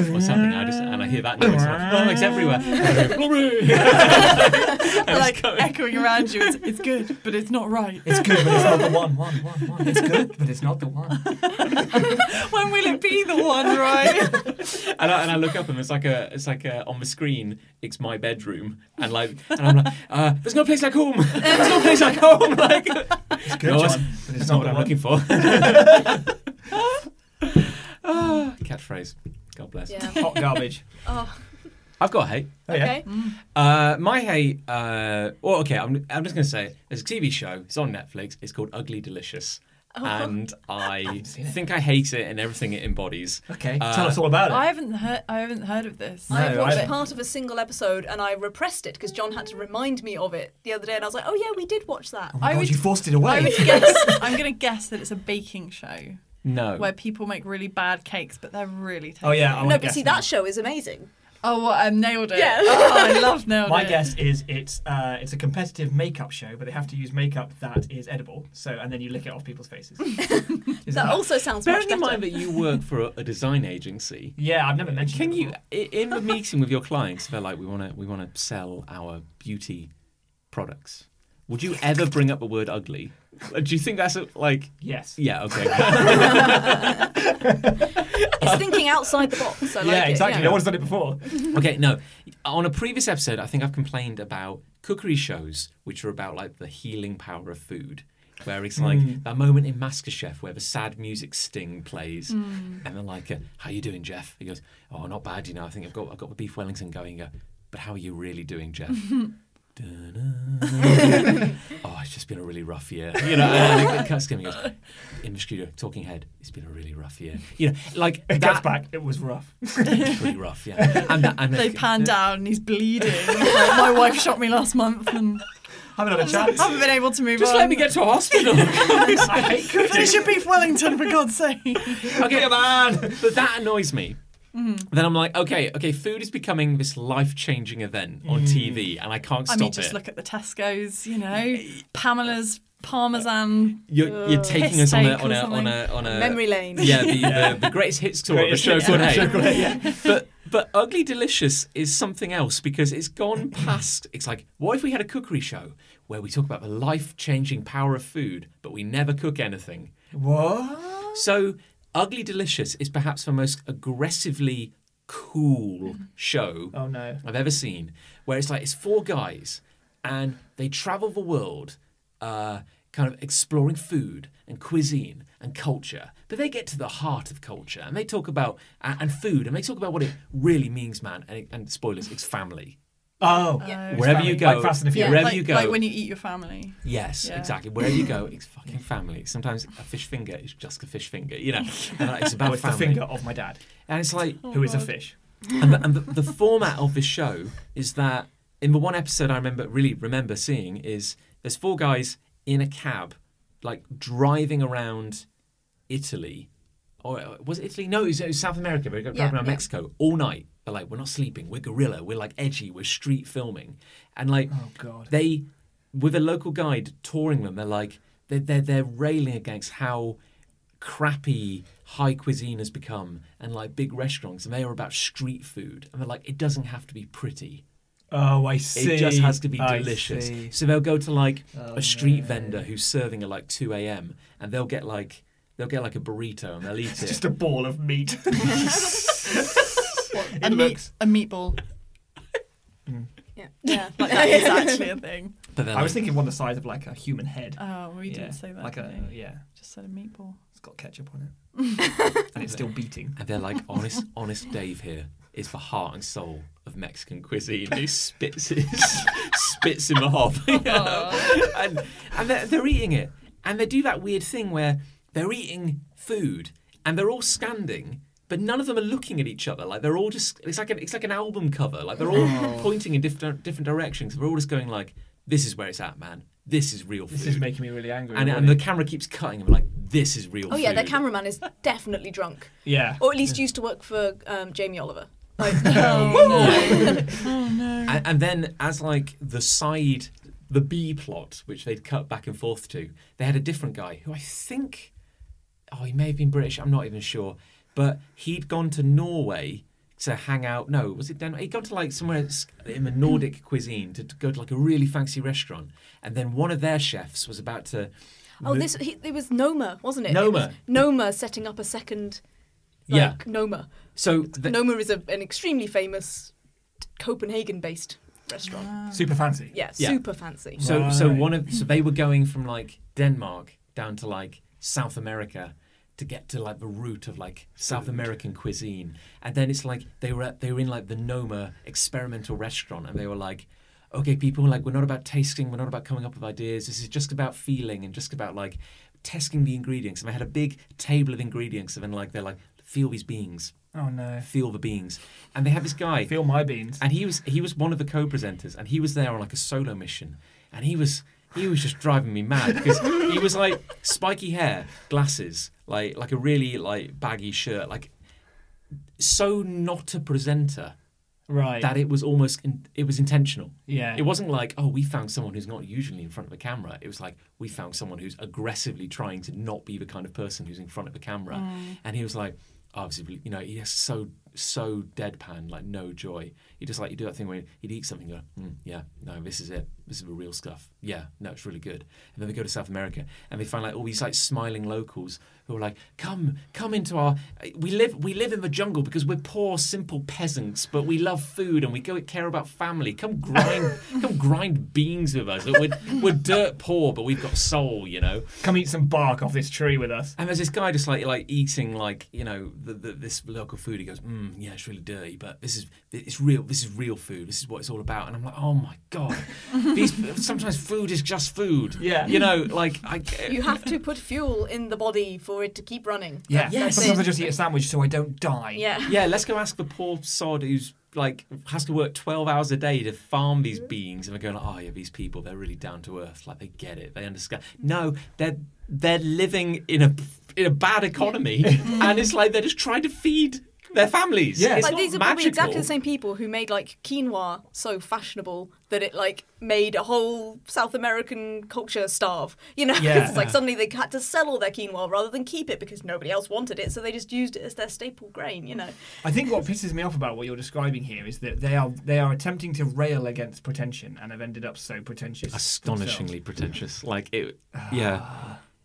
Speaker 1: no, what's happening? I just and I hear that noise. and I'm like, oh, it's everywhere.
Speaker 3: They're like echoing around you. It's, it's good, but it's not right.
Speaker 2: It's good, but it's not the one. One, one, one. It's good, but it's not the one.
Speaker 3: when will it be the one, right?
Speaker 1: and, I, and I look up and it's like a it's like a, on the screen. It's my bedroom and like and I'm like, uh, there's no place like home. There's no place like home. Like
Speaker 2: It's good,
Speaker 1: No, it's-
Speaker 2: John, but it's
Speaker 1: that's not
Speaker 2: not
Speaker 1: what
Speaker 2: the
Speaker 1: I'm
Speaker 2: one.
Speaker 1: looking for. Ah, catchphrase. God bless.
Speaker 4: Yeah.
Speaker 2: Hot garbage.
Speaker 4: Oh,
Speaker 1: I've got hate.
Speaker 2: Oh, yeah.
Speaker 4: okay.
Speaker 1: Uh, my hate. Uh, well, okay. I'm, I'm just gonna say it. there's a TV show. It's on Netflix. It's called Ugly Delicious, and I
Speaker 2: seen it.
Speaker 1: think I hate it and everything it embodies.
Speaker 2: Okay.
Speaker 1: Uh,
Speaker 2: Tell us all about it.
Speaker 3: I haven't heard. I haven't heard of this.
Speaker 2: No,
Speaker 4: I watched
Speaker 2: I-
Speaker 4: part of a single episode and I repressed it because John had to remind me of it the other day, and I was like, "Oh yeah, we did watch that."
Speaker 2: Oh my
Speaker 3: I
Speaker 2: god,
Speaker 3: would-
Speaker 2: you forced it away.
Speaker 3: I would guess. I'm gonna guess that it's a baking show
Speaker 1: No.
Speaker 3: where people make really bad cakes, but they're really tasty.
Speaker 2: oh yeah, I
Speaker 4: no,
Speaker 2: would
Speaker 4: but
Speaker 2: guess
Speaker 4: see,
Speaker 2: now.
Speaker 4: that show is amazing.
Speaker 3: Oh, well, I nailed it.
Speaker 4: Yeah.
Speaker 3: Oh, I love nailed
Speaker 2: My
Speaker 3: it.
Speaker 2: guess is it's uh, it's a competitive makeup show, but they have to use makeup that is edible. So and then you lick it off people's faces. Is
Speaker 4: That
Speaker 2: that-
Speaker 4: also sounds much
Speaker 1: Bearing
Speaker 4: better.
Speaker 1: in mind that you work for a, a design agency,
Speaker 2: yeah, I've never mentioned.
Speaker 1: can
Speaker 2: it
Speaker 1: you
Speaker 2: before.
Speaker 1: i- in the meeting with your clients? They're like, we want to we want to sell our beauty products. Would you ever bring up the word ugly? Like, Do you think that's a, like?
Speaker 2: Yes.
Speaker 1: Yeah. Okay.
Speaker 4: it's thinking outside the box. I like
Speaker 2: yeah,
Speaker 4: it,
Speaker 2: exactly.
Speaker 4: yeah.
Speaker 2: No one's done it before.
Speaker 1: Okay, no. On a previous episode, I think I've complained about cookery shows, which are about like the healing power of food. Where it's like
Speaker 2: Mm.
Speaker 1: that moment in MasterChef where the sad music sting plays, and they're like, uh, "How you doing, Jeff?" He goes, "Oh, not bad, you know. I think I've got I've got the beef Wellington going." You go, But how are you really doing, Jeff? Dun-dun. oh, it's just been a really rough year. You know, and it cuts to him. He goes, in the studio, talking head. It's been a really rough year. You know, like
Speaker 2: It cuts
Speaker 1: that.
Speaker 2: back. It was rough.
Speaker 1: Pretty rough, yeah. And that, and
Speaker 3: They
Speaker 1: that-
Speaker 3: pan down and he's bleeding. He's like, My wife shot me last month and
Speaker 2: Haven't had a chance.
Speaker 3: haven't been able to move
Speaker 1: Just
Speaker 3: on.
Speaker 1: let me get to hospital.
Speaker 2: I hate cooking.
Speaker 3: Finish your beef Wellington for God's sake.
Speaker 1: okay, man. But that annoys me.
Speaker 3: Mm-hmm.
Speaker 1: Then I'm like, okay, okay, food is becoming this life changing event on
Speaker 2: Mm.
Speaker 1: TV, and I can't
Speaker 3: I
Speaker 1: stop
Speaker 3: mean, just
Speaker 1: it.
Speaker 3: look at the Tesco's, you know, Pamela's Parmesan.
Speaker 1: you're, you're taking us
Speaker 3: piss
Speaker 1: on a
Speaker 3: take uh, or
Speaker 1: on a, on a on a
Speaker 4: Memory lane.
Speaker 1: Yeah, the, The, the greatest hits tour
Speaker 2: Greatest
Speaker 1: of a
Speaker 2: hits
Speaker 1: show called
Speaker 2: tour of a
Speaker 1: Hey.
Speaker 2: show called Hey, yeah.
Speaker 1: But but Ugly Delicious is something else because it's gone past. It's like what if we had a cookery show where we talk about the life changing power of food, but we never cook anything.
Speaker 2: What?
Speaker 1: So, Ugly Delicious is perhaps the most aggressively cool show
Speaker 2: Oh no.
Speaker 1: I've ever seen, where it's like it's four guys and they travel the world, uh, kind of exploring food and cuisine and culture. But they get to the heart of culture and they talk about a- and food and they talk about what it really means, man. And, and spoilers, it's family.
Speaker 2: Oh.
Speaker 3: Yeah.
Speaker 2: It's
Speaker 1: Wherever
Speaker 2: family,
Speaker 1: you go,
Speaker 2: like Fast and the Furious.
Speaker 1: wherever
Speaker 3: like,
Speaker 1: you go,
Speaker 3: like when you eat your family.
Speaker 1: Yes,
Speaker 3: Yeah.
Speaker 1: exactly. Wherever you go, it's fucking family. Sometimes a fish finger is just a fish finger, you know. And like, it's about
Speaker 2: Oh, it's the
Speaker 1: family.
Speaker 2: finger Oh. of my dad,
Speaker 1: And it's like,
Speaker 2: who is a
Speaker 3: God.
Speaker 2: fish.
Speaker 1: and, the, and the, the format of this show is that in the one episode I remember really remember seeing is there's four guys in a cab, like driving around Italy, or uh, was it Italy? No, it was, it was South America. But driving
Speaker 4: Yeah,
Speaker 1: around
Speaker 4: yeah.
Speaker 1: Mexico all night. But like, we're not sleeping. We're guerrilla. We're like edgy. We're street filming, and like
Speaker 2: Oh god.
Speaker 1: they with a local guide touring them they're like they're, they're, they're railing against how crappy high cuisine has become and like big restaurants and they are about street food and they're like it doesn't have to be pretty
Speaker 2: Oh, I see.
Speaker 1: it just has to be
Speaker 2: I
Speaker 1: delicious
Speaker 2: see.
Speaker 1: so they'll go to like
Speaker 2: Oh,
Speaker 1: a street
Speaker 2: no.
Speaker 1: vendor who's serving at like 2am and they'll get like they'll get like a burrito and they'll eat
Speaker 2: It's
Speaker 1: it
Speaker 2: just a ball of meat.
Speaker 3: A,
Speaker 2: It
Speaker 3: meat,
Speaker 2: looks-
Speaker 3: a meatball.
Speaker 4: Yeah. yeah.
Speaker 3: Like that is actually a thing.
Speaker 1: but then
Speaker 2: I was thinking one the size of like a human head.
Speaker 3: Oh, we
Speaker 2: Yeah,
Speaker 3: didn't say that.
Speaker 2: Like
Speaker 3: did
Speaker 2: a
Speaker 3: we?
Speaker 2: yeah,
Speaker 3: Just said a meatball.
Speaker 2: it's got ketchup on it, and it's still beating.
Speaker 1: and they're like honest honest Dave here is the heart and soul of Mexican cuisine he spits his spits him off you
Speaker 3: Oh,
Speaker 1: know? and, and they're, they're eating it and they do that weird thing where they're eating food and they're all standing but none of them are looking at each other like they're all just it's like an, it's like an album cover like they're all pointing in different different directions they're all just going like this is where it's at man this is real food
Speaker 2: This is making me really angry.
Speaker 1: and, and the
Speaker 2: already.
Speaker 1: camera keeps cutting and we're like this is real
Speaker 4: Oh yeah, their
Speaker 1: food.
Speaker 4: cameraman is definitely drunk,
Speaker 2: yeah,
Speaker 3: Oh.
Speaker 4: or at least used to work for um, Jamie Oliver.
Speaker 1: and, and then as like the side the b plot which they'd cut back and forth to they had a different guy who i think oh he may have been british i'm not even sure but he'd gone to norway to hang out no was it denmark he'd gone to like somewhere s- in the nordic cuisine to, to go to like a really fancy restaurant and then one of their chefs was about to
Speaker 4: Oh, this he, it was Noma, wasn't it?
Speaker 1: Noma.
Speaker 4: It was Noma setting up a second. Like,
Speaker 1: Yeah.
Speaker 4: Noma.
Speaker 1: so the,
Speaker 4: Noma is a, an extremely famous Copenhagen-based restaurant.
Speaker 2: super fancy.
Speaker 4: yeah,
Speaker 1: Yeah.
Speaker 4: super fancy.
Speaker 1: So so
Speaker 2: Right.
Speaker 1: one of so they were going from like Denmark down to like South America to get to like the root of like South American cuisine, and then it's like they were at, they were in like the Noma experimental restaurant, and they were like. Okay, people, like, we're not about tasting, we're not about coming up with ideas. This is just about feeling and just about like testing the ingredients. And I had a big table of ingredients, and then like, they're like, feel these beings,
Speaker 2: Oh no,
Speaker 1: feel the beings. And they have this guy
Speaker 2: feel my beans.
Speaker 1: and he was he was one of the co-presenters, and he was there on like a solo mission, and he was he was just driving me mad because he was like spiky hair, glasses, like like a really like baggy shirt, like so not a presenter
Speaker 2: Right.
Speaker 1: that it was almost in, it was intentional.
Speaker 2: yeah.
Speaker 1: It wasn't like oh we found someone who's not usually in front of a camera. It was like we found someone who's aggressively trying to not be the kind of person who's in front of a camera,
Speaker 2: Mm.
Speaker 1: and he was like obviously you know he has so so deadpan like no joy he just like you do that thing where he'd eat something and go mm, yeah no this is it this is the real stuff yeah no it's really good and then they go to south america and they find like all these like smiling locals who who are like, "Come, come into our. We live, we live in the jungle because we're poor, simple peasants, but we love food and we go care about family. Come grind, come grind beans with us. We're, we're dirt poor, but we've got soul, you know."
Speaker 2: Come eat some bark off this tree with us.
Speaker 1: And there's this guy just like like eating like you know the, the, this local food. He goes, mm, yeah, it's really dirty, but this is it's real. This is real food. This is what it's all about. And I'm like, oh my god, these sometimes food is just food.
Speaker 2: Yeah.
Speaker 1: you know, like I
Speaker 4: You have to put fuel in the body for it to keep running.
Speaker 2: Yeah.
Speaker 1: Yes.
Speaker 2: Uh, Sometimes I just eat a sandwich so I don't die.
Speaker 4: Yeah.
Speaker 1: yeah. Let's go ask the poor sod who's like has to work 12 hours a day to farm
Speaker 4: Mm.
Speaker 1: these beings and we're going oh yeah these people they're really down to earth like they get it they understand no they're they're living in a in a bad economy
Speaker 4: Mm.
Speaker 1: and it's like they're just trying to feed their families
Speaker 2: Yeah.
Speaker 1: It's
Speaker 4: Like
Speaker 1: not
Speaker 4: these are
Speaker 1: magical.
Speaker 4: probably exactly the same people who made like quinoa so fashionable that it like made a whole South American culture starve. You know,
Speaker 2: Yeah.
Speaker 4: it's like suddenly they had to sell all their quinoa rather than keep it because nobody else wanted it, so they just used it as their staple grain. You know,
Speaker 2: I think what pisses me off about what you're describing here is that they are they are attempting to rail against pretension and have ended up so pretentious.
Speaker 1: astonishingly pretentious. Like it, yeah.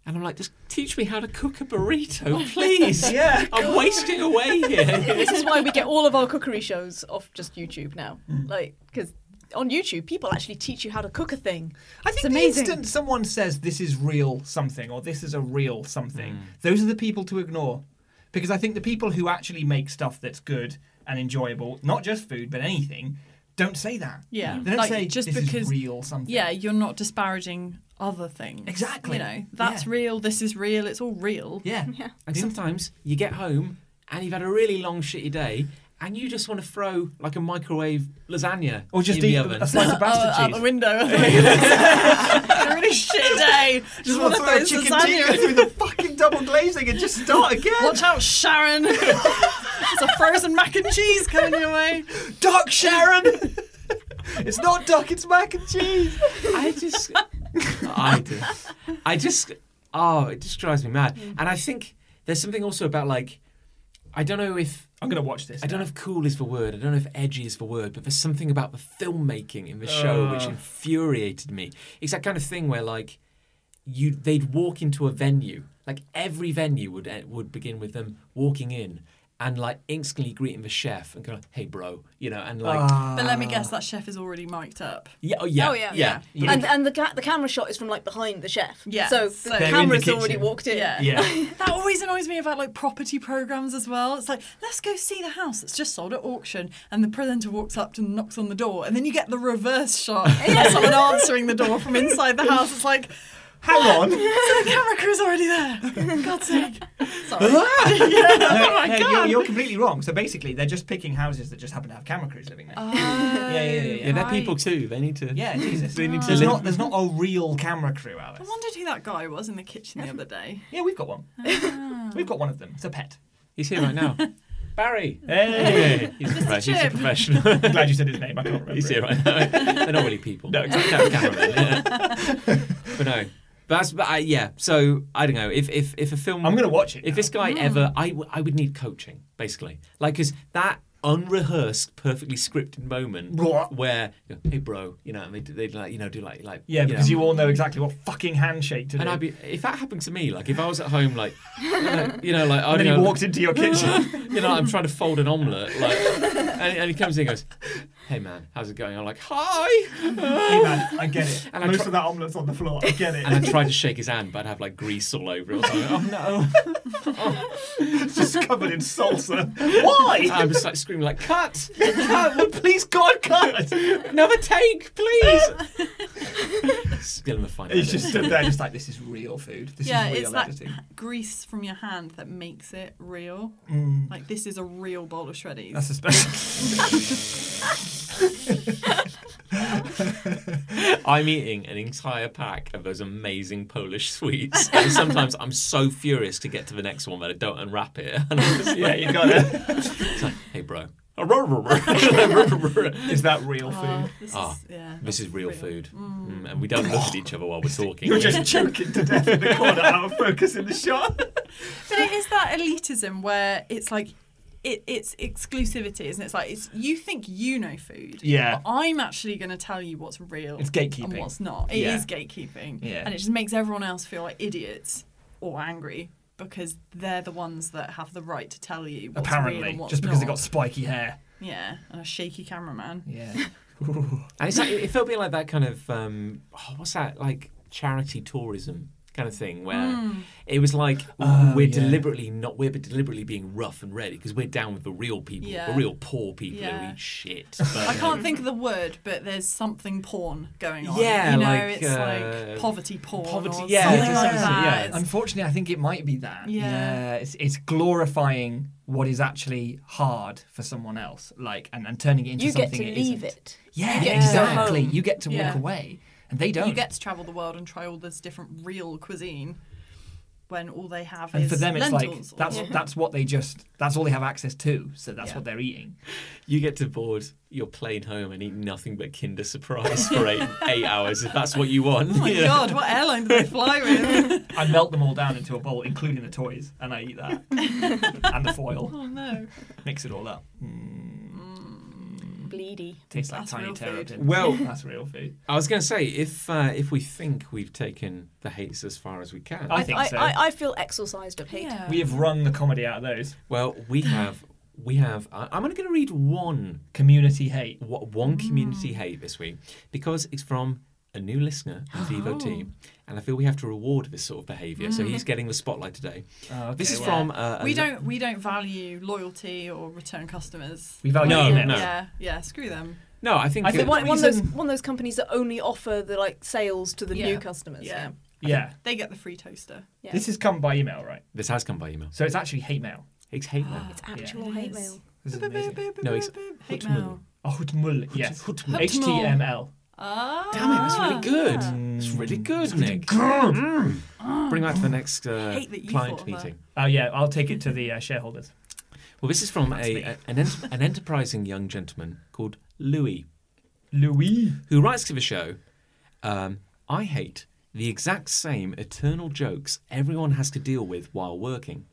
Speaker 1: And I'm like, just teach me how to cook a burrito, please.
Speaker 2: Yeah.
Speaker 1: I'm wasting away here.
Speaker 4: this is why we get all of our cookery shows off just YouTube now. Like because on YouTube people actually teach you how to cook a thing.
Speaker 2: I think
Speaker 4: It's
Speaker 2: the
Speaker 4: amazing.
Speaker 2: instant someone says this is real something or this is a real something,
Speaker 1: Mm.
Speaker 2: those are the people to ignore. Because I think the people who actually make stuff that's good and enjoyable, not just food, but anything, don't say that.
Speaker 3: Yeah.
Speaker 2: They don't
Speaker 3: Like,
Speaker 2: say
Speaker 3: just
Speaker 2: this is
Speaker 3: because-
Speaker 2: real something.
Speaker 3: yeah, you're not disparaging other things.
Speaker 2: Exactly.
Speaker 3: You know, that's
Speaker 2: Yeah.
Speaker 3: real, this is real, it's all real.
Speaker 2: Yeah.
Speaker 1: and sometimes you get home and you've had a really long shitty day, and you just want to throw like a microwave lasagna
Speaker 2: Or just
Speaker 1: in the
Speaker 2: eat
Speaker 1: oven.
Speaker 2: a
Speaker 3: Oh,
Speaker 2: slice of bastard
Speaker 3: Uh, out
Speaker 2: cheese.
Speaker 3: the window. Had a really shit day. Just want to
Speaker 2: throw a
Speaker 3: throw this
Speaker 2: chicken
Speaker 3: lasagna.
Speaker 2: tikka through the fucking double glazing and just start again.
Speaker 3: Watch out, Sharon. There's a frozen mac and cheese coming your way.
Speaker 2: Duck, Sharon! it's not duck, it's mac and cheese.
Speaker 1: I just, I just, I just, oh, it just drives me mad. And I think there's something also about like, I don't know if
Speaker 2: I'm going to watch this.
Speaker 1: I don't know if cool is the word. I don't know if edgy is the word, but there's something about the filmmaking in the show which
Speaker 2: Ugh.
Speaker 1: infuriated me. It's that kind of thing where like you they'd walk into a venue, like every venue would eh, would begin with them walking in and like instantly greeting the chef and going, "Hey, bro," you know, and like,
Speaker 2: Ah.
Speaker 3: But let me guess, that chef is already mic'd up.
Speaker 1: yeah, oh yeah,
Speaker 4: Oh, yeah.
Speaker 1: yeah.
Speaker 2: Yeah.
Speaker 4: And and the ca- the camera shot is from like behind the chef.
Speaker 3: Yeah.
Speaker 4: So
Speaker 3: So-
Speaker 4: the
Speaker 3: They're in the
Speaker 4: camera's
Speaker 2: kitchen.
Speaker 4: already walked in.
Speaker 3: Yeah.
Speaker 2: Yeah.
Speaker 3: That always annoys me about like property programs as well. It's like, let's go see the house that's just sold at auction, and the presenter walks up and knocks on the door, and then you get the reverse shot of someone answering the door from inside the house. It's like,
Speaker 2: Hang on.
Speaker 3: so the camera crew's already there. For God's sake. Sorry.
Speaker 2: No,
Speaker 3: my
Speaker 2: no, You're,
Speaker 3: God.
Speaker 2: you're completely wrong. So basically, they're just picking houses that just happen to have camera crews living there. yeah, yeah, yeah.
Speaker 1: Yeah, they're people too. They need to.
Speaker 2: yeah, Jesus.
Speaker 1: They need to
Speaker 2: there's,
Speaker 1: live-
Speaker 2: not, there's not a real camera crew, Alice.
Speaker 3: I wondered who that guy was in the kitchen the other day.
Speaker 2: Yeah, we've got one. we've got one of them. It's a pet.
Speaker 1: He's here right now. Barry.
Speaker 2: Hey.
Speaker 1: he's, a prof- he's a
Speaker 3: Chip.
Speaker 1: professional.
Speaker 2: I'm glad you said his name. I can't remember.
Speaker 1: He's here right
Speaker 2: it.
Speaker 1: now. They're not really people.
Speaker 2: No,
Speaker 1: No, cameramen, yeah. but no, but that's but I, yeah. So I don't know if if if a film.
Speaker 2: I'm going to watch it.
Speaker 1: If this guy ever, I, w- I would need coaching basically, like because that unrehearsed, perfectly scripted moment
Speaker 2: Blah.
Speaker 1: where you know, hey bro, you know, and they they like you know do like like
Speaker 2: yeah, because
Speaker 1: know.
Speaker 2: you all know exactly what fucking handshake to do.
Speaker 1: And I'd be if that happened to me, like if I was at home, like you know, you know, like I
Speaker 2: and then
Speaker 1: don't
Speaker 2: he
Speaker 1: know,
Speaker 2: walked into your kitchen.
Speaker 1: you know, I'm trying to fold an omelette, like, and, and he comes in and goes, "Hey man, how's it going?" I'm like, "Hi,"
Speaker 2: hey man, I get it.
Speaker 1: And I
Speaker 2: Most
Speaker 1: try-
Speaker 2: of that omelette's on the floor. I get it.
Speaker 1: and I tried to shake his hand, but I'd have like grease all over it. Or something. Oh no!
Speaker 2: it's just covered in salsa. Why?
Speaker 1: I'm just like screaming, like, "Cut!
Speaker 2: Cut, please, God, cut!
Speaker 1: Another take, please!" Still in the final.
Speaker 2: He's just stood there, just like this is real food. This
Speaker 3: yeah,
Speaker 2: is real
Speaker 3: it's that
Speaker 2: editing.
Speaker 3: grease from your hand that makes it real.
Speaker 2: Mm,
Speaker 3: Like this is a real bowl of shreddies.
Speaker 2: that's a special.
Speaker 1: I'm eating an entire pack of those amazing Polish sweets, and sometimes I'm so furious to get to the next one that I don't unwrap it. And I'm just
Speaker 2: yeah,
Speaker 1: like,
Speaker 2: you got it.
Speaker 1: it's like, "Hey, bro." this
Speaker 2: Is that real
Speaker 3: Oh,
Speaker 2: food?
Speaker 3: this
Speaker 1: Ah,
Speaker 3: is, yeah.
Speaker 1: is real
Speaker 3: Real.
Speaker 1: food, mm, and we don't look at each other while we're talking.
Speaker 2: You're just choking to death in the corner, out of focus in the shot.
Speaker 3: But it is that elitism where it's like it, it's exclusivity, isn't it? It's like it's you think you know food.
Speaker 2: Yeah.
Speaker 3: But I'm actually going to tell you what's real
Speaker 2: It's
Speaker 3: and
Speaker 2: gatekeeping.
Speaker 3: what's not. It is
Speaker 2: Yeah.
Speaker 3: gatekeeping.
Speaker 2: Yeah.
Speaker 3: And it just makes everyone else feel like idiots or angry because they're the ones that have the right to tell you what's real
Speaker 2: Apparently,
Speaker 3: and what's
Speaker 2: just because
Speaker 3: not.
Speaker 2: they got spiky hair.
Speaker 3: yeah, and a shaky cameraman.
Speaker 2: Yeah.
Speaker 1: And it's like, it felt a bit like that kind of um, oh, what's that like charity tourism kind of thing where
Speaker 3: Hmm.
Speaker 1: it was like
Speaker 2: Oh,
Speaker 1: we're
Speaker 2: yeah.
Speaker 1: deliberately not we're deliberately being rough and ready because we're down with the real people,
Speaker 3: Yeah.
Speaker 1: the real poor people who
Speaker 3: Yeah.
Speaker 1: eat shit.
Speaker 3: I
Speaker 1: But-
Speaker 3: can't think of the word, but there's something porn going on.
Speaker 1: Yeah,
Speaker 3: you know,
Speaker 1: like,
Speaker 3: it's
Speaker 1: uh,
Speaker 3: like poverty porn
Speaker 1: poverty-
Speaker 3: or
Speaker 1: yeah,
Speaker 3: something
Speaker 2: yeah,
Speaker 3: like
Speaker 2: yeah,
Speaker 3: that.
Speaker 1: yeah.
Speaker 3: It's-
Speaker 2: Unfortunately, I think it might be that.
Speaker 3: Yeah.
Speaker 2: it's, it's glorifying what is actually hard for someone else, like, and, and turning it into
Speaker 4: You get
Speaker 2: something
Speaker 4: to
Speaker 2: it
Speaker 4: leave
Speaker 2: isn't.
Speaker 4: it.
Speaker 2: Yeah,
Speaker 4: You get to go
Speaker 2: exactly.
Speaker 4: home.
Speaker 2: You get to walk
Speaker 3: Yeah.
Speaker 2: away, and they don't.
Speaker 3: You get to travel the world and try all this different real cuisine when all they have
Speaker 2: and
Speaker 3: is
Speaker 2: for them, it's like
Speaker 3: lentils. or-
Speaker 2: that's that's what they just that's all they have access to, so that's what they're eating.
Speaker 1: you get to board your plane home and eat nothing but Kinder Surprise for eight, eight hours if that's what you want.
Speaker 3: Oh my
Speaker 1: you know?
Speaker 3: god, what airline do they fly with?
Speaker 2: I melt them all down into a bowl, including the toys, and I eat that and the foil.
Speaker 3: oh no.
Speaker 2: Mix it all up.
Speaker 4: Bleedy.
Speaker 2: Tastes like
Speaker 3: That's
Speaker 2: tiny
Speaker 3: real food.
Speaker 2: terrapin.
Speaker 1: Well-
Speaker 2: that's real food.
Speaker 1: I was going to say if uh, if we think we've taken the hates as far as we can,
Speaker 2: I think
Speaker 4: I,
Speaker 2: so.
Speaker 4: I, I feel exorcised of hate.
Speaker 3: Yeah.
Speaker 2: We have wrung the comedy out of those.
Speaker 1: well we have we have. I I'm only going to read one
Speaker 2: Community hate.
Speaker 1: what one community hate this week because it's from a new listener in Vivo team, and I feel we have to reward this sort of behaviour. So he's getting the spotlight today.
Speaker 2: Oh,
Speaker 1: This
Speaker 2: okay,
Speaker 1: is
Speaker 2: well.
Speaker 1: from uh, a
Speaker 3: we
Speaker 1: li-
Speaker 3: don't we don't value loyalty or return customers.
Speaker 2: We value
Speaker 1: No,
Speaker 2: email.
Speaker 1: no.
Speaker 3: Yeah, yeah, screw them.
Speaker 1: No, I think
Speaker 2: I
Speaker 1: it-
Speaker 2: think
Speaker 4: One, one of those
Speaker 2: Reason-
Speaker 4: one of those companies that only offer the like sales to the
Speaker 3: Yeah.
Speaker 4: new customers.
Speaker 3: Yeah.
Speaker 2: Yeah.
Speaker 3: They get the free toaster.
Speaker 4: Yeah.
Speaker 2: This has come by email, right?
Speaker 1: this has come by email.
Speaker 2: So it's actually hate mail.
Speaker 1: It's hate mail.
Speaker 4: It's actual
Speaker 3: It
Speaker 4: hate
Speaker 3: is.
Speaker 4: mail.
Speaker 2: This is
Speaker 3: Boop, boop,
Speaker 2: amazing.
Speaker 3: boop, boop,
Speaker 1: No, it's
Speaker 3: boop, boop. Hate
Speaker 1: Hutmul.
Speaker 3: mail.
Speaker 2: Oh, Hutmul, yes.
Speaker 1: Hutmul.
Speaker 2: HTML.
Speaker 3: Ah.
Speaker 1: Damn it, that's really good. It's really good, Nick. Mm. Bring that to the next uh,
Speaker 3: hate that you
Speaker 1: client
Speaker 3: thought of that.
Speaker 1: meeting.
Speaker 2: Oh, yeah, I'll take it to the uh, shareholders.
Speaker 1: Well, this is from a,
Speaker 2: me.
Speaker 1: a- an, ent- an enterprising young gentleman called Louis,
Speaker 2: Louis.
Speaker 1: who writes to the show um, I hate the exact same eternal jokes everyone has to deal with while working.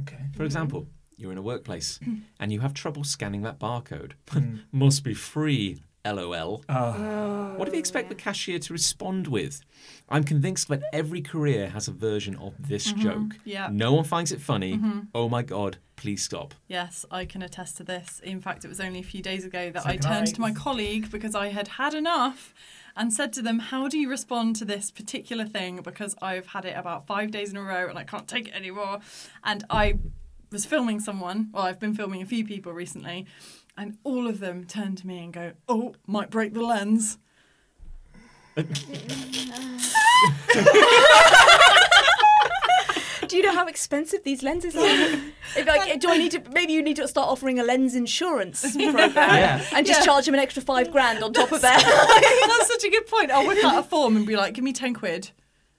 Speaker 2: Okay.
Speaker 1: For example, you're in a workplace and you have trouble scanning that barcode. Must be free, lol. what do you expect the cashier to respond with? I'm convinced that every career has a version of this joke.
Speaker 3: yeah.
Speaker 1: No one finds it funny. Oh my god, please stop.
Speaker 3: Yes, I can attest to this. In fact, it was only a few days ago that
Speaker 2: So
Speaker 3: I
Speaker 2: can
Speaker 3: turned
Speaker 2: I.
Speaker 3: to my colleague because I had had enough and said to them, How do you respond to this particular thing? Because I've had it about five days in a row and I can't take it anymore. And I was filming someone, well, I've been filming a few people recently, and all of them turned to me and go, Oh, might break the lens.
Speaker 4: Do you know how expensive these lenses are? if, like, do I need to? Maybe you need to start offering a lens insurance program
Speaker 2: Yeah.
Speaker 4: and just
Speaker 3: Yeah.
Speaker 4: charge them an extra five grand on top of that.
Speaker 3: That's such a good point. I'll whip out a form and be like, Give me 10 quid.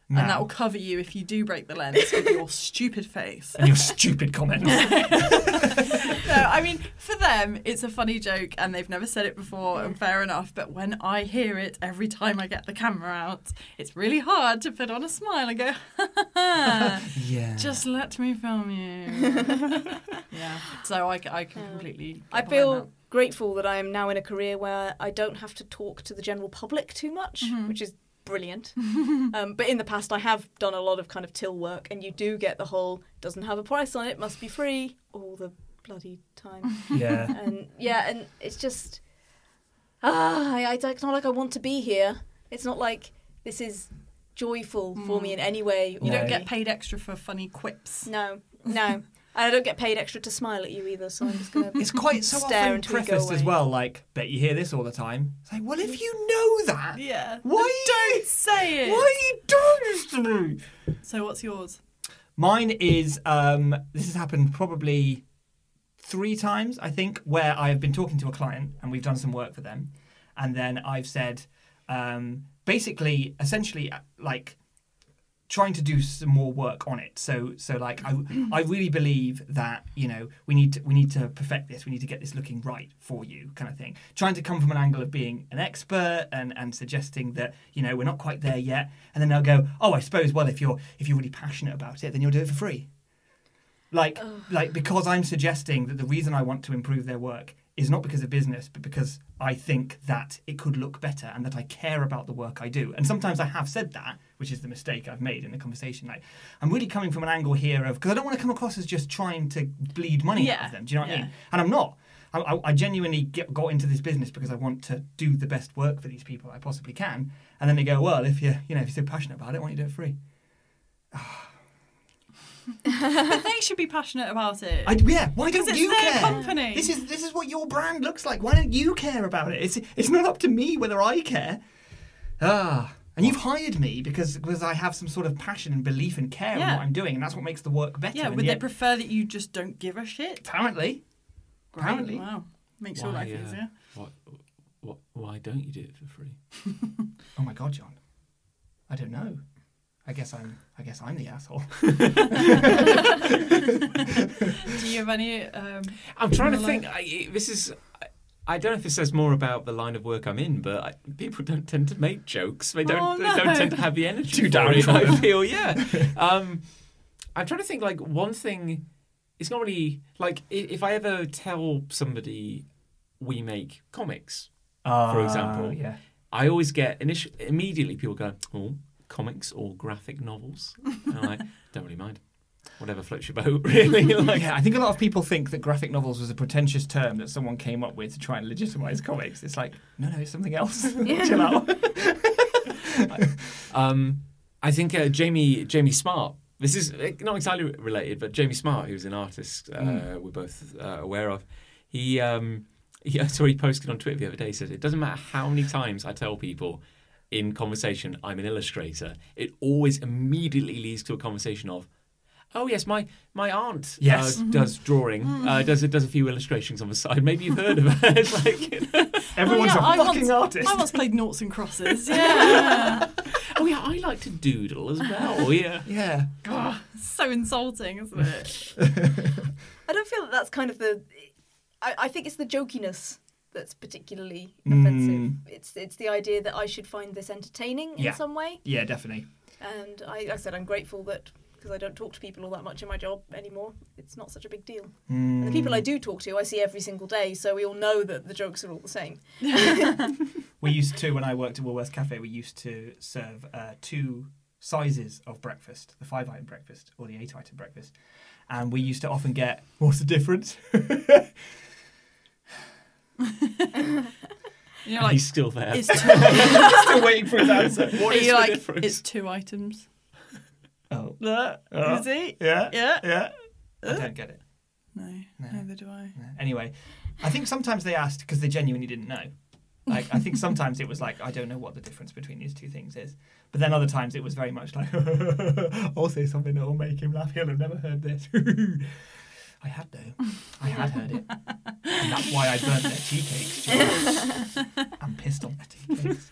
Speaker 2: Nah.
Speaker 3: And that will cover you if you do break the lens with your stupid face.
Speaker 2: And your stupid comments.
Speaker 3: No, I mean, for them, it's a funny joke and they've never said it before, and fair enough. But when I hear it every time I get the camera out, it's really hard to put on a smile and go,
Speaker 2: yeah.
Speaker 3: just let me film you. yeah. So I, c- Um, I can completely. get
Speaker 4: I
Speaker 3: behind
Speaker 4: feel grateful that I am now in a career where I don't have to talk to the general public too much, which is brilliant. um, but in the past, I have done a lot of kind of till work, and you do get the whole doesn't have a price on it, must be free all the bloody time.
Speaker 2: Yeah.
Speaker 4: and yeah, and it's just ah, I, I, it's not like I want to be here. It's not like this is joyful for me in any way.
Speaker 3: that. You don't
Speaker 2: No.
Speaker 3: get paid extra for funny quips.
Speaker 4: no, no, and I don't get paid extra to smile at you either. So I'm just gonna.
Speaker 2: It's quite so
Speaker 4: Stare
Speaker 2: often
Speaker 4: until we go
Speaker 2: prefaced as
Speaker 4: away.
Speaker 2: well, like, bet you hear this all the time. It's like, well, if you know that,
Speaker 3: Yeah.
Speaker 2: why are you,
Speaker 3: Say it.
Speaker 2: why are you doing this to me?
Speaker 3: So what's yours?
Speaker 2: Mine is um, this has happened probably three times, I think, where I've been talking to a client and we've done some work for them. And then I've said, um, basically, essentially, uh, like, trying to do some more work on it so so like I, I really believe that you know we need to, we need to perfect this we need to get this looking right for you kind of thing trying to come from an angle of being an expert and and suggesting that you know we're not quite there yet and then they'll go oh I suppose well if you're if you're really passionate about it then you'll do it for free like like because I'm suggesting that the reason I want to improve their work is not because of business, but because I think that it could look better and that I care about the work I do. And sometimes I have said that, which is the mistake I've made in the conversation. Like, I'm really coming from an angle here of because I don't want to come across as just trying to bleed money out
Speaker 3: Yeah,
Speaker 2: of them. Do you know what I
Speaker 3: yeah.
Speaker 2: mean? And I'm not. I, I, I genuinely get, got into this business because I want to do the best work for these people I possibly can. And then they go, well, if you you know if you're so passionate about it, why don't you do it free?
Speaker 3: But they should be passionate about it.
Speaker 2: I, yeah, why
Speaker 3: Because
Speaker 2: don't
Speaker 3: it's
Speaker 2: you
Speaker 3: their
Speaker 2: care?
Speaker 3: company.
Speaker 2: This is this is what your brand looks like. Why don't you care about it? It's it's not up to me whether I care. Ah, and you've hired me because because I have some sort of passion and belief and care in
Speaker 3: Yeah.
Speaker 2: what I'm doing, and that's what makes the work better.
Speaker 3: yeah,
Speaker 2: and
Speaker 3: would
Speaker 2: yet-
Speaker 3: they prefer that you just don't give a shit?
Speaker 2: apparently,
Speaker 3: Great,
Speaker 2: Apparently.
Speaker 3: Wow. Makes your life
Speaker 1: uh,
Speaker 3: easier.
Speaker 1: What, what, why don't you do it for free?
Speaker 2: oh my god, John, I don't know. I guess I'm I guess I'm the asshole.
Speaker 3: Do you have any. Um,
Speaker 1: I'm trying to
Speaker 3: Well,
Speaker 1: think. I, it- this is. I- I don't know if it says more about the line of work I'm in, but I, people don't tend to make jokes. They don't.
Speaker 3: Oh,
Speaker 1: They
Speaker 3: no.
Speaker 1: don't tend to have the energy.
Speaker 2: Too
Speaker 1: for it, I
Speaker 2: downtrodden.
Speaker 1: feel. Yeah. um, I'm trying to think. Like one thing. It's not really like i- if I ever tell somebody we make comics, for example.
Speaker 2: Uh, yeah.
Speaker 1: I always get initial, immediately people go, oh, comics or graphic novels. And I'm like, don't really mind. Whatever floats your boat, really. like,
Speaker 2: yeah, I think a lot of people think that graphic novels was a pretentious term that someone came up with to try and legitimize comics. It's like, no, no, it's something else. Chill out.
Speaker 1: Um, I think uh, Jamie Jamie Smart. This is uh, not entirely related, but Jamie Smart, who's an artist uh, we're both uh, aware of, he um, he I saw he posted on Twitter the other day. He said it doesn't matter how many times I tell people in conversation I'm an illustrator, it always immediately leads to a conversation of. Oh yes, my my aunt
Speaker 2: Yes.
Speaker 1: uh, does drawing. Uh, does does a few illustrations on the side. Maybe you've heard of her. It's like, you know,
Speaker 2: Everyone's
Speaker 3: oh, yeah, I
Speaker 2: a fucking
Speaker 3: once,
Speaker 2: artist.
Speaker 3: I once played noughts and crosses. Yeah.
Speaker 1: oh yeah, I like to doodle as well. Yeah.
Speaker 2: Yeah.
Speaker 3: God, so insulting, isn't it?
Speaker 4: I don't feel that that's kind of the. I, I think it's the jokiness that's particularly
Speaker 2: Mm.
Speaker 4: offensive. It's it's the idea that I should find this entertaining in
Speaker 2: Yeah.
Speaker 4: some way,
Speaker 2: Yeah, definitely.
Speaker 4: and I, like I said I'm grateful that because I don't talk to people all that much in my job anymore, it's not such a big deal. And the people I
Speaker 2: Mm.
Speaker 4: do talk to, I see every single day, so we all know that the jokes are all the same.
Speaker 2: We used to, when I worked at Woolworths Cafe, we used to serve uh, two sizes of breakfast the five item breakfast or the eight item breakfast. And we used to often get, what's the difference?
Speaker 3: You're like,
Speaker 1: He's still there.
Speaker 3: it's two,
Speaker 2: Still waiting for his answer.
Speaker 1: What is
Speaker 3: you're
Speaker 1: the
Speaker 3: like,
Speaker 1: difference?
Speaker 3: it's two items.
Speaker 2: Oh.
Speaker 3: That,
Speaker 2: Oh.
Speaker 3: is it?
Speaker 2: Yeah.
Speaker 3: Yeah.
Speaker 2: Yeah. I don't get it.
Speaker 3: No, neither do I.
Speaker 2: Anyway, I think sometimes they asked because they genuinely didn't know. Like I think sometimes it was like I don't know what the difference between these two things is, but then other times it was very much like I'll say something that will make him laugh. He'll have never heard this. I had though. I had heard it, and that's why I burnt their tea cakes. Joe. I'm pissed on their tea cakes.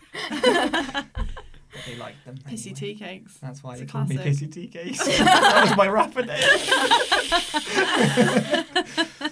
Speaker 2: but they liked them.
Speaker 3: Pissy
Speaker 2: anyway.
Speaker 3: tea cakes.
Speaker 2: That's why
Speaker 3: It's
Speaker 2: they
Speaker 3: a
Speaker 2: called me
Speaker 3: classic.
Speaker 2: Pissy Tea Cakes. that was my rapper name.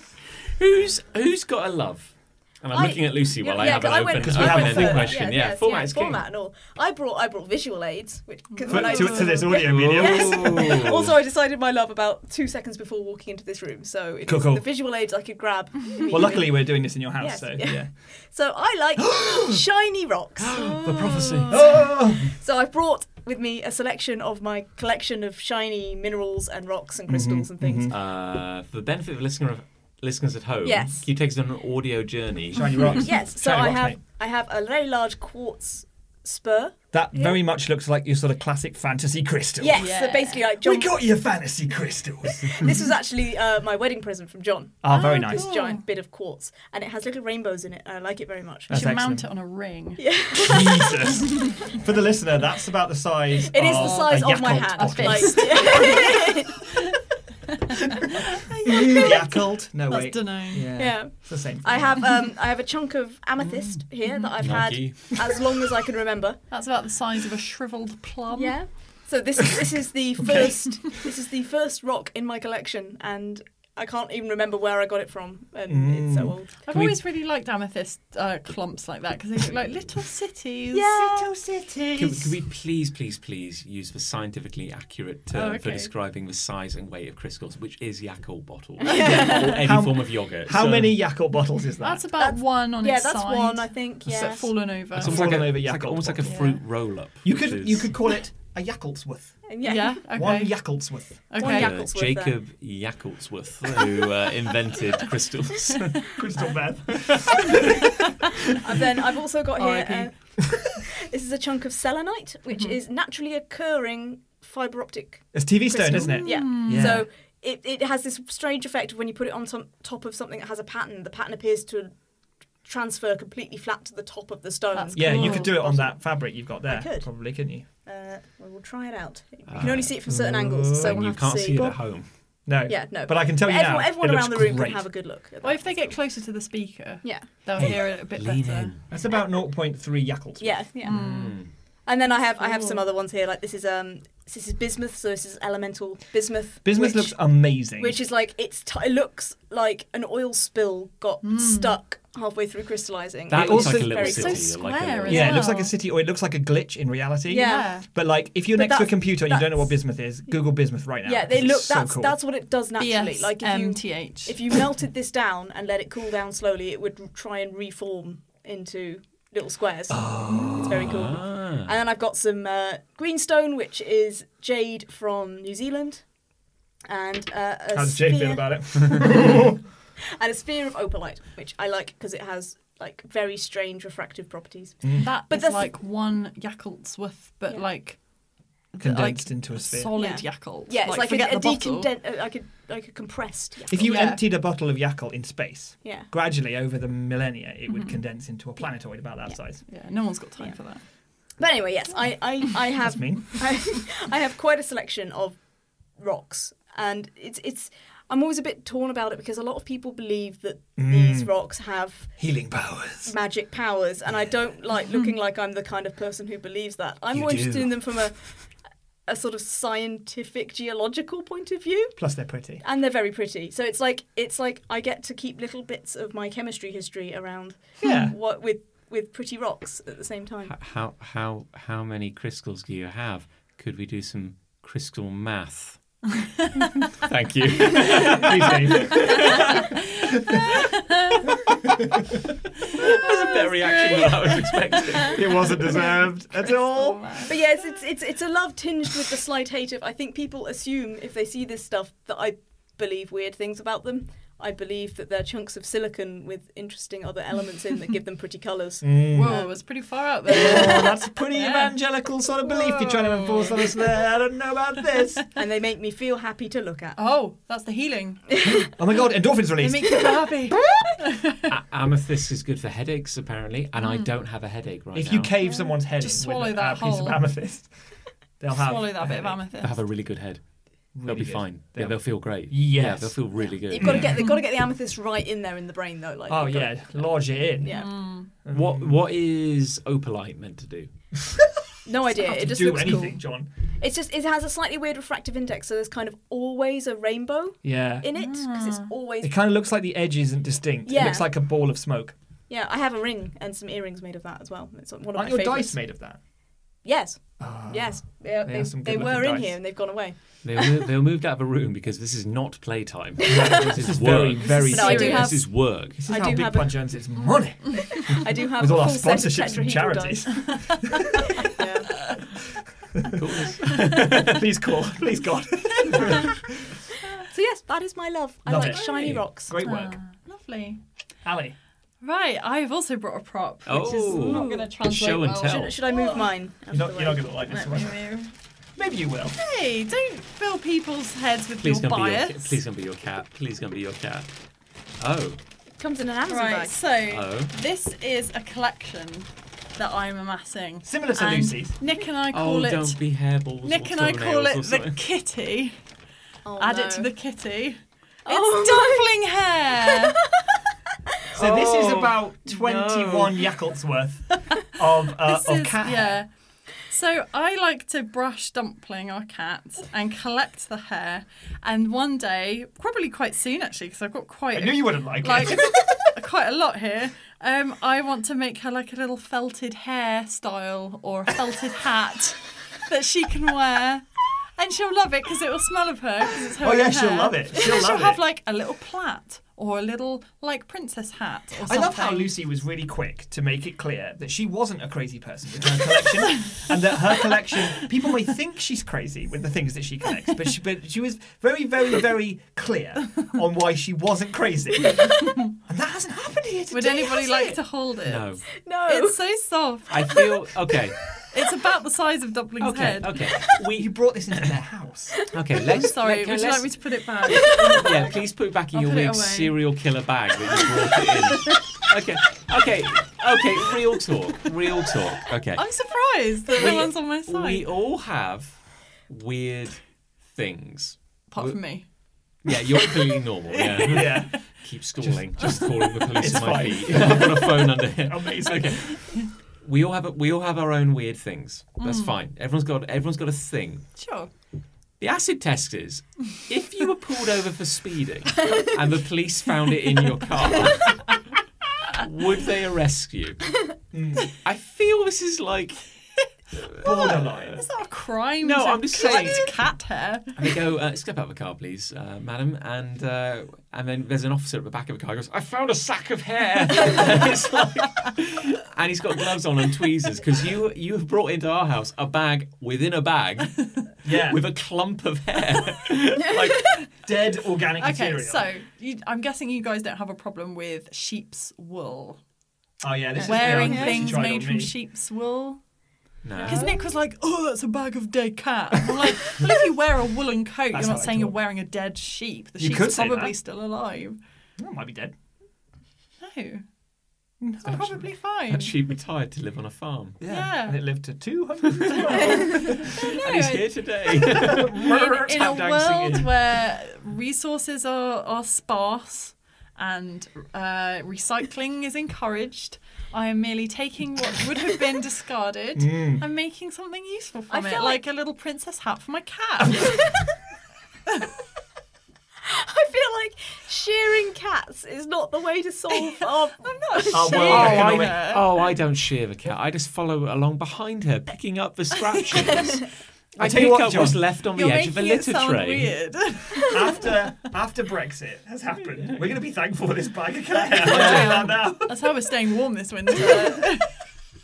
Speaker 1: Who's who's got a love? And I'm
Speaker 4: I-
Speaker 1: looking at Lucy while I have
Speaker 4: 'cause
Speaker 1: an open,
Speaker 4: went-
Speaker 1: open
Speaker 2: we have a
Speaker 1: ended
Speaker 2: thing.
Speaker 1: question. Yeah,
Speaker 4: yes,
Speaker 1: format is king.
Speaker 4: format and all. I brought I brought visual aids, which because
Speaker 2: But
Speaker 4: when I
Speaker 2: to,
Speaker 4: was-
Speaker 2: to this audio medium.
Speaker 1: Ooh.
Speaker 4: also, I decided my love about two seconds before walking into this room, so it
Speaker 2: Cool,
Speaker 4: was
Speaker 2: cool.
Speaker 4: the visual aids I could grab.
Speaker 2: Well, luckily we're doing this in your house,
Speaker 4: Yes,
Speaker 2: so
Speaker 4: yeah.
Speaker 2: yeah.
Speaker 4: So I like shiny rocks.
Speaker 1: the prophecy.
Speaker 2: Oh!
Speaker 4: So I've brought with me a selection of my collection of shiny minerals and rocks
Speaker 2: Mm-hmm,
Speaker 4: and crystals and things.
Speaker 1: Uh, for the benefit of listener of listeners at home,
Speaker 4: Yes.
Speaker 1: you take us on an audio journey.
Speaker 2: Shiny rocks.
Speaker 4: Yes, so
Speaker 2: Shiny
Speaker 4: I
Speaker 2: rocks,
Speaker 4: have
Speaker 2: mate.
Speaker 4: I have a very large quartz spur.
Speaker 2: That very much looks like your sort of classic fantasy crystal.
Speaker 4: Yes, so
Speaker 3: Yeah.
Speaker 4: basically like John.
Speaker 2: your fantasy crystals.
Speaker 4: this was actually uh, my wedding present from John.
Speaker 2: Ah, very
Speaker 3: Oh,
Speaker 2: nice.
Speaker 4: This giant bit of quartz, and it has little rainbows in it, and I like it very much.
Speaker 3: You
Speaker 2: That's
Speaker 3: should mount it on
Speaker 2: excellent.
Speaker 3: a ring.
Speaker 2: Jesus. For the listener, that's about the size.
Speaker 4: It is
Speaker 2: of
Speaker 4: the size
Speaker 2: oh, a
Speaker 4: of my
Speaker 2: Yakult
Speaker 4: hand.
Speaker 2: Bottle.
Speaker 4: Like,
Speaker 2: Yakult. No
Speaker 3: That's
Speaker 2: wait.
Speaker 3: dunno.
Speaker 2: Yeah.
Speaker 4: yeah.
Speaker 2: It's the same. Thing.
Speaker 4: I have um, I have a chunk of amethyst
Speaker 1: Mm.
Speaker 4: here that I've
Speaker 1: Nike.
Speaker 4: had as long as I can remember.
Speaker 3: That's about the size of a shriveled plum.
Speaker 4: Yeah. So this is this is the first this is the first rock in my collection, and I can't even remember where I got it from, and
Speaker 1: Mm.
Speaker 4: it's so old.
Speaker 3: I've
Speaker 1: Can we-
Speaker 3: always really liked amethyst uh, clumps like that because they look like little cities.
Speaker 4: Yeah.
Speaker 1: Can, can we please, please, please use the scientifically accurate term
Speaker 3: Oh,
Speaker 1: for
Speaker 3: okay.
Speaker 1: describing the size and weight of crystals, which is Yakult bottle or any
Speaker 2: How-
Speaker 1: form of yogurt?
Speaker 2: How
Speaker 1: So-
Speaker 2: many Yakult bottles is that?
Speaker 3: That's about
Speaker 4: That's-
Speaker 3: one on
Speaker 4: yeah,
Speaker 3: its
Speaker 4: that's
Speaker 3: side.
Speaker 4: one, I think.
Speaker 3: It's, like,
Speaker 4: Yeah.
Speaker 3: fallen over.
Speaker 1: It's almost like
Speaker 2: Fallen
Speaker 1: a,
Speaker 2: over
Speaker 1: it's like a-
Speaker 2: Yakult
Speaker 1: almost like a
Speaker 3: bottle.
Speaker 1: fruit roll up.
Speaker 2: you could you could call it a Yakultsworth.
Speaker 4: yeah.
Speaker 3: yeah. Okay.
Speaker 2: One Yakultsworth.
Speaker 3: okay.
Speaker 4: Yakult. Yakultsworth there.
Speaker 1: Jacob Yakultsworth, who uh, invented crystals.
Speaker 2: Crystal meth.
Speaker 4: And then I've also got here.
Speaker 3: R.I.P..
Speaker 4: Uh, this is a chunk of selenite, which
Speaker 3: Mm-hmm.
Speaker 4: is naturally occurring fiber optic.
Speaker 2: It's TV stone, isn't it?
Speaker 4: Yeah.
Speaker 1: Yeah.
Speaker 4: So it, it has this strange effect of when you put it on some, top of something that has a pattern, the pattern appears to transfer completely flat to the top of the stone.
Speaker 3: That's
Speaker 2: Yeah, you
Speaker 3: Cool.
Speaker 2: could do it on that fabric you've got there.
Speaker 4: could.
Speaker 2: Probably, couldn't you?
Speaker 4: Uh, well, we'll try it out. You can only see it from certain angles, so
Speaker 1: Uh, and
Speaker 4: we'll
Speaker 1: you
Speaker 4: have
Speaker 1: can't
Speaker 4: to
Speaker 1: see it at home.
Speaker 2: No.
Speaker 4: Yeah, no.
Speaker 2: But I can tell
Speaker 4: But
Speaker 2: you
Speaker 4: everyone,
Speaker 2: now.
Speaker 4: everyone
Speaker 2: it
Speaker 4: around the
Speaker 2: looks
Speaker 4: room
Speaker 2: great.
Speaker 4: can have a good look. At
Speaker 3: Well,
Speaker 4: that.
Speaker 3: if they get closer to the speaker,
Speaker 4: yeah,
Speaker 3: they'll hear it a bit
Speaker 1: Lean
Speaker 3: better.
Speaker 1: in.
Speaker 2: That's about 0.3 Yakults.
Speaker 4: yeah, yeah.
Speaker 1: Mm.
Speaker 4: And then I have I have some
Speaker 3: Cool.
Speaker 4: other ones here. Like this is um this is bismuth, so this is elemental bismuth.
Speaker 2: Bismuth
Speaker 4: which-
Speaker 2: looks amazing.
Speaker 4: which is like it's t- it looks like an oil spill got
Speaker 2: Hmm.
Speaker 4: stuck halfway through crystallizing.
Speaker 1: That
Speaker 4: It
Speaker 1: looks
Speaker 4: looks
Speaker 1: like a little
Speaker 4: very
Speaker 1: city.
Speaker 4: cool.
Speaker 3: so
Speaker 1: like a
Speaker 3: square
Speaker 1: little-
Speaker 3: as
Speaker 2: yeah, it looks
Speaker 3: well.
Speaker 2: like a city, or it looks like a glitch in reality.
Speaker 4: Yeah.
Speaker 2: But like, if you're
Speaker 4: But
Speaker 2: next to a
Speaker 4: that's-
Speaker 2: computer and you don't know what
Speaker 4: that's-
Speaker 2: bismuth is, Google bismuth right now.
Speaker 4: Yeah, they
Speaker 2: because
Speaker 4: look.
Speaker 2: It's so
Speaker 4: That's
Speaker 2: cool. um,
Speaker 4: that's what it does naturally.
Speaker 3: BS,
Speaker 4: Like if you
Speaker 3: MTH.
Speaker 4: if you melted this down and let it cool down slowly, it would try and reform into little squares. It's very cool.
Speaker 1: Ah.
Speaker 4: And then I've got some uh, greenstone, which is jade from New Zealand, and uh, a
Speaker 2: How does
Speaker 4: sphere,
Speaker 2: Jay feel about it?
Speaker 4: and a sphere of opalite, which I like because it has like very strange refractive properties.
Speaker 1: Mm.
Speaker 3: That
Speaker 4: But
Speaker 3: is
Speaker 4: that's-
Speaker 3: like one Yakult's worth, but
Speaker 4: Yeah.
Speaker 3: like
Speaker 2: Condensed
Speaker 3: like,
Speaker 2: into a sphere.
Speaker 3: solid
Speaker 4: Yeah.
Speaker 3: Yakult.
Speaker 4: Yeah, it's like,
Speaker 3: forget
Speaker 4: a, a
Speaker 3: the bottle.
Speaker 4: deconden- uh, like a like a compressed. Yeah.
Speaker 2: If you
Speaker 3: Yeah.
Speaker 2: emptied a bottle of Yakult in space,
Speaker 4: yeah.
Speaker 2: gradually over the millennia, it would condense into a planetoid about that
Speaker 4: Mm-hmm. Yeah.
Speaker 2: size.
Speaker 3: Yeah, no one's got time
Speaker 4: Yeah.
Speaker 3: for that.
Speaker 4: But anyway, yes, I I, I have
Speaker 2: That's mean.
Speaker 4: I, I have quite a selection of rocks, and it's it's. I'm always a bit torn about it because a lot of people believe that these rocks have
Speaker 2: Healing powers.
Speaker 4: magic powers, and I don't like looking like I'm the kind of person who believes that. I'm
Speaker 1: You
Speaker 4: more interested
Speaker 1: do.
Speaker 4: in them from a a sort of scientific geological point of view,
Speaker 2: Plus, they're pretty.
Speaker 4: and they're very pretty. So it's like it's like I get to keep little bits of my chemistry history around
Speaker 2: Yeah.
Speaker 4: what with with pretty rocks at the same time.
Speaker 1: H- How how how many crystals do you have? Could we do some crystal math? Thank you.
Speaker 2: Please do.
Speaker 1: Better reaction than I was expecting.
Speaker 2: it wasn't deserved at all.
Speaker 4: But yeah, it's, it's it's it's a love tinged with the slight hate of. I think people assume if they see this stuff that I believe weird things about them. I believe that they're chunks of silicon with interesting other elements in that give them pretty colours.
Speaker 2: Mm.
Speaker 1: Mm.
Speaker 3: Whoa, it was pretty far out
Speaker 2: Oh,
Speaker 3: there.
Speaker 2: that's a pretty
Speaker 3: Yeah.
Speaker 2: evangelical sort of belief you're trying to enforce on us there. I don't know about this.
Speaker 4: and they make me feel happy to look at.
Speaker 3: oh, that's the healing.
Speaker 2: Oh my god,
Speaker 3: It
Speaker 2: endorphins released.
Speaker 3: makes you happy.
Speaker 1: A- amethyst is good for headaches, apparently, and
Speaker 4: Hmm.
Speaker 1: I don't have a headache right
Speaker 2: if
Speaker 1: now.
Speaker 2: you cave someone's head
Speaker 3: Just
Speaker 2: with
Speaker 3: swallow
Speaker 2: a,
Speaker 3: that
Speaker 2: a piece of
Speaker 3: whole-
Speaker 2: amethyst, they'll have
Speaker 3: Swallow that
Speaker 2: a
Speaker 3: bit of
Speaker 2: headache.
Speaker 1: I have
Speaker 3: amethyst.
Speaker 1: a really good head. they'll
Speaker 2: Really
Speaker 1: be
Speaker 2: good.
Speaker 1: fine.
Speaker 2: They'll-
Speaker 1: Yeah, they'll feel great. Yeah,
Speaker 2: Yes.
Speaker 1: they'll feel really good.
Speaker 4: You've got to get they've got to get the amethyst right in there in the brain though. Like
Speaker 2: Oh
Speaker 4: you've got-
Speaker 2: yeah, lodge it in.
Speaker 4: yeah.
Speaker 1: What what is opalite meant to do?
Speaker 4: No idea.
Speaker 2: Have to
Speaker 4: It just
Speaker 2: do
Speaker 4: looks
Speaker 2: anything,
Speaker 4: cool.
Speaker 2: John.
Speaker 4: It's just it has a slightly weird refractive index, so there's kind of always a rainbow
Speaker 2: Yeah.
Speaker 4: in it because it's always
Speaker 2: It kind of looks like the edge isn't distinct. It
Speaker 4: Yeah.
Speaker 2: looks like a ball of smoke.
Speaker 4: yeah. I have a ring and some earrings made of that as well. It's one of
Speaker 2: Aren't
Speaker 4: my
Speaker 2: your
Speaker 4: favorites.
Speaker 2: dice made of that?
Speaker 4: Yes, yes. Yeah,
Speaker 2: they
Speaker 4: they
Speaker 2: are some
Speaker 4: they
Speaker 2: good-looking
Speaker 4: were in
Speaker 2: dice.
Speaker 4: here and they've gone away.
Speaker 1: They were, mo- they were moved out of a room because this is not playtime. this is
Speaker 2: Oh, very,
Speaker 1: work.
Speaker 2: very
Speaker 4: But I do
Speaker 2: serious.
Speaker 4: have-
Speaker 1: This is work.
Speaker 2: This is
Speaker 4: I
Speaker 2: how
Speaker 4: do
Speaker 2: Big
Speaker 4: have a-
Speaker 2: Punch earns its money
Speaker 4: I do have
Speaker 2: with
Speaker 4: a
Speaker 2: all our
Speaker 4: full set of
Speaker 2: sponsorships from charities.
Speaker 4: tetrahedral dice. Yeah.
Speaker 2: please call, please God.
Speaker 4: So yes, that is my love. I
Speaker 2: Love
Speaker 4: like
Speaker 2: it.
Speaker 4: shiny rocks.
Speaker 2: Great work,
Speaker 3: Ah, lovely.
Speaker 4: Oh.
Speaker 2: Ali.
Speaker 3: Right, I've also brought a prop, which
Speaker 1: Oh.
Speaker 3: is not going to translate
Speaker 1: Show and
Speaker 3: well.
Speaker 1: tell.
Speaker 4: Should, should I move mine?
Speaker 2: You're not, you're not going to like this
Speaker 3: Let
Speaker 2: one.
Speaker 3: me move.
Speaker 2: Maybe you will.
Speaker 3: Hey, don't fill people's heads with
Speaker 1: Please
Speaker 3: your
Speaker 1: don't be your
Speaker 3: bias.
Speaker 1: ca- please don't be your cat. Please don't be your cat. Oh,
Speaker 4: It comes in an Amazon
Speaker 3: Right,
Speaker 4: bag.
Speaker 3: so
Speaker 1: Oh.
Speaker 3: this is a collection that I'm amassing.
Speaker 2: Similar to
Speaker 3: And
Speaker 2: Lucy's.
Speaker 3: Nick and I
Speaker 1: oh,
Speaker 3: call it.
Speaker 1: don't be hairballs. or
Speaker 3: Nick and I call
Speaker 1: toenails
Speaker 3: it
Speaker 1: or
Speaker 3: the
Speaker 1: something.
Speaker 3: kitty.
Speaker 4: Oh,
Speaker 3: Add
Speaker 4: no.
Speaker 3: it to the kitty.
Speaker 4: Oh,
Speaker 3: it's dumpling hair.
Speaker 2: So this is
Speaker 1: Oh,
Speaker 2: about 21 Yakults worth of, uh,
Speaker 3: This
Speaker 2: of
Speaker 3: is-
Speaker 2: cat hair.
Speaker 3: yeah. So I like to brush Dumpling, our cat, and collect the hair. And one day, probably quite soon actually, because I've got quite
Speaker 2: I
Speaker 3: a-
Speaker 2: knew you wouldn't like,
Speaker 3: like
Speaker 2: it.
Speaker 3: quite a lot here. Um, I want to make her like a little felted hairstyle or a felted hat that she can wear. And she'll love it because it will smell of her 'cause it's her
Speaker 2: Oh, yeah,
Speaker 3: own
Speaker 2: she'll
Speaker 3: hair.
Speaker 2: love it.
Speaker 3: And
Speaker 2: She'll
Speaker 3: then
Speaker 2: love
Speaker 3: have
Speaker 2: it.
Speaker 3: like a little plait or a little like princess hat or
Speaker 2: I
Speaker 3: something.
Speaker 2: love how Lucy was really quick to make it clear that she wasn't a crazy person with her collection, and that her collection people may think she's crazy with the things that she collects, but she, but she was very, very, very clear on why she wasn't crazy, and that hasn't happened here. Today,
Speaker 3: Would anybody
Speaker 2: has
Speaker 3: like
Speaker 2: it?
Speaker 3: to hold it?
Speaker 1: No.
Speaker 4: No.
Speaker 3: It's so soft.
Speaker 1: I feel okay.
Speaker 3: It's about the size of Dumpling's
Speaker 1: Okay.
Speaker 3: head.
Speaker 1: Okay.
Speaker 2: You brought this into their house.
Speaker 1: Okay.
Speaker 3: I'm
Speaker 1: Let's.
Speaker 3: sorry,
Speaker 1: let- can-
Speaker 3: would you
Speaker 1: let's-
Speaker 3: like me to put it back?
Speaker 1: yeah, please put it back in
Speaker 3: I'll
Speaker 1: your
Speaker 3: put it
Speaker 1: weird
Speaker 3: away.
Speaker 1: serial killer bag that you brought it in. okay, okay, okay. Real talk, real talk. Okay,
Speaker 3: I'm surprised that no one's on my side.
Speaker 1: we all have weird things.
Speaker 3: Apart
Speaker 1: we-
Speaker 3: from me.
Speaker 1: Yeah, you're completely normal. Yeah,
Speaker 2: Yeah,
Speaker 1: keep stalling, just calling the police
Speaker 2: It's
Speaker 1: on my
Speaker 2: fine.
Speaker 1: feet. I've got a phone under here.
Speaker 2: amazing.
Speaker 1: Okay. We all have a, we all have our own weird things. That's fine. Everyone's got everyone's got a thing.
Speaker 3: Sure.
Speaker 1: The acid test is if you were pulled over for speeding and the police found it in your car, would they arrest you? I feel this is like.
Speaker 2: Borderline.
Speaker 3: It's not a crime.
Speaker 1: No,
Speaker 3: to
Speaker 1: I'm just
Speaker 3: collect
Speaker 1: saying-
Speaker 3: cat hair.
Speaker 1: And they go, uh, step out of the car, please, uh, madam. And uh, and then there's an officer at the back of the car who goes, I found a sack of hair. and, it's like- and he's got gloves on and tweezers because you, you have brought into our house a bag within a bag
Speaker 2: Yeah,
Speaker 1: with a clump of hair. like,
Speaker 2: dead organic
Speaker 3: Okay,
Speaker 2: material.
Speaker 3: so you, I'm guessing you guys don't have a problem with sheep's wool.
Speaker 2: oh yeah, this
Speaker 3: Wearing
Speaker 2: is the
Speaker 3: things
Speaker 2: tried on
Speaker 3: made from
Speaker 2: me.
Speaker 3: sheep's wool.
Speaker 1: no.
Speaker 3: Because Nick was like, oh, that's a bag of dead cat. And we're like, well, if you wear a woolen coat,
Speaker 2: That's
Speaker 3: you're
Speaker 2: how
Speaker 3: not
Speaker 2: I
Speaker 3: saying you're
Speaker 2: thought.
Speaker 3: wearing a dead sheep. The
Speaker 2: You
Speaker 3: sheep's
Speaker 2: could say
Speaker 3: probably
Speaker 2: that.
Speaker 3: still alive.
Speaker 2: Oh, might be dead.
Speaker 3: No. No, probably fine.
Speaker 1: That sheep retired to live on a farm.
Speaker 3: Yeah.
Speaker 2: and it lived to two hundred.
Speaker 1: And he's
Speaker 3: No,
Speaker 1: here today.
Speaker 3: in, in a
Speaker 1: Tap dancing
Speaker 3: world
Speaker 1: in.
Speaker 3: where resources are, are sparse and uh, recycling is encouraged, I am merely taking what would have been discarded
Speaker 1: Mm.
Speaker 3: and making something useful from
Speaker 4: I
Speaker 3: it,
Speaker 4: feel
Speaker 3: like,
Speaker 4: like-
Speaker 3: a little princess hat for my cat.
Speaker 4: I feel like shearing cats is not the way to solve our. I'm not.
Speaker 2: Our world
Speaker 1: oh,
Speaker 2: economic
Speaker 1: I, oh, I don't shear the cat. I just follow along behind her, picking up the scratches. I
Speaker 2: tell you
Speaker 1: pick
Speaker 2: what,
Speaker 1: up what's
Speaker 2: John.
Speaker 1: left on the
Speaker 3: You're
Speaker 1: edge of a
Speaker 3: making it
Speaker 1: litter
Speaker 3: sound
Speaker 1: tray.
Speaker 3: weird.
Speaker 2: after after Brexit has happened, we're going to be thankful for this bag of hair. I'll tell you that now.
Speaker 3: That's how we're staying warm this winter. In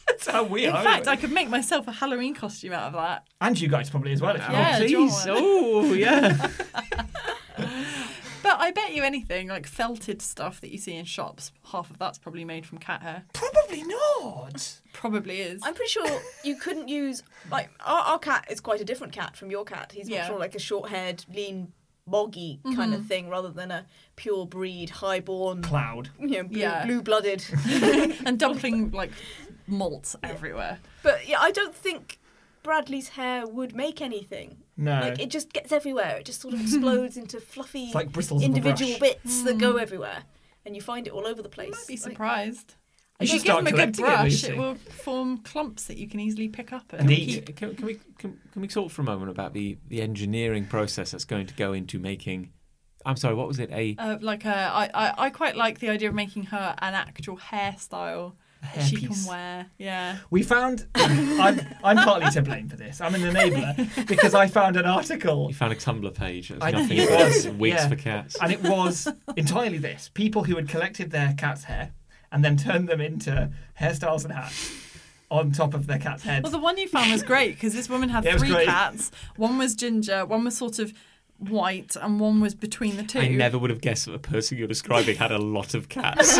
Speaker 2: That's how we are.
Speaker 1: Oh.
Speaker 3: fact, I could make myself a Halloween costume out of that.
Speaker 2: and you guys probably as well. If
Speaker 1: Oh,
Speaker 2: you
Speaker 3: Yeah, do you want
Speaker 1: please.
Speaker 3: one?
Speaker 1: Oh, yeah.
Speaker 3: But I bet you anything, like felted stuff that you see in shops, half of that's probably made from cat hair.
Speaker 2: probably not.
Speaker 3: Probably is.
Speaker 4: I'm pretty sure you couldn't use like our, our cat is quite a different cat from your cat. He's
Speaker 3: Yeah. Mm-hmm.
Speaker 4: much more like a short-haired, lean, boggy kind of thing, rather than a pure breed, high-born,
Speaker 2: Cloud.
Speaker 4: you know, blue,
Speaker 3: Yeah.
Speaker 4: blue-blooded.
Speaker 3: and dumpling like malts everywhere.
Speaker 4: but yeah, I don't think Bradley's hair would make anything.
Speaker 2: No.
Speaker 4: Like it just gets everywhere. It just sort of explodes into fluffy
Speaker 2: it's like bristles of a
Speaker 4: individual
Speaker 2: brush.
Speaker 4: bits that go everywhere, and you find it all over the place.
Speaker 3: I'd Mm. be
Speaker 4: Like,
Speaker 3: surprised.
Speaker 2: You
Speaker 3: if you
Speaker 2: should
Speaker 3: give
Speaker 2: start
Speaker 3: them a good
Speaker 2: collecting it,
Speaker 3: brush,
Speaker 2: Lucy.
Speaker 3: it, will form clumps that you can easily pick up and
Speaker 2: And
Speaker 3: keep.
Speaker 2: eat.
Speaker 1: Can, can we can, can we talk for a moment about the, the engineering process that's going to go into making? I'm sorry, what was it? A
Speaker 3: Uh, like a, I, I, I quite like the idea of making her an actual hairstyle that she can
Speaker 2: hairpiece.
Speaker 3: wear. Yeah.
Speaker 2: We found. I'm, I'm partly to blame for this. I'm an enabler because I found an article
Speaker 1: you found a Tumblr page. That's
Speaker 2: I-
Speaker 1: nothing
Speaker 2: it
Speaker 1: about
Speaker 2: was,
Speaker 1: wigs
Speaker 2: yeah.
Speaker 1: for cats.
Speaker 2: and it was entirely this people who had collected their cat's hair and then turned them into hairstyles and hats on top of their cat's head.
Speaker 3: Well, the one you found was great because this woman had
Speaker 2: Yeah, it was
Speaker 3: three
Speaker 2: great.
Speaker 3: cats. One was ginger, one was sort of white, and one was between the two.
Speaker 1: I never would have guessed that the person you're describing had a lot of cats.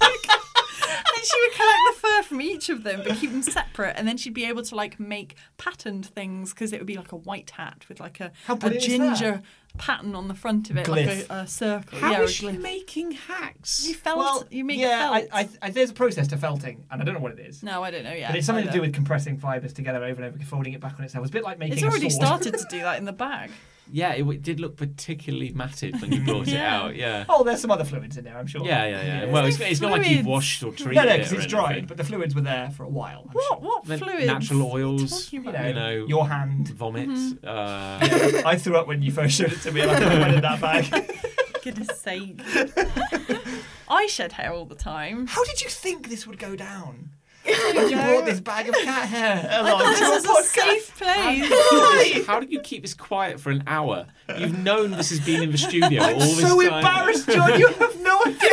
Speaker 3: And she would collect the fur from each of them, but keep them separate, and then she'd be able to like make patterned things because it would be like a white hat with like a,
Speaker 2: How
Speaker 3: a
Speaker 2: brilliant is
Speaker 3: ginger pattern on the front of it, like
Speaker 2: Glyph.
Speaker 3: a, a circle.
Speaker 1: How
Speaker 3: yeah,
Speaker 1: is
Speaker 3: a
Speaker 1: she
Speaker 3: glyph.
Speaker 1: making hacks?
Speaker 3: You felt you make
Speaker 2: yeah,
Speaker 3: felt.
Speaker 2: I, I, I, there's a process to felting, and I don't know what it is.
Speaker 3: no, I don't know yet.
Speaker 2: But it's something to
Speaker 3: either.
Speaker 2: do with compressing fibers together over and over, folding it back on itself. It's a bit like making
Speaker 3: It's already
Speaker 2: a sword.
Speaker 3: started to do that in the bag.
Speaker 1: yeah, it, w- it did look particularly matted when you brought
Speaker 3: Yeah.
Speaker 1: it out. Yeah.
Speaker 2: Oh, there's some other fluids in there, I'm sure.
Speaker 1: Yeah, yeah, yeah.
Speaker 2: Oh. Yeah.
Speaker 1: Well, it's,
Speaker 3: There's no
Speaker 1: it's not like
Speaker 3: fluids.
Speaker 1: you've washed or treated
Speaker 2: No, no,
Speaker 1: it.
Speaker 2: because
Speaker 1: or
Speaker 2: it's dried,
Speaker 1: anything.
Speaker 2: but the fluids were there for a while. I'm
Speaker 3: What?
Speaker 2: Sure.
Speaker 3: What
Speaker 1: Then
Speaker 3: fluids?
Speaker 1: natural
Speaker 3: are you
Speaker 1: oils,
Speaker 3: talking
Speaker 1: you
Speaker 3: about?
Speaker 1: know,
Speaker 2: your hand.
Speaker 1: Vomit. Uh,
Speaker 2: I threw up when you first showed it to me, and I thought, why did that bag?
Speaker 3: Goodness sake. I shed hair all the time.
Speaker 2: How did you think this would go down?
Speaker 3: You
Speaker 2: You brought this bag of cat hair
Speaker 3: I
Speaker 2: along
Speaker 3: thought
Speaker 2: to
Speaker 3: this was
Speaker 2: a
Speaker 3: a
Speaker 2: podcast.
Speaker 3: safe place.
Speaker 2: Why?
Speaker 1: How did you keep this quiet for an hour? You've known this has been in the studio all
Speaker 2: I'm
Speaker 1: this
Speaker 2: so
Speaker 1: time.
Speaker 2: embarrassed, John. You have no idea.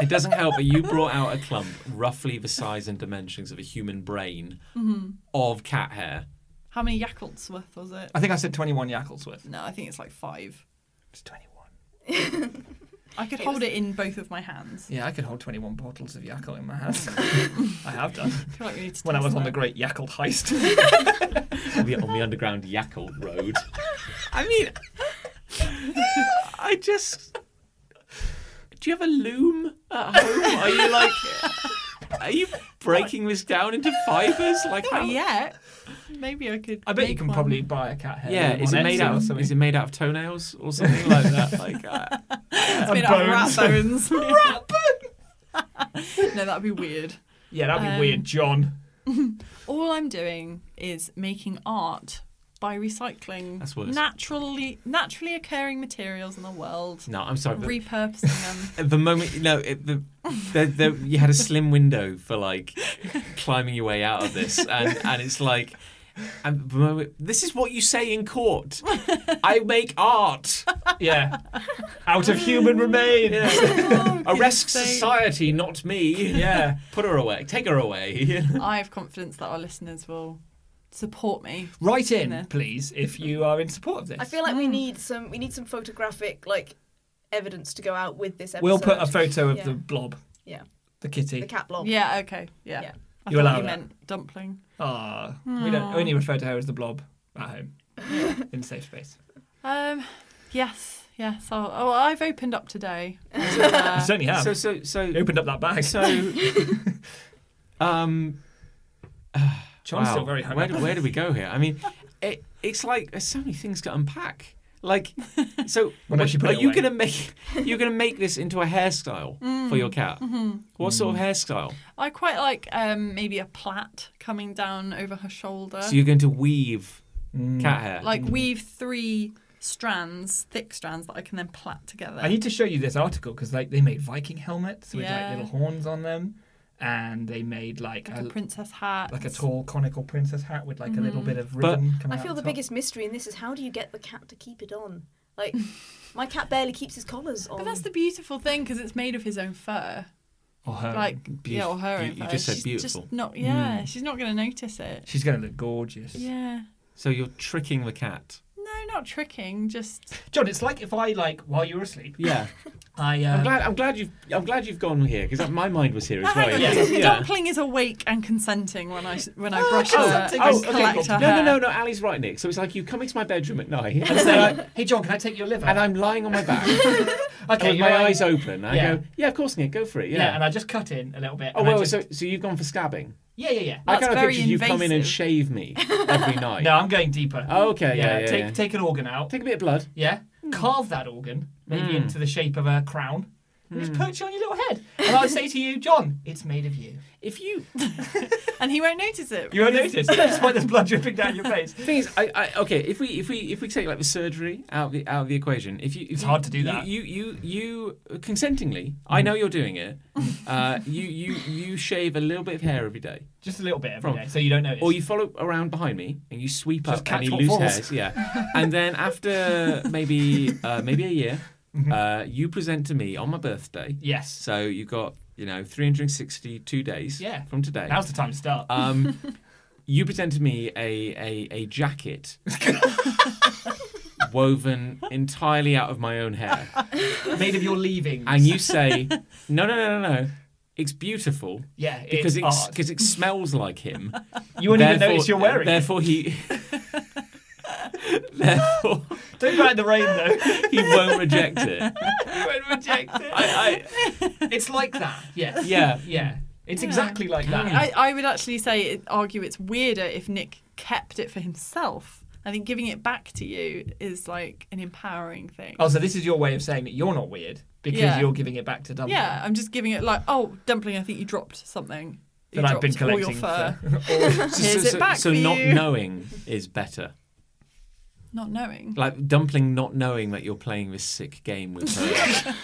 Speaker 1: It doesn't help that you brought out a clump roughly the size and dimensions of a human brain
Speaker 2: Mm-hmm.
Speaker 1: of cat hair.
Speaker 3: How many Yakults worth was it?
Speaker 2: I think I said 21 Yakultsworth.
Speaker 3: No, I think it's like five.
Speaker 2: It's 21.
Speaker 3: I could hold it in both of my hands.
Speaker 2: Yeah, I could hold 21 bottles of Yakult in my hand. I have done.
Speaker 3: I feel like we need to
Speaker 2: When I
Speaker 3: taste
Speaker 2: was on the
Speaker 3: that.
Speaker 2: great Yakult heist.
Speaker 1: on the, on the underground Yakult Road. I mean, I just. Do you have a loom at home? Are you like. Are you breaking this down into fibers? Like how?
Speaker 3: Not yet. Maybe I could.
Speaker 2: I bet you
Speaker 3: make
Speaker 2: can
Speaker 3: one.
Speaker 2: probably buy a cat hair.
Speaker 1: Yeah, is
Speaker 2: on
Speaker 1: it made
Speaker 2: Etsy
Speaker 1: out?
Speaker 2: or
Speaker 1: Of,
Speaker 2: something.
Speaker 1: is it made out of toenails or something like that? Like, uh,
Speaker 3: It's
Speaker 2: a
Speaker 3: made out of rat bones.
Speaker 2: Rat bone.
Speaker 3: no, that'd be weird.
Speaker 2: Yeah, that'd be
Speaker 3: Um,
Speaker 2: weird, John.
Speaker 3: All I'm doing is making art by recycling
Speaker 1: That's worse.
Speaker 3: naturally naturally occurring materials in the world,
Speaker 1: no, I'm sorry. but
Speaker 3: repurposing them.
Speaker 1: At the moment, no, it, the, the, the, you had a slim window for like climbing your way out of this, and, and it's like, and the moment, this is what you say in court. I make art.
Speaker 2: Yeah. out of human remains. Yeah.
Speaker 1: Arrest
Speaker 3: sake.
Speaker 1: society, not me. Put her away. Take her away.
Speaker 3: I have confidence that our listeners will support me.
Speaker 2: Write in,
Speaker 3: No.
Speaker 2: please, if you are in support of this.
Speaker 4: I feel like we need some we need some photographic like evidence to go out with this episode.
Speaker 2: we'll put a photo of
Speaker 4: Yeah.
Speaker 2: the blob,
Speaker 4: yeah
Speaker 2: the kitty.
Speaker 4: the cat blob.
Speaker 3: Yeah. Okay. Yeah.
Speaker 4: Yeah.
Speaker 3: I
Speaker 2: You
Speaker 3: thought
Speaker 2: allow
Speaker 3: you
Speaker 2: that?
Speaker 3: meant dumpling.
Speaker 2: Ah, we don't only refer to her as the blob at home in safe space.
Speaker 3: Um. Yes. Yes. I'll, oh, I've opened up today. Uh,
Speaker 2: you certainly have.
Speaker 1: So so so
Speaker 2: You opened up that bag.
Speaker 1: so. Um.
Speaker 2: John's
Speaker 1: wow.
Speaker 2: still very hung
Speaker 1: where
Speaker 2: up.
Speaker 1: do, where do we go here? I mean, it, it's like there's so many things to unpack. Like, so
Speaker 2: Well, no, she put
Speaker 1: are
Speaker 2: it
Speaker 1: you
Speaker 2: away.
Speaker 1: gonna make you're gonna make this into a hairstyle for your cat? What sort of
Speaker 2: Mm.
Speaker 1: hairstyle?
Speaker 3: I quite like um, maybe a plait coming down over her shoulder.
Speaker 1: So you're going to weave
Speaker 2: Mm.
Speaker 1: cat hair?
Speaker 3: Uh, like weave three strands, thick strands that I can then plait together.
Speaker 2: I need to show you this article because like they made Viking helmets with
Speaker 3: Yeah.
Speaker 2: like little horns on them, and they made like,
Speaker 3: like
Speaker 2: a,
Speaker 3: a princess hat.
Speaker 2: like a tall conical princess hat with like a little bit of
Speaker 1: Mm-hmm. But-
Speaker 2: ribbon. coming
Speaker 4: I
Speaker 2: out
Speaker 4: feel
Speaker 2: the
Speaker 4: the
Speaker 2: top.
Speaker 4: biggest mystery in this is how do you get the cat to keep it on? Like my cat barely keeps his collars on.
Speaker 3: But that's the beautiful thing because it's made of his own fur.
Speaker 2: Or her.
Speaker 3: like yeah, or her
Speaker 1: you-
Speaker 3: own
Speaker 1: you
Speaker 3: fur.
Speaker 1: just said
Speaker 3: she's
Speaker 1: beautiful.
Speaker 3: Just not yeah, she's not going to notice it.
Speaker 2: she's gonna look gorgeous.
Speaker 3: Yeah.
Speaker 1: so you're tricking the cat?
Speaker 3: No, not tricking. Just
Speaker 2: John, it's like if I like while you were asleep,
Speaker 1: Yeah.
Speaker 2: I um,
Speaker 1: I'm glad. I'm glad you've. I'm glad you've gone here because my mind was here
Speaker 3: No,
Speaker 1: as well.
Speaker 3: hang on.
Speaker 2: Yeah.
Speaker 3: The
Speaker 1: Yeah.
Speaker 3: Dumpling is awake and consenting when I when I brush
Speaker 2: Oh,
Speaker 3: her
Speaker 2: something
Speaker 3: and
Speaker 2: is
Speaker 3: collect
Speaker 2: tickled.
Speaker 3: her
Speaker 1: No, no,
Speaker 3: hair.
Speaker 1: no, no. Ali's right, Nick. So it's like you come into my bedroom at night, and,
Speaker 2: say,
Speaker 1: then
Speaker 2: like, hey John, can I take your liver?
Speaker 1: I, and I'm lying on my back,
Speaker 2: okay,
Speaker 1: with
Speaker 2: you're
Speaker 1: my
Speaker 2: right.
Speaker 1: eyes open. And I
Speaker 2: Yeah.
Speaker 1: go, yeah, of course, Nick, go for it.
Speaker 2: Yeah. and I just cut in a little bit.
Speaker 1: Oh
Speaker 2: and I
Speaker 1: well,
Speaker 2: just-
Speaker 1: so so you've gone for scabbing.
Speaker 2: yeah, yeah, yeah.
Speaker 1: I
Speaker 3: That's
Speaker 1: kind of
Speaker 3: very
Speaker 1: pictured you come in and
Speaker 3: invasive.
Speaker 1: shave me every night.
Speaker 2: No, I'm going deeper.
Speaker 1: Oh, okay, yeah, yeah,
Speaker 2: take
Speaker 1: yeah.
Speaker 2: take an organ out.
Speaker 1: Take a bit of blood.
Speaker 2: Yeah.
Speaker 3: Hmm.
Speaker 2: Carve that organ, maybe
Speaker 1: Hmm.
Speaker 2: into the shape of a crown, and just perch it on your little head. And I'll say to you, John, it's made of you.
Speaker 1: If you
Speaker 3: And he won't notice it.
Speaker 2: You won't notice, despite there's blood dripping down your face.
Speaker 1: thing is, I, I okay. If we if we if we take like the surgery out of the out of the equation, if you if
Speaker 2: It's
Speaker 1: you-
Speaker 2: hard to do
Speaker 1: you-
Speaker 2: that.
Speaker 1: You you you consentingly. I know you're doing it. uh, you you you shave a little bit of hair every day,
Speaker 2: Just a little bit every
Speaker 1: From-
Speaker 2: day, so you don't notice.
Speaker 1: or you follow around behind me and you sweep
Speaker 2: Just
Speaker 1: up any
Speaker 2: catch what
Speaker 1: loose
Speaker 2: falls.
Speaker 1: hairs. Yeah, and then after maybe uh, maybe a year,
Speaker 2: Mm-hmm.
Speaker 1: uh, you present to me on my birthday.
Speaker 2: Yes.
Speaker 1: So you got you know 362 days.
Speaker 2: Yeah.
Speaker 1: from today.
Speaker 2: Now's the time to start.
Speaker 1: Um, you presented me a, a, a jacket woven entirely out of my own hair.
Speaker 2: made of your leavings.
Speaker 1: And you say, no, no, no, no, no. It's beautiful
Speaker 2: yeah, it's
Speaker 1: because it's,
Speaker 2: art.
Speaker 1: cause it smells like him.
Speaker 2: You wouldn't even notice you're wearing it.
Speaker 1: Therefore, he. therefore,
Speaker 2: Don't go out in the rain, though.
Speaker 1: he won't reject it.
Speaker 2: you won't reject it.
Speaker 1: I,
Speaker 2: It's like that,
Speaker 1: I,
Speaker 2: yes.
Speaker 1: yeah. Hmm.
Speaker 2: Yeah. It's exactly like that.
Speaker 3: I, I would actually say argue it's weirder if Nick kept it for himself I think giving it back to you is like an empowering thing.
Speaker 2: Oh, so this is your way of saying that you're not weird because
Speaker 3: Yeah.
Speaker 2: you're giving it back to Dumbledore.
Speaker 3: yeah, I'm just giving it like, oh, dumpling, I think you dropped something. You
Speaker 2: That I've been
Speaker 3: dropped all your
Speaker 2: collecting
Speaker 3: fur.
Speaker 2: for.
Speaker 1: So,
Speaker 3: Here's
Speaker 1: so-
Speaker 3: it
Speaker 1: so-
Speaker 3: back
Speaker 1: so
Speaker 3: for
Speaker 1: not
Speaker 3: you.
Speaker 1: knowing is better.
Speaker 3: Not knowing.
Speaker 1: Like dumpling not knowing that you're playing this sick game with her.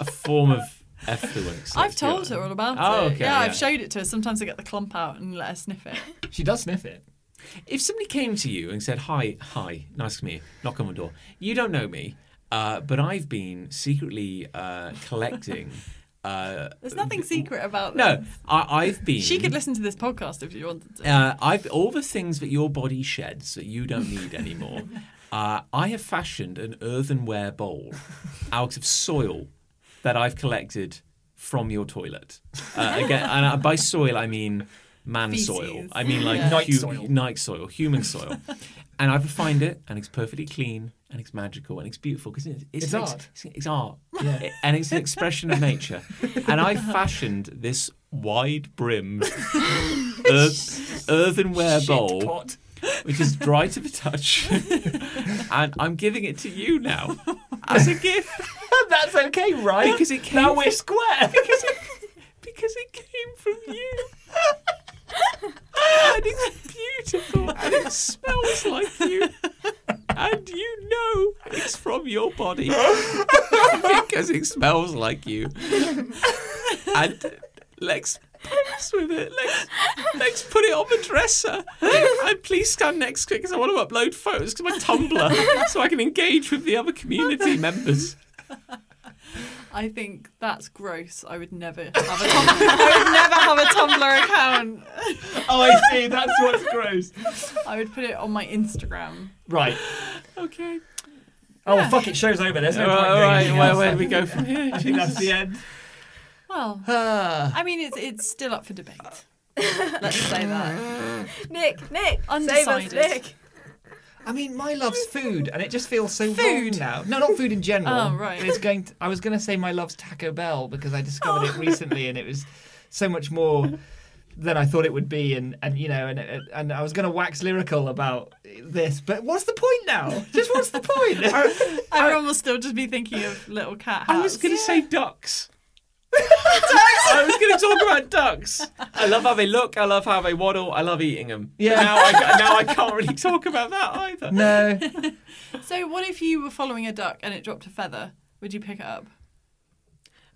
Speaker 1: a form of effluence.
Speaker 3: I've
Speaker 1: let's be
Speaker 3: told
Speaker 1: honest.
Speaker 3: her all about
Speaker 1: Oh,
Speaker 3: it.
Speaker 1: okay, yeah.
Speaker 3: yeah, I've showed it to her. Sometimes I get the clump out and let her sniff it.
Speaker 2: she does sniff it.
Speaker 1: If somebody came to you and said, "Hi, hi, nice to meet you," knock on the door. You don't know me, uh, but I've been secretly uh, collecting. Uh,
Speaker 3: There's nothing secret about
Speaker 1: no,
Speaker 3: this.
Speaker 1: I, I've been.
Speaker 3: She could listen to this podcast if she wanted to.
Speaker 1: Uh, I've all the things that your body sheds that you don't need anymore. uh, I have fashioned an earthenware bowl out of soil that I've collected from your toilet. Uh, again, and uh, by soil I mean man
Speaker 3: Feces.
Speaker 1: soil. I mean like
Speaker 3: Yeah.
Speaker 2: Night soil.
Speaker 1: night soil, human soil. and I've refined it, and it's perfectly clean, and it's magical, and it's beautiful because it's,
Speaker 2: It's
Speaker 1: an
Speaker 2: art.
Speaker 1: It's, it's art,
Speaker 2: Yeah.
Speaker 1: It- and it's an expression of nature. And I fashioned this wide-brimmed earth, earthenware bowl,
Speaker 2: pot.
Speaker 1: which is dry to the touch, and I'm giving it to you now as a gift
Speaker 2: That's okay, right?
Speaker 1: Because it
Speaker 2: now
Speaker 1: came-
Speaker 2: we're square.
Speaker 1: because it, because it came from you. and it's beautiful and it smells like you. And you know it's from your body because it smells like you. And let's pass with it. Let's, let's put it on the dresser. And please stand next to it because I want to upload photos to my Tumblr so I can engage with the other community members.
Speaker 3: I think that's gross. I would never have a Tumblr. I would never have a Tumblr account.
Speaker 2: oh, I see. That's what's gross.
Speaker 3: I would put it on my Instagram.
Speaker 2: Right.
Speaker 1: Okay.
Speaker 2: Oh, well, fuck it. Show's over. There's no
Speaker 1: All
Speaker 2: point
Speaker 1: right,
Speaker 2: doing anything
Speaker 1: where,
Speaker 2: else.
Speaker 1: where do we go from here?
Speaker 2: I think that's the end.
Speaker 3: Well,
Speaker 2: Ah,
Speaker 3: I mean, it's it's still up for debate. Let's say that.
Speaker 4: Nick, Nick,
Speaker 3: Undecided.
Speaker 4: save us, Nick.
Speaker 2: I mean, my love's food, and it just feels so
Speaker 3: Food.
Speaker 2: wrong now. No, not food in general.
Speaker 3: Oh, right.
Speaker 2: But It's going. To, I was going to say my love's Taco Bell because I discovered it recently, and it was so much more than I thought it would be, and and you know, and and I was going to wax lyrical about this, but what's the point now? Just what's the point?
Speaker 3: Everyone will still just be thinking of little cat hats.
Speaker 1: I was going to say ducks. I was going to talk about ducks. I love how they look. I love how they waddle. I love eating them.
Speaker 2: Yeah.
Speaker 1: Now I, ca- now I can't really talk about that either.
Speaker 2: no.
Speaker 3: So, what if you were following a duck and it dropped a feather? Would you pick it up?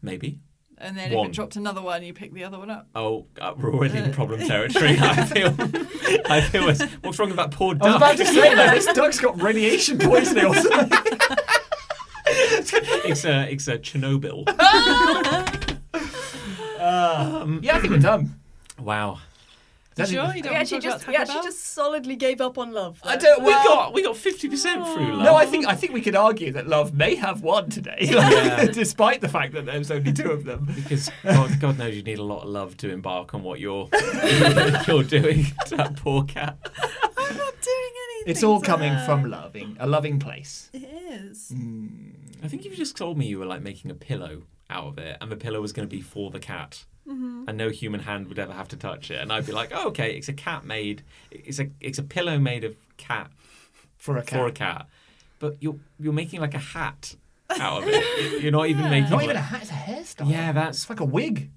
Speaker 1: Maybe.
Speaker 3: And then if
Speaker 1: One.
Speaker 3: it dropped another one, you pick the other one up.
Speaker 1: Oh, uh, we're already in problem territory. I feel. I feel. It's, what's wrong with that poor duck?
Speaker 2: I was about to say that this duck's got radiation poisoning or something.
Speaker 1: it's a it's a Chernobyl.
Speaker 2: yeah, I think we're done.
Speaker 1: Wow.
Speaker 2: Don't
Speaker 3: sure,
Speaker 2: think-
Speaker 3: you don't
Speaker 4: We
Speaker 3: want
Speaker 4: actually
Speaker 3: to talk
Speaker 4: just
Speaker 3: about
Speaker 4: we
Speaker 3: Taco
Speaker 4: actually
Speaker 3: Bell?
Speaker 4: just solidly gave up on love.
Speaker 2: I
Speaker 4: there.
Speaker 2: don't. Well,
Speaker 1: we got we got fifty percent through. Love.
Speaker 2: No, I think I think we could argue that love may have won today, like,
Speaker 1: Yeah.
Speaker 2: despite the fact that there's only two of them.
Speaker 1: Because God, God knows you need a lot of love to embark on what you're you're doing to that poor cat.
Speaker 3: I'm not doing anything.
Speaker 2: It's all
Speaker 3: to
Speaker 2: coming
Speaker 3: her.
Speaker 2: from loving, a loving place.
Speaker 3: It is.
Speaker 1: I think you just told me you were like making a pillow out of it, and the pillow was going to be for the cat,
Speaker 2: Mm-hmm.
Speaker 1: and no human hand would ever have to touch it. And I'd be like, oh, okay, it's a cat made, it's a it's a pillow made of cat
Speaker 2: For a cat.
Speaker 1: for a cat, but you're you're making like a hat out of it. You're not even making
Speaker 2: Not even a
Speaker 1: like-
Speaker 2: hat, it's a hairstyle.
Speaker 1: yeah, that's
Speaker 2: It's like a wig.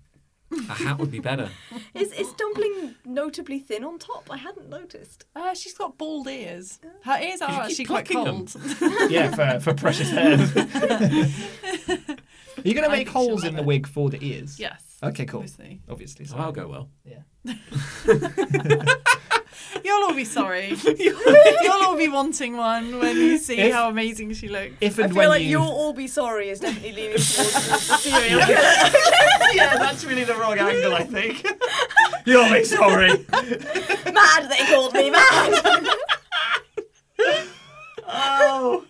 Speaker 1: a hat would be better.
Speaker 4: Is is dumpling notably thin on top? I hadn't noticed.
Speaker 3: Uh, she's got bald ears. Her ears are
Speaker 1: You should
Speaker 3: actually
Speaker 1: keep
Speaker 3: quite
Speaker 1: plucking them.
Speaker 3: cold.
Speaker 2: yeah, for, for precious hairs. Are you going to
Speaker 3: I think
Speaker 2: make holes
Speaker 3: she'll
Speaker 2: in the
Speaker 3: love it.
Speaker 2: wig for the ears?
Speaker 3: yes.
Speaker 2: Okay, cool.
Speaker 3: Obviously.
Speaker 2: Obviously.
Speaker 1: So
Speaker 2: So.
Speaker 1: that'll go well.
Speaker 3: You'll all be sorry. You'll all be wanting one when you see
Speaker 2: If-
Speaker 3: how amazing she looks.
Speaker 2: If
Speaker 4: I
Speaker 2: and
Speaker 4: feel
Speaker 2: when
Speaker 4: like
Speaker 2: you...
Speaker 4: you... will all be sorry is definitely leaning towards the serial.
Speaker 2: yeah, that's really the wrong angle, I think. You'll be sorry.
Speaker 4: Mad they called me mad.
Speaker 2: Oh,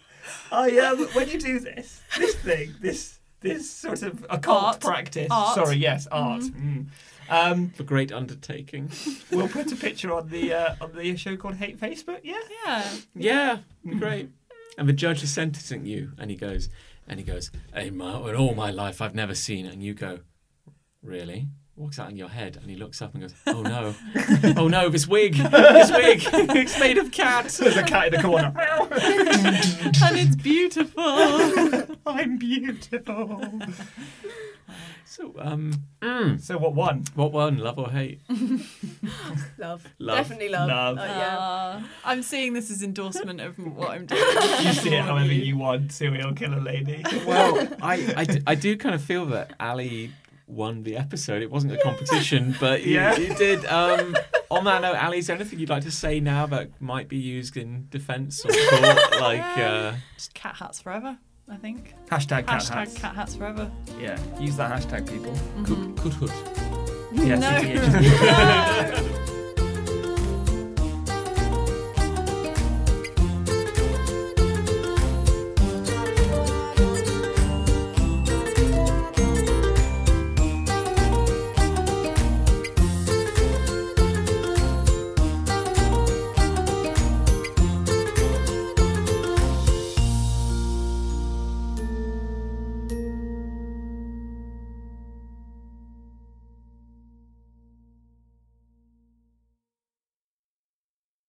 Speaker 2: I am. when you do this, this thing, this this sort of occult
Speaker 3: Art.
Speaker 2: practice.
Speaker 3: Art.
Speaker 2: Sorry, yes, art. Mm. Um,
Speaker 1: A great undertaking.
Speaker 2: we'll put a picture on the uh, on the show called Hate Facebook. Yeah.
Speaker 3: Yeah.
Speaker 1: Yeah, great. And the judge is sentencing you, and he goes, and he goes, in, my, in all my life I've never seen, and you go, really? Walks out in your head, and he looks up and goes, "Oh no, oh no, this wig, this wig, it's made of cat.
Speaker 2: There's a cat in the corner.
Speaker 3: and it's beautiful.
Speaker 2: I'm beautiful.
Speaker 1: So, um, mm,
Speaker 2: So what one?
Speaker 1: what one, love or hate?
Speaker 4: Love.
Speaker 1: Love.
Speaker 4: Definitely love.
Speaker 2: Love.
Speaker 4: Uh, yeah.
Speaker 3: Ah, I'm seeing this as endorsement of what I'm doing.
Speaker 2: You see it however you want, serial killer lady.
Speaker 1: Well, I, I, d- I do kind of feel that Ali won the episode. It wasn't a competition, but you,
Speaker 2: Yeah.
Speaker 1: you did. Um, on that note, Ali, is there anything you'd like to say now that might be used in defence or court? like, uh,
Speaker 3: Just cat hats forever, I think.
Speaker 2: Hashtag cat
Speaker 3: Hashtag
Speaker 2: hats.
Speaker 3: cat hats forever.
Speaker 2: Yeah, use that hashtag, people.
Speaker 1: good, good hood.
Speaker 2: Yeah,
Speaker 3: No.
Speaker 2: CTH.